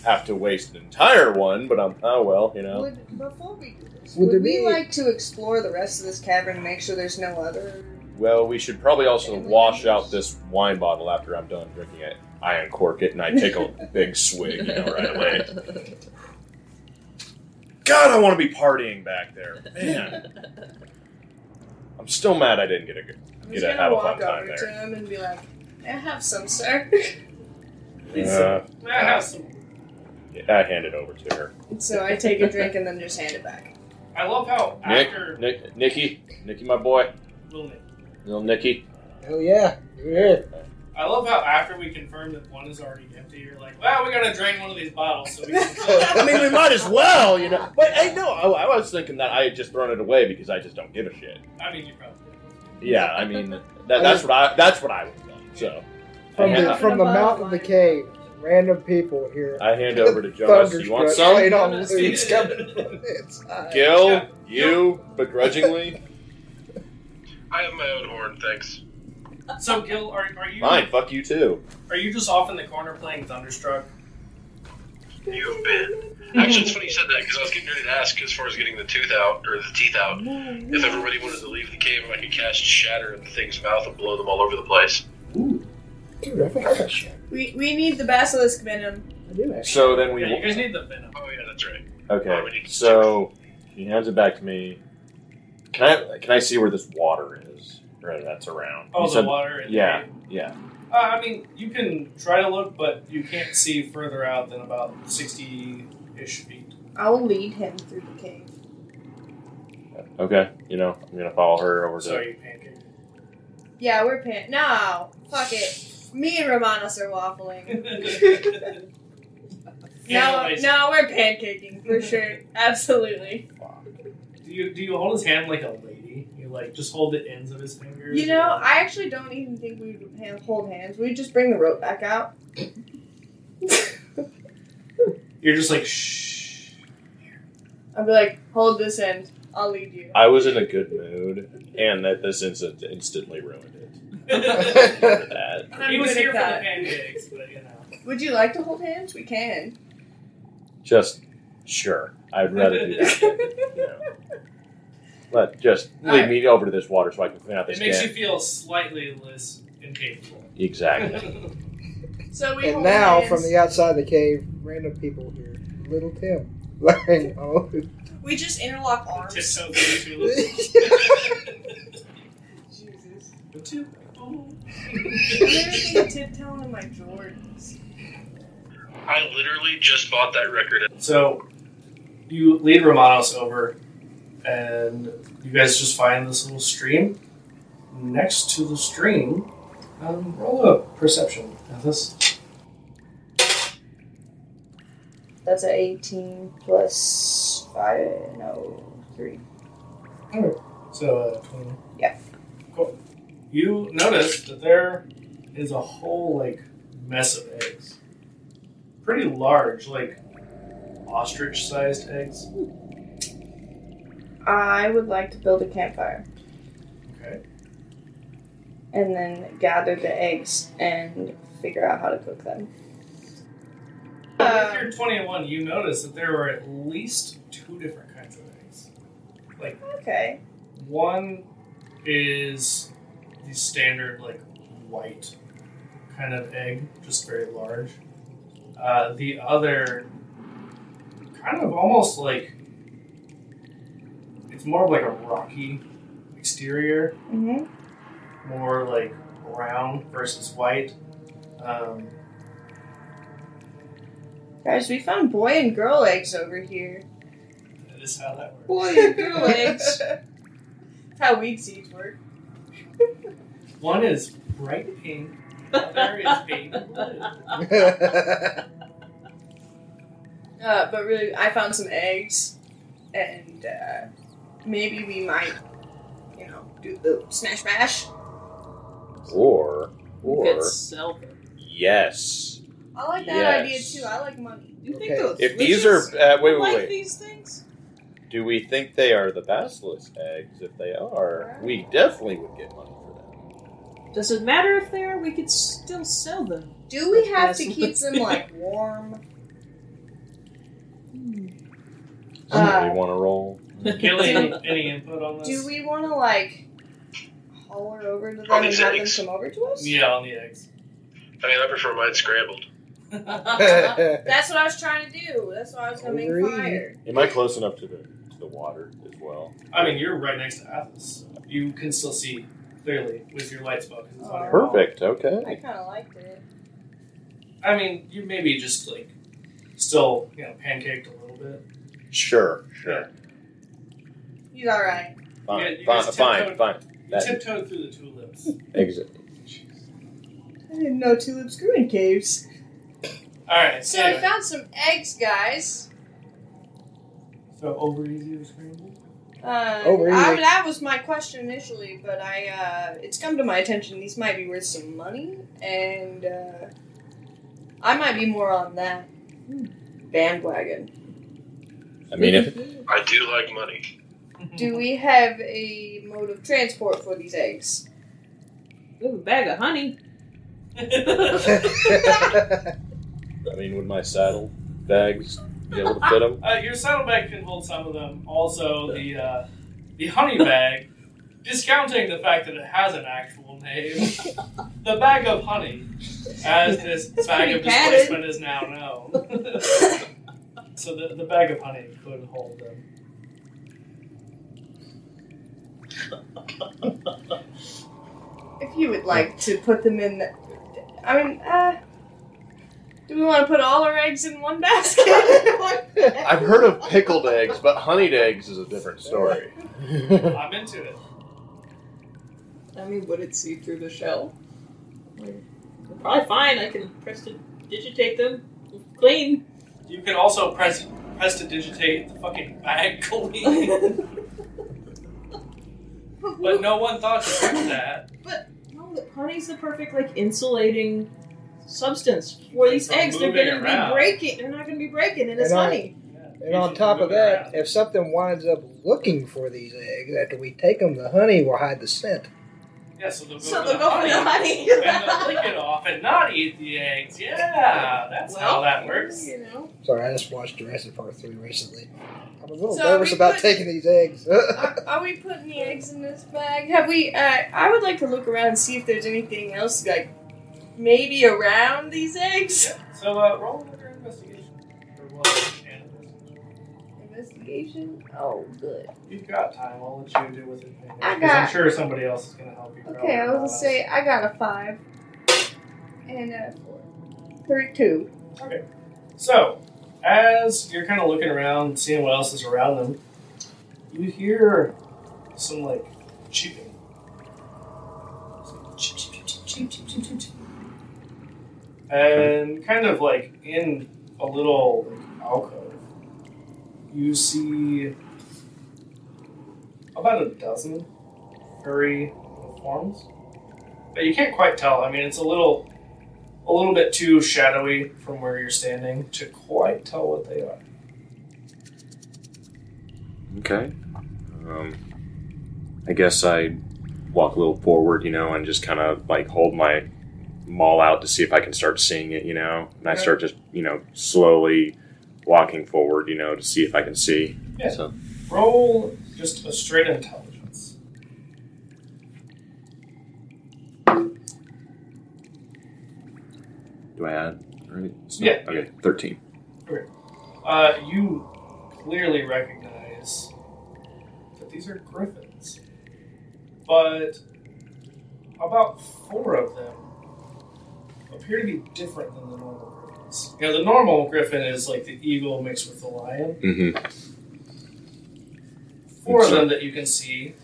Speaker 6: have to waste an entire one. But I'm oh well, you know.
Speaker 9: Would, before we do this,
Speaker 5: Would
Speaker 9: would,
Speaker 5: there
Speaker 9: we
Speaker 5: be-
Speaker 9: like to explore the rest of this cavern and make sure there's no other?
Speaker 6: Well, we should probably also wash out this wine bottle after I'm done drinking it. I uncork it and I take a big swig, you know, right away. God, I want to be partying back there, man. I'm still mad I didn't get a good.
Speaker 9: I'm
Speaker 6: Get
Speaker 9: just
Speaker 6: a-
Speaker 9: gonna
Speaker 6: have a fun
Speaker 9: walk
Speaker 6: time
Speaker 9: over
Speaker 6: there.
Speaker 9: to him and be like, "May "I have some, sir."
Speaker 1: Please, sir.
Speaker 6: Uh,
Speaker 1: May I have some?
Speaker 6: I hand it over to her.
Speaker 9: so I take a drink and then just hand it back.
Speaker 1: I love how
Speaker 6: Nick,
Speaker 1: after
Speaker 6: Nick, Nicky, Nicky, my boy,
Speaker 1: Little Nick.
Speaker 6: little Nicky.
Speaker 5: Hell yeah. Yeah.
Speaker 1: I love how after we confirm that one is already empty, you're like, "Well, we gotta drain one of these bottles." So we can
Speaker 6: I mean, we might as well, you know. But hey, no, I, I was thinking that I had just thrown it away because I just don't give a shit.
Speaker 1: I mean, you probably.
Speaker 6: Yeah, I mean, that, that's what I that's what I would think. So
Speaker 5: From
Speaker 6: I hand,
Speaker 5: the, from the mouth of the cave, random people here.
Speaker 6: I hand over to Jonas. You want some?
Speaker 5: Played on loops coming from inside.
Speaker 6: Gil, you begrudgingly.
Speaker 8: I have my own horn, thanks.
Speaker 1: So Gil, are, are you
Speaker 6: Fine, fuck you too.
Speaker 1: are you just off in the corner playing Thunderstruck?
Speaker 8: You've been. Actually, it's funny you said that because I was getting ready to ask as far as getting the tooth out or the teeth out. If everybody wanted to leave the cave, I could cast Shatter in the thing's mouth and blow them all over the place.
Speaker 5: Dude, I think I got shit.
Speaker 4: We we need the basilisk venom.
Speaker 5: I do actually.
Speaker 6: So then we.
Speaker 1: Yeah, you guys need the venom.
Speaker 8: Oh yeah, that's right.
Speaker 6: Okay, so he hands it back to me. Can I can I see where this water is? Right, that's around.
Speaker 1: Oh,
Speaker 6: You
Speaker 1: the
Speaker 6: said-
Speaker 1: water. in
Speaker 6: Yeah,
Speaker 1: there.
Speaker 6: yeah.
Speaker 1: Uh, I mean, you can try to look, but you can't see further out than about sixty-ish feet.
Speaker 4: I'll lead him through the cave.
Speaker 6: Okay, you know I'm gonna follow her over to.
Speaker 1: So you pancake.
Speaker 9: Yeah, we're pan. No, fuck it. Me and Romanos are waffling. No,
Speaker 1: Anyways,
Speaker 9: no, we're pancaking for sure. Absolutely.
Speaker 1: Do you do you hold his hand like a lady? You like just hold the ends of his fingers.
Speaker 9: You know, I actually don't even think we would hand- hold hands. We'd just bring the rope back out.
Speaker 1: You're just like shh.
Speaker 9: I'd be like, hold this end. I'll lead you.
Speaker 6: I was in a good mood, and that this incident instantly ruined it.
Speaker 1: he
Speaker 6: Remember that.
Speaker 9: I'm
Speaker 1: was
Speaker 9: good
Speaker 1: here for the
Speaker 9: at that.
Speaker 1: pancakes, but you know.
Speaker 9: Would you like to hold hands? We can.
Speaker 6: Just sure, I'd rather do that. Than, you know. But just lead
Speaker 1: Alright.
Speaker 6: me over to this water so I can clean out this
Speaker 1: It makes
Speaker 6: can.
Speaker 1: you feel slightly less incapable.
Speaker 6: Exactly.
Speaker 9: So we
Speaker 5: And
Speaker 9: hold
Speaker 5: now,
Speaker 9: hands.
Speaker 5: from the outside of the cave, random people here. Little Tim. Learning all
Speaker 9: we just interlock arms.
Speaker 1: Tiptoe through the tulips.
Speaker 9: Jesus.
Speaker 1: Tiptoe.
Speaker 9: I'm everything tiptoeing in my Jordans.
Speaker 8: I literally just bought that record.
Speaker 1: So you lead Romanos over, and you guys just find this little stream. Next to the stream, um, roll a perception. This
Speaker 9: That's a 18 plus 5, no, 3.
Speaker 1: so uh, 20.
Speaker 9: Yeah.
Speaker 1: Cool. You notice that there is a whole like mess of eggs, pretty large, like ostrich-sized eggs.
Speaker 9: I would like to build a campfire
Speaker 1: Okay.
Speaker 9: and then gather the eggs and figure out how to cook them.
Speaker 1: With your 21, you notice that there are at least two different kinds of eggs.
Speaker 9: Okay.
Speaker 1: One is the standard, like, white kind of egg, just very large. Uh, the other, kind of almost like, it's more of like a rocky exterior,
Speaker 9: Mm-hmm.
Speaker 1: more like brown versus white. Um,
Speaker 9: Guys, we found boy and girl eggs over here.
Speaker 1: that is how that works.
Speaker 4: Boy, and girl eggs.
Speaker 9: That's how weed seeds work.
Speaker 1: One is bright pink, the other is baby blue.
Speaker 5: the
Speaker 9: Uh, but really, I found some eggs, and uh, maybe we might, you know, do the smash mash.
Speaker 6: Or or
Speaker 7: Could sell them.
Speaker 6: yes,
Speaker 9: I like that
Speaker 6: Yes.
Speaker 9: idea too. I like money.
Speaker 7: You think
Speaker 5: Okay.
Speaker 7: those
Speaker 6: if these are
Speaker 7: witches
Speaker 6: uh, wait wait
Speaker 7: like
Speaker 6: wait.
Speaker 7: these things?
Speaker 6: Do we think they are the basilisk eggs? If they are, we definitely would get money for them.
Speaker 7: Does it matter if they are? We could still sell them.
Speaker 9: Do we have to
Speaker 7: Yes.
Speaker 9: keep them like warm?
Speaker 6: Somebody
Speaker 9: Uh,
Speaker 6: want to roll?
Speaker 1: Kelly, any, any input on this?
Speaker 9: Do we want to like holler over to them
Speaker 8: On
Speaker 9: and
Speaker 8: these
Speaker 9: have them
Speaker 8: eggs.
Speaker 9: come over to us?
Speaker 1: Yeah, on the eggs.
Speaker 8: I mean, I prefer mine scrambled.
Speaker 9: That's what I was trying to do. That's why I was gonna make
Speaker 5: Agreed.
Speaker 9: fire.
Speaker 6: Am I close enough to the to the water as well?
Speaker 1: I mean, you're right next to Athos. so You can still see clearly with your lights spell because it's on your wall.
Speaker 6: Perfect.
Speaker 9: Oh. I
Speaker 6: Okay.
Speaker 9: kind of liked it.
Speaker 1: I mean, you maybe just like still you know pancaked a little bit.
Speaker 6: Sure. Sure.
Speaker 9: He's alright.
Speaker 1: Yeah,
Speaker 6: Fine,
Speaker 1: you
Speaker 6: fine,
Speaker 1: guys
Speaker 6: fine,
Speaker 1: tiptoed-
Speaker 6: fine.
Speaker 1: You
Speaker 6: That,
Speaker 1: tiptoed through the tulips.
Speaker 6: exit.
Speaker 9: I didn't know tulips grew in caves.
Speaker 1: All right.
Speaker 4: So I found some eggs, guys.
Speaker 1: so over easy to scramble.
Speaker 9: Uh,
Speaker 1: Oh, really?
Speaker 9: I, that was my question initially, but I uh, it's come to my attention these might be worth some money, and uh, I might be more on that bandwagon.
Speaker 6: I mean, if
Speaker 8: I do like money.
Speaker 9: Do we have a mode of transport for these eggs?
Speaker 7: Ooh, bag of honey.
Speaker 6: I mean, would my saddle bags be able to fit them?
Speaker 1: Uh, your saddlebag can hold some of them. Also, the uh, the honey bag, discounting the fact that it has an actual name, the bag of honey, as this bag
Speaker 7: pretty
Speaker 1: of
Speaker 7: padded.
Speaker 1: displacement is now known. so the, the bag of honey could hold them.
Speaker 9: If you would like to put them in the. I mean, uh. Do we want to put all our eggs in one basket?
Speaker 6: I've heard of pickled eggs, but honeyed eggs is a different story.
Speaker 1: I'm into it.
Speaker 4: I mean, would it see through the shell? Probably fine. I can press to digitate them. Clean.
Speaker 1: You can also press press to digitate the fucking bag clean. but no one thought to do that.
Speaker 7: But no, the honey's the perfect like insulating substance for these
Speaker 1: From
Speaker 7: eggs. They're
Speaker 1: moving
Speaker 7: gonna
Speaker 1: around.
Speaker 7: be breaking. They're not gonna be breaking, and it's
Speaker 5: And I-
Speaker 7: honey.
Speaker 5: And on top of that, if something winds up looking for these eggs after we take them, the honey will hide the scent.
Speaker 1: Yeah, so they'll go,
Speaker 4: So
Speaker 1: for,
Speaker 4: they'll
Speaker 1: the
Speaker 4: go for
Speaker 1: honey,
Speaker 4: the honey.
Speaker 1: and they'll lick it off and not eat the eggs. Yeah, that's how that works.
Speaker 4: You know.
Speaker 5: Sorry, I just watched Jurassic Park 3 recently. I'm a little
Speaker 9: So are
Speaker 5: nervous
Speaker 9: we
Speaker 5: about
Speaker 9: putting-
Speaker 5: taking these eggs.
Speaker 9: Are, are we putting the eggs in this bag? Have we? Uh, I would like to look around and see if there's anything else, like maybe around these eggs.
Speaker 1: So uh, roll another investigation. Or roll an investigation.
Speaker 9: Investigation. Oh, good.
Speaker 1: You've got time. I'll let you do with it.
Speaker 9: I
Speaker 1: I'm
Speaker 9: got-
Speaker 1: sure somebody else is going to help you. probably
Speaker 9: Okay, I was
Speaker 1: not
Speaker 9: gonna
Speaker 1: us.
Speaker 9: say I got a five and a four. Thirty-two.
Speaker 1: Okay. So, as you're kind of looking around, seeing what else is around them, you hear some like cheeping. Chip, chip, chip, chip, chip, chip, chip, chip, chip. And kind of like in a little like, alcove, you see about a dozen furry little forms. But you can't quite tell. I mean, it's a little a little bit too shadowy from where you're standing to quite tell what they are.
Speaker 6: Okay. Um, I guess I walk a little forward, you know, and just kind of like hold my maul out to see if I can start seeing it, you know. And I
Speaker 1: Okay.
Speaker 6: start just, you know, slowly walking forward, you know, to see if I can see.
Speaker 1: Yeah.
Speaker 6: So
Speaker 1: Roll just a straight intelligence.
Speaker 6: do I add? Right? It's
Speaker 1: Yeah.
Speaker 6: Okay. Thirteen.
Speaker 1: Uh, you clearly recognize that these are griffins, but about four of them appear to be different than the normal griffins. You know, the normal griffin is like the eagle mixed with the lion.
Speaker 6: Mm-hmm.
Speaker 1: Four of
Speaker 6: So-
Speaker 1: them that you can see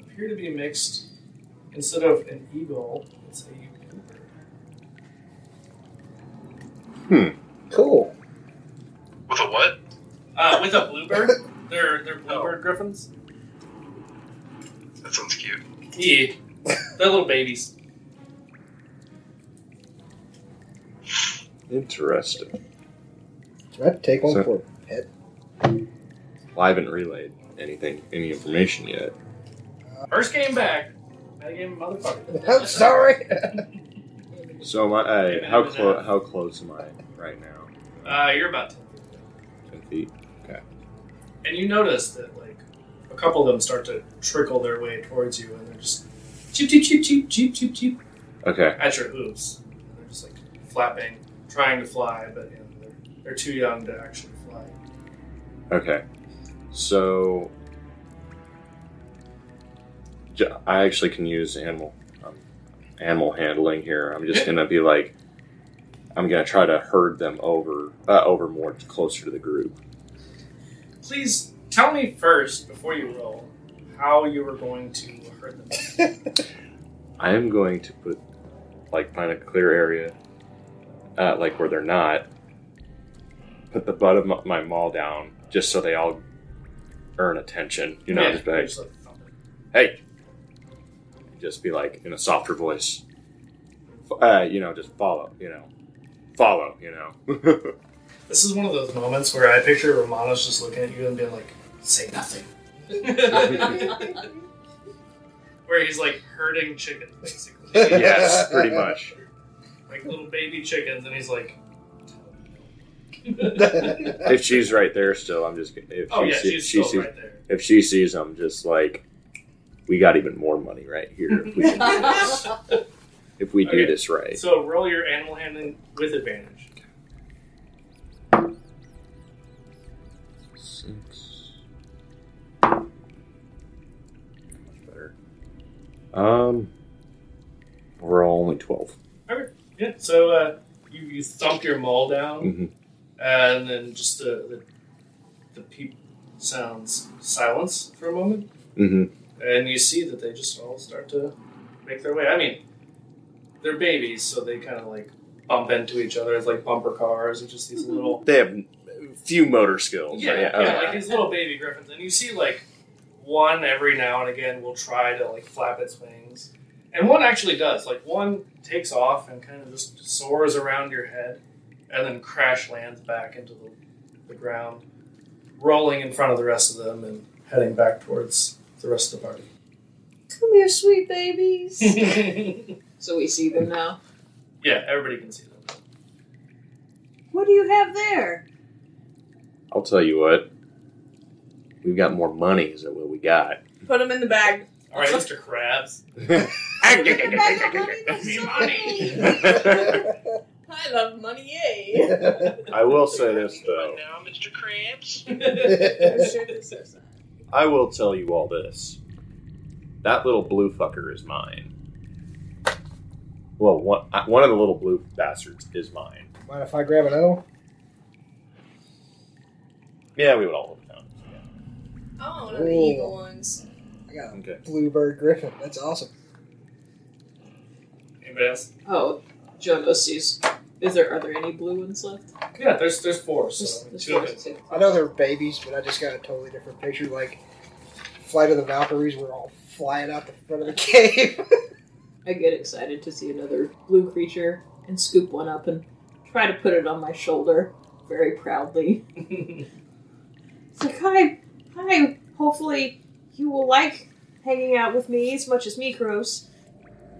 Speaker 1: appear to be mixed. Instead of an eagle, it's a unicorn.
Speaker 5: cool.
Speaker 8: With a what?
Speaker 1: Uh, with a bluebird? they're they're bluebird griffins?
Speaker 8: That sounds cute.
Speaker 1: Yeah. they're little babies.
Speaker 6: Interesting.
Speaker 5: Should I take one
Speaker 6: So-
Speaker 5: for
Speaker 6: Well, I haven't relayed anything, any information yet.
Speaker 1: First game back. That game motherfucker.
Speaker 5: I'm sorry.
Speaker 6: So am I, I how close? How close am I right now?
Speaker 1: Uh, you're about to.
Speaker 6: Ten feet. Okay.
Speaker 1: And you notice that like a couple of them start to trickle their way towards you and they're just cheep cheep cheep cheep cheep cheep cheep
Speaker 6: Okay.
Speaker 1: at your hooves. And they're just like flapping, trying to fly, but you know, they're, they're too young to actually fly.
Speaker 6: Okay. So J- I actually can use animal um, animal handling here. I'm just gonna be like, I'm gonna try to herd them over uh, over more closer to the group.
Speaker 1: Please Tell me first, before you roll, how you were going to hurt them.
Speaker 6: I am going to put, like, find a clear area, uh, like where they're not, put the butt of my, my maul down, just so they all earn attention. You know,
Speaker 1: Yeah,
Speaker 6: just be like,
Speaker 1: just like
Speaker 6: hey! Just be like, in a softer voice, F- uh, you know, just follow, you know, follow, you know.
Speaker 1: This is one of those moments where I picture Romano's just looking at you and being like, say nothing. where he's like herding chickens, basically.
Speaker 6: yes, pretty much.
Speaker 1: Like little baby chickens, and he's like,
Speaker 6: if she's right there still, I'm just. If
Speaker 1: Oh,
Speaker 6: she
Speaker 1: yeah,
Speaker 6: see-
Speaker 1: she's
Speaker 6: she
Speaker 1: still
Speaker 6: sees,
Speaker 1: right there.
Speaker 6: If she sees, I'm just like, we got even more money right here if we, if we do
Speaker 1: Okay.
Speaker 6: this right.
Speaker 1: So roll your animal handling with advantage.
Speaker 6: Six. Much better. Um, we're only twelve.
Speaker 1: Okay. Yeah. So uh, you you thump your maul down,
Speaker 6: Mhm.
Speaker 1: and then just the the, the peep sounds silence for a moment,
Speaker 6: Mm-hmm.
Speaker 1: and you see that they just all start to make their way. I mean, they're babies, so they kind of like bump into each other. It's like bumper cars. It's just these little
Speaker 6: They have few motor skills.
Speaker 1: yeah, oh,
Speaker 6: right?
Speaker 1: yeah,
Speaker 6: Okay.
Speaker 1: like these little baby griffins, and you see like one every now and again will try to like flap its wings, and one actually does. Like one takes off and kind of just soars around your head, and then crash lands back into the, the ground, rolling in front of the rest of them and heading back towards the rest of the party.
Speaker 4: Come here, sweet babies.
Speaker 7: so we see them now.
Speaker 1: Yeah, everybody can see them.
Speaker 7: What do you have there?
Speaker 6: I'll tell you what. We've got more money, is that what we got?
Speaker 4: Put him in the bag.
Speaker 1: All right, Mr. Krabs.
Speaker 4: I love money, yay.
Speaker 6: I will say this though. I will tell you all this. That little blue fucker is mine. Well, one, uh, one of the little blue bastards is mine.
Speaker 5: Mind if I grab another one?
Speaker 6: Yeah, we would all have found
Speaker 4: Oh,
Speaker 5: one of the eagle
Speaker 4: ones.
Speaker 5: I got a
Speaker 6: Okay.
Speaker 5: bluebird griffin. That's awesome.
Speaker 1: Anybody else?
Speaker 7: Oh, Jono sees. Is there are there any blue ones left?
Speaker 1: Yeah, there's there's four.
Speaker 7: There's-
Speaker 1: So
Speaker 7: there's
Speaker 1: two of
Speaker 7: four,
Speaker 1: it.
Speaker 7: too.
Speaker 5: I know they're babies, but I just got a totally different picture. Like, Flight of the Valkyries were all flying out the front of the cave.
Speaker 7: I get excited to see another blue creature and scoop one up and try to put it on my shoulder very proudly. it's like, hi, hi, hopefully you will like hanging out with me as much as Mikros.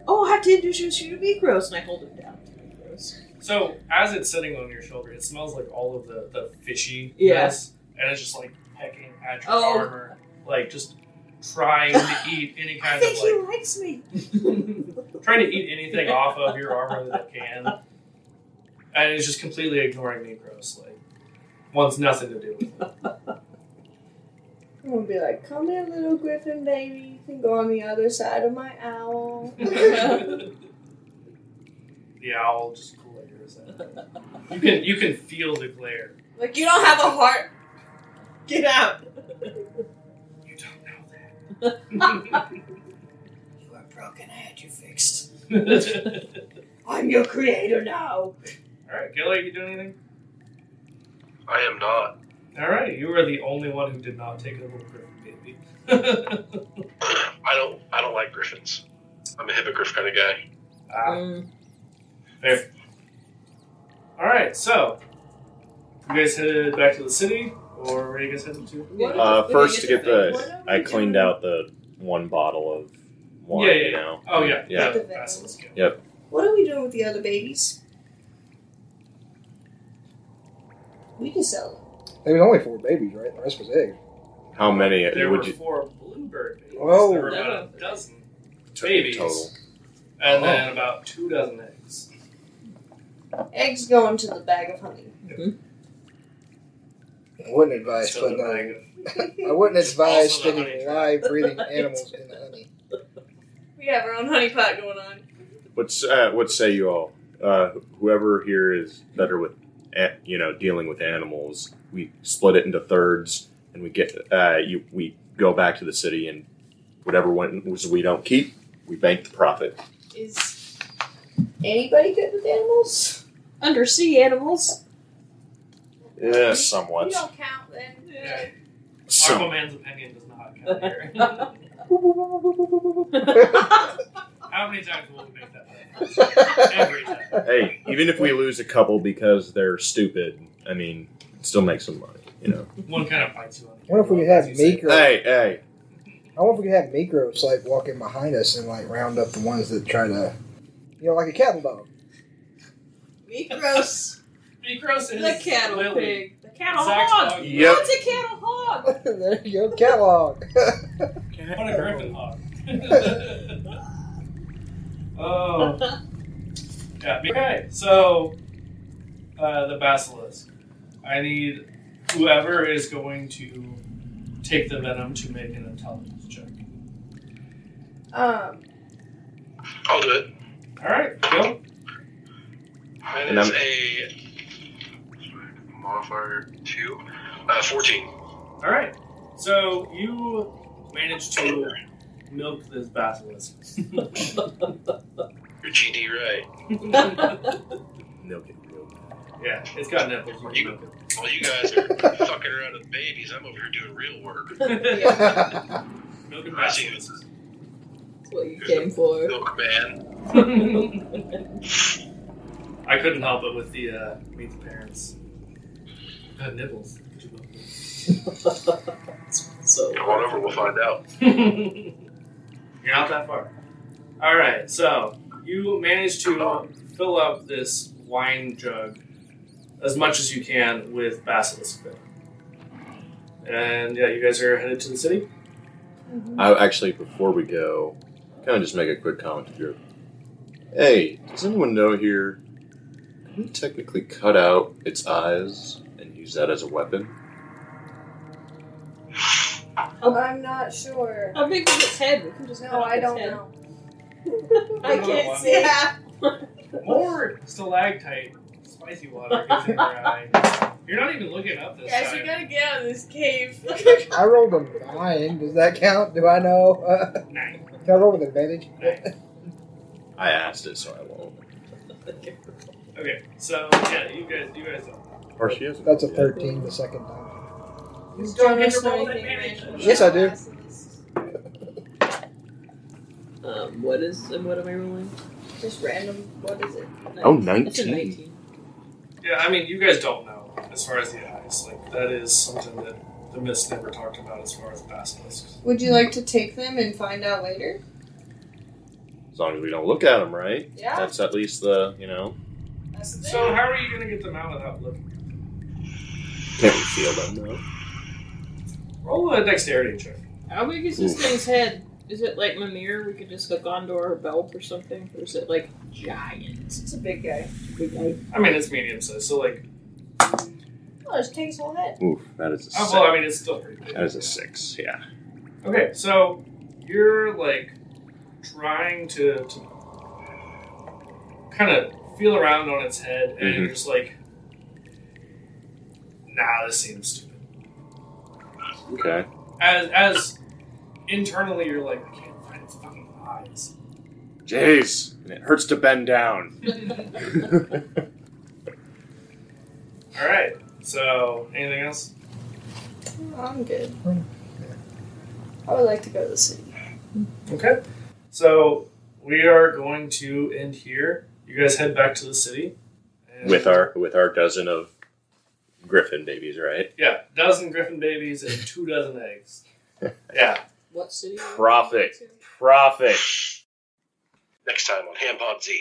Speaker 7: Oh, I have to introduce you to Mikros, and I hold him down to Mikros.
Speaker 1: So as it's sitting on your shoulder, it smells like all of the the fishy
Speaker 7: Yeah.
Speaker 1: mess, and it's just like pecking at your
Speaker 7: Oh.
Speaker 1: armor, like just trying to eat any
Speaker 7: I
Speaker 1: kind
Speaker 7: think
Speaker 1: of
Speaker 7: he
Speaker 1: like
Speaker 7: likes me.
Speaker 1: trying to eat anything off of your armor that it can, and it's just completely ignoring me, gross. Like wants nothing to do with it.
Speaker 9: I'm gonna be like, come here, little griffin baby. You can go on the other side of my owl.
Speaker 1: The owl just glares at you. You can you can feel the glare.
Speaker 4: Like, you don't have a heart. Get out.
Speaker 1: You don't
Speaker 4: You are broken. I had you fixed.
Speaker 1: know that.
Speaker 4: I'm your creator now.
Speaker 1: All right, Gilly, you doing anything?
Speaker 8: I am not.
Speaker 1: All right, you are the only one who did not take a little griffin baby.
Speaker 8: I don't. I don't like griffins. I'm a hippogriff kind of guy.
Speaker 1: ah,
Speaker 7: Um,
Speaker 1: there. All right, so you guys headed back to the city, or where are you guys headed to?
Speaker 6: it. Uh, first to get the, I cleaned out the one bottle of wine.
Speaker 1: yeah, yeah,
Speaker 6: You
Speaker 1: yeah.
Speaker 6: know.
Speaker 1: Oh yeah,
Speaker 6: yeah.
Speaker 1: yeah. Basilisk, yeah.
Speaker 6: Yep.
Speaker 9: what are we doing with the other babies? We can sell them.
Speaker 5: There was only four babies, right? The rest was eggs.
Speaker 6: How many
Speaker 1: There
Speaker 6: would
Speaker 1: were
Speaker 6: you? Oh.
Speaker 1: four bluebird babies.
Speaker 5: Whoa.
Speaker 1: There were about a dozen babies,
Speaker 6: total.
Speaker 1: and
Speaker 5: Oh.
Speaker 1: then about two dozen eggs.
Speaker 9: Eggs go into the bag of honey.
Speaker 5: I wouldn't advise
Speaker 1: So the
Speaker 5: putting
Speaker 1: bag
Speaker 5: on.
Speaker 1: of-
Speaker 5: I wouldn't advise
Speaker 1: Also the honey
Speaker 5: sticking
Speaker 1: trap.
Speaker 5: live breathing animals in honey.
Speaker 4: We have our own honey pot going on.
Speaker 6: What's uh, what say you all? Uh, whoever here is better with, a- you know, dealing with animals, we split it into thirds. and we get uh, you, we go back to the city and whatever ones we don't keep, we bank the profit.
Speaker 4: Is anybody good with animals? Undersea animals.
Speaker 6: Yeah, somewhat.
Speaker 4: don't count then.
Speaker 1: Aquaman's opinion does not count here. How many times will we make that? reference? Every time.
Speaker 6: hey, even if we lose a couple because they're stupid, I mean, it still make some money, you know.
Speaker 1: One kind of bites you on
Speaker 5: I wonder if we could have Mikro.
Speaker 6: Hey, hey.
Speaker 5: I wonder if we could have Mikros like walking behind us and like round up the ones that try to, you know, like a cattle dog.
Speaker 4: Mikros.
Speaker 1: Mikros is
Speaker 4: the cattle
Speaker 1: Lily.
Speaker 4: pig. The cattle
Speaker 1: Zach's
Speaker 4: hog.
Speaker 1: dog.
Speaker 6: Yep.
Speaker 4: What's a cattle hog?
Speaker 5: there you go, cattle hog.
Speaker 1: What a griffin hog. oh. Yeah. Okay, so uh, the basilisk. I need whoever is going to take the venom to make an intelligence check.
Speaker 9: Um,
Speaker 8: I'll do it.
Speaker 1: All right, go.
Speaker 8: That
Speaker 6: And
Speaker 8: is
Speaker 6: I'm-
Speaker 8: a modifier two, uh, fourteen.
Speaker 1: All right. So you managed to milk this basilisk.
Speaker 8: Your GD right.
Speaker 6: Milk it real.
Speaker 1: Yeah, it's got nipples. You can milk it.
Speaker 8: Well, you guys are fucking around with babies. I'm over here doing real work.
Speaker 1: Milk and
Speaker 8: I see who
Speaker 1: basilisk.
Speaker 8: this is.
Speaker 4: That's what you came for.
Speaker 8: Milk man.
Speaker 1: I couldn't help it with the uh, meet the parents. Uh, nibbles.
Speaker 4: so
Speaker 8: Come on over. We'll find out.
Speaker 1: You're not that far. All right, so you manage to fill up this wine jug as much as you can with basilisk venom. And yeah, you guys are headed to the city.
Speaker 6: I actually, before we go, kind of just make a quick comment to the group. Hey, does anyone know here? Can we technically cut out its eyes and use that as a weapon?
Speaker 5: Oh.
Speaker 9: I'm not sure.
Speaker 4: How big is its head? We can just cut
Speaker 9: No,
Speaker 4: off
Speaker 9: I
Speaker 4: its
Speaker 9: don't
Speaker 4: head.
Speaker 9: know.
Speaker 4: I
Speaker 1: Wow.
Speaker 4: can't see.
Speaker 1: More stalactite, spicy water gets in your eye. You're not even looking up this
Speaker 4: Guys,
Speaker 1: time.
Speaker 4: we gotta get out of this cave.
Speaker 5: I rolled a nine. Does that count? Do I know? Uh,
Speaker 1: Nine.
Speaker 5: can I roll with advantage?
Speaker 1: Nine.
Speaker 6: I asked it, so I won't.
Speaker 1: Okay, so yeah, you guys, you guys. Don't.
Speaker 6: Or she isn't.
Speaker 5: That's a thirteen the second time.
Speaker 4: He's
Speaker 1: Don't
Speaker 4: doing
Speaker 1: get
Speaker 4: us
Speaker 1: your roll
Speaker 4: anything
Speaker 1: advantage.
Speaker 4: right now.
Speaker 5: Yes, I do.
Speaker 7: Um, what is and what am I rolling?
Speaker 4: Just random. What is it?
Speaker 6: Oh,
Speaker 7: It's a
Speaker 6: 19.
Speaker 7: 19.
Speaker 1: Yeah, I mean, you guys don't know as far as the eyes. Like that is something that the mist never talked about as far as basilisks.
Speaker 9: Would you like to take them and find out later?
Speaker 6: As long as we don't look at them, right?
Speaker 9: Yeah.
Speaker 6: That's at least the, you know,
Speaker 9: That's the
Speaker 1: So how are you gonna get them out without looking?
Speaker 6: can't we feel them though?
Speaker 1: Roll a dexterity check.
Speaker 7: How big is this thing's hood? Is it like Mimir? We could just hook onto our belt or something? Or is it like giant?
Speaker 4: It's a big guy.
Speaker 7: Big guy?
Speaker 1: I mean, it's medium size, so like,
Speaker 4: Oh, it takes whole head.
Speaker 6: Oof, that is a
Speaker 1: oh,
Speaker 6: six.
Speaker 1: well, I mean, it's still pretty big.
Speaker 6: that is a six, yeah.
Speaker 1: Okay, so you're like trying to, to kind of feel around on its head, and you're just like, nah, this seems stupid.
Speaker 6: Okay.
Speaker 1: as as internally you're like, I can't find its fucking eyes.
Speaker 6: Jeez, and it hurts to bend down.
Speaker 1: All right. So anything else?
Speaker 4: I'm good. I would like to go to the city.
Speaker 1: Okay. So we are going to end here. You guys head back to the city. And
Speaker 6: with our with our dozen of griffin babies, right?
Speaker 1: yeah, dozen griffin babies and two dozen eggs. Yeah.
Speaker 7: What city? are we
Speaker 6: Profit.
Speaker 7: going
Speaker 6: Profit.
Speaker 8: Next time on Ham Pod Z.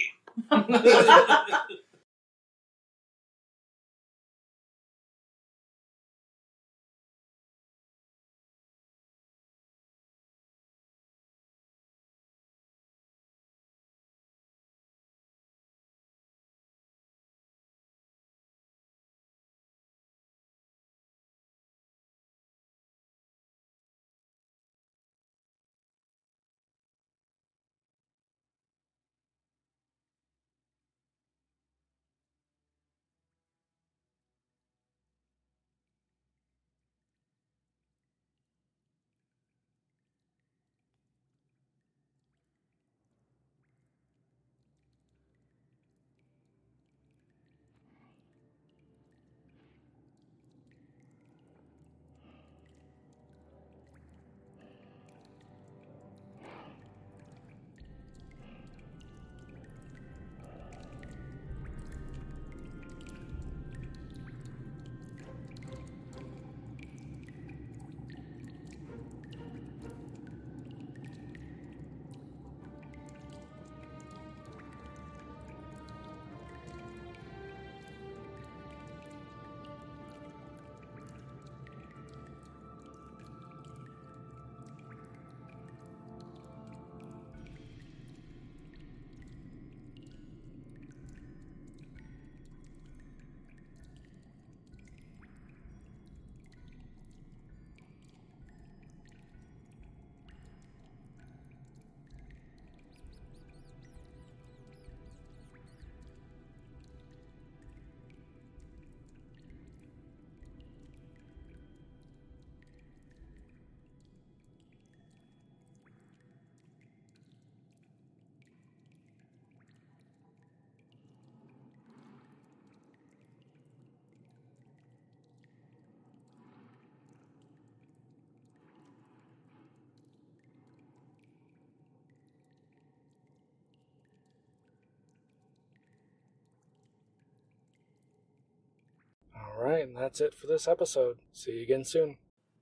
Speaker 8: right, and that's it for this episode. See you again soon.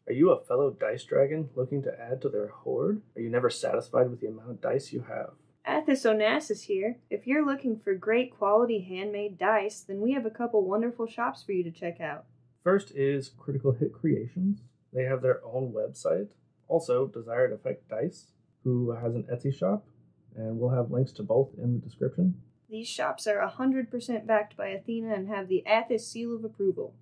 Speaker 1: Are you a fellow dice dragon looking to add to their hoard? Are you never satisfied with the amount of dice you have?
Speaker 9: Athos Onassis here. If you're looking for great quality handmade dice, then we have a couple wonderful shops for you to check out.
Speaker 1: First is Critical Hit Creations. They have their own website. Also, Desired Effect Dice, who has an Etsy shop, and we'll have links to both in the description.
Speaker 9: These shops are 100% backed by Athena and have the Athos seal of approval.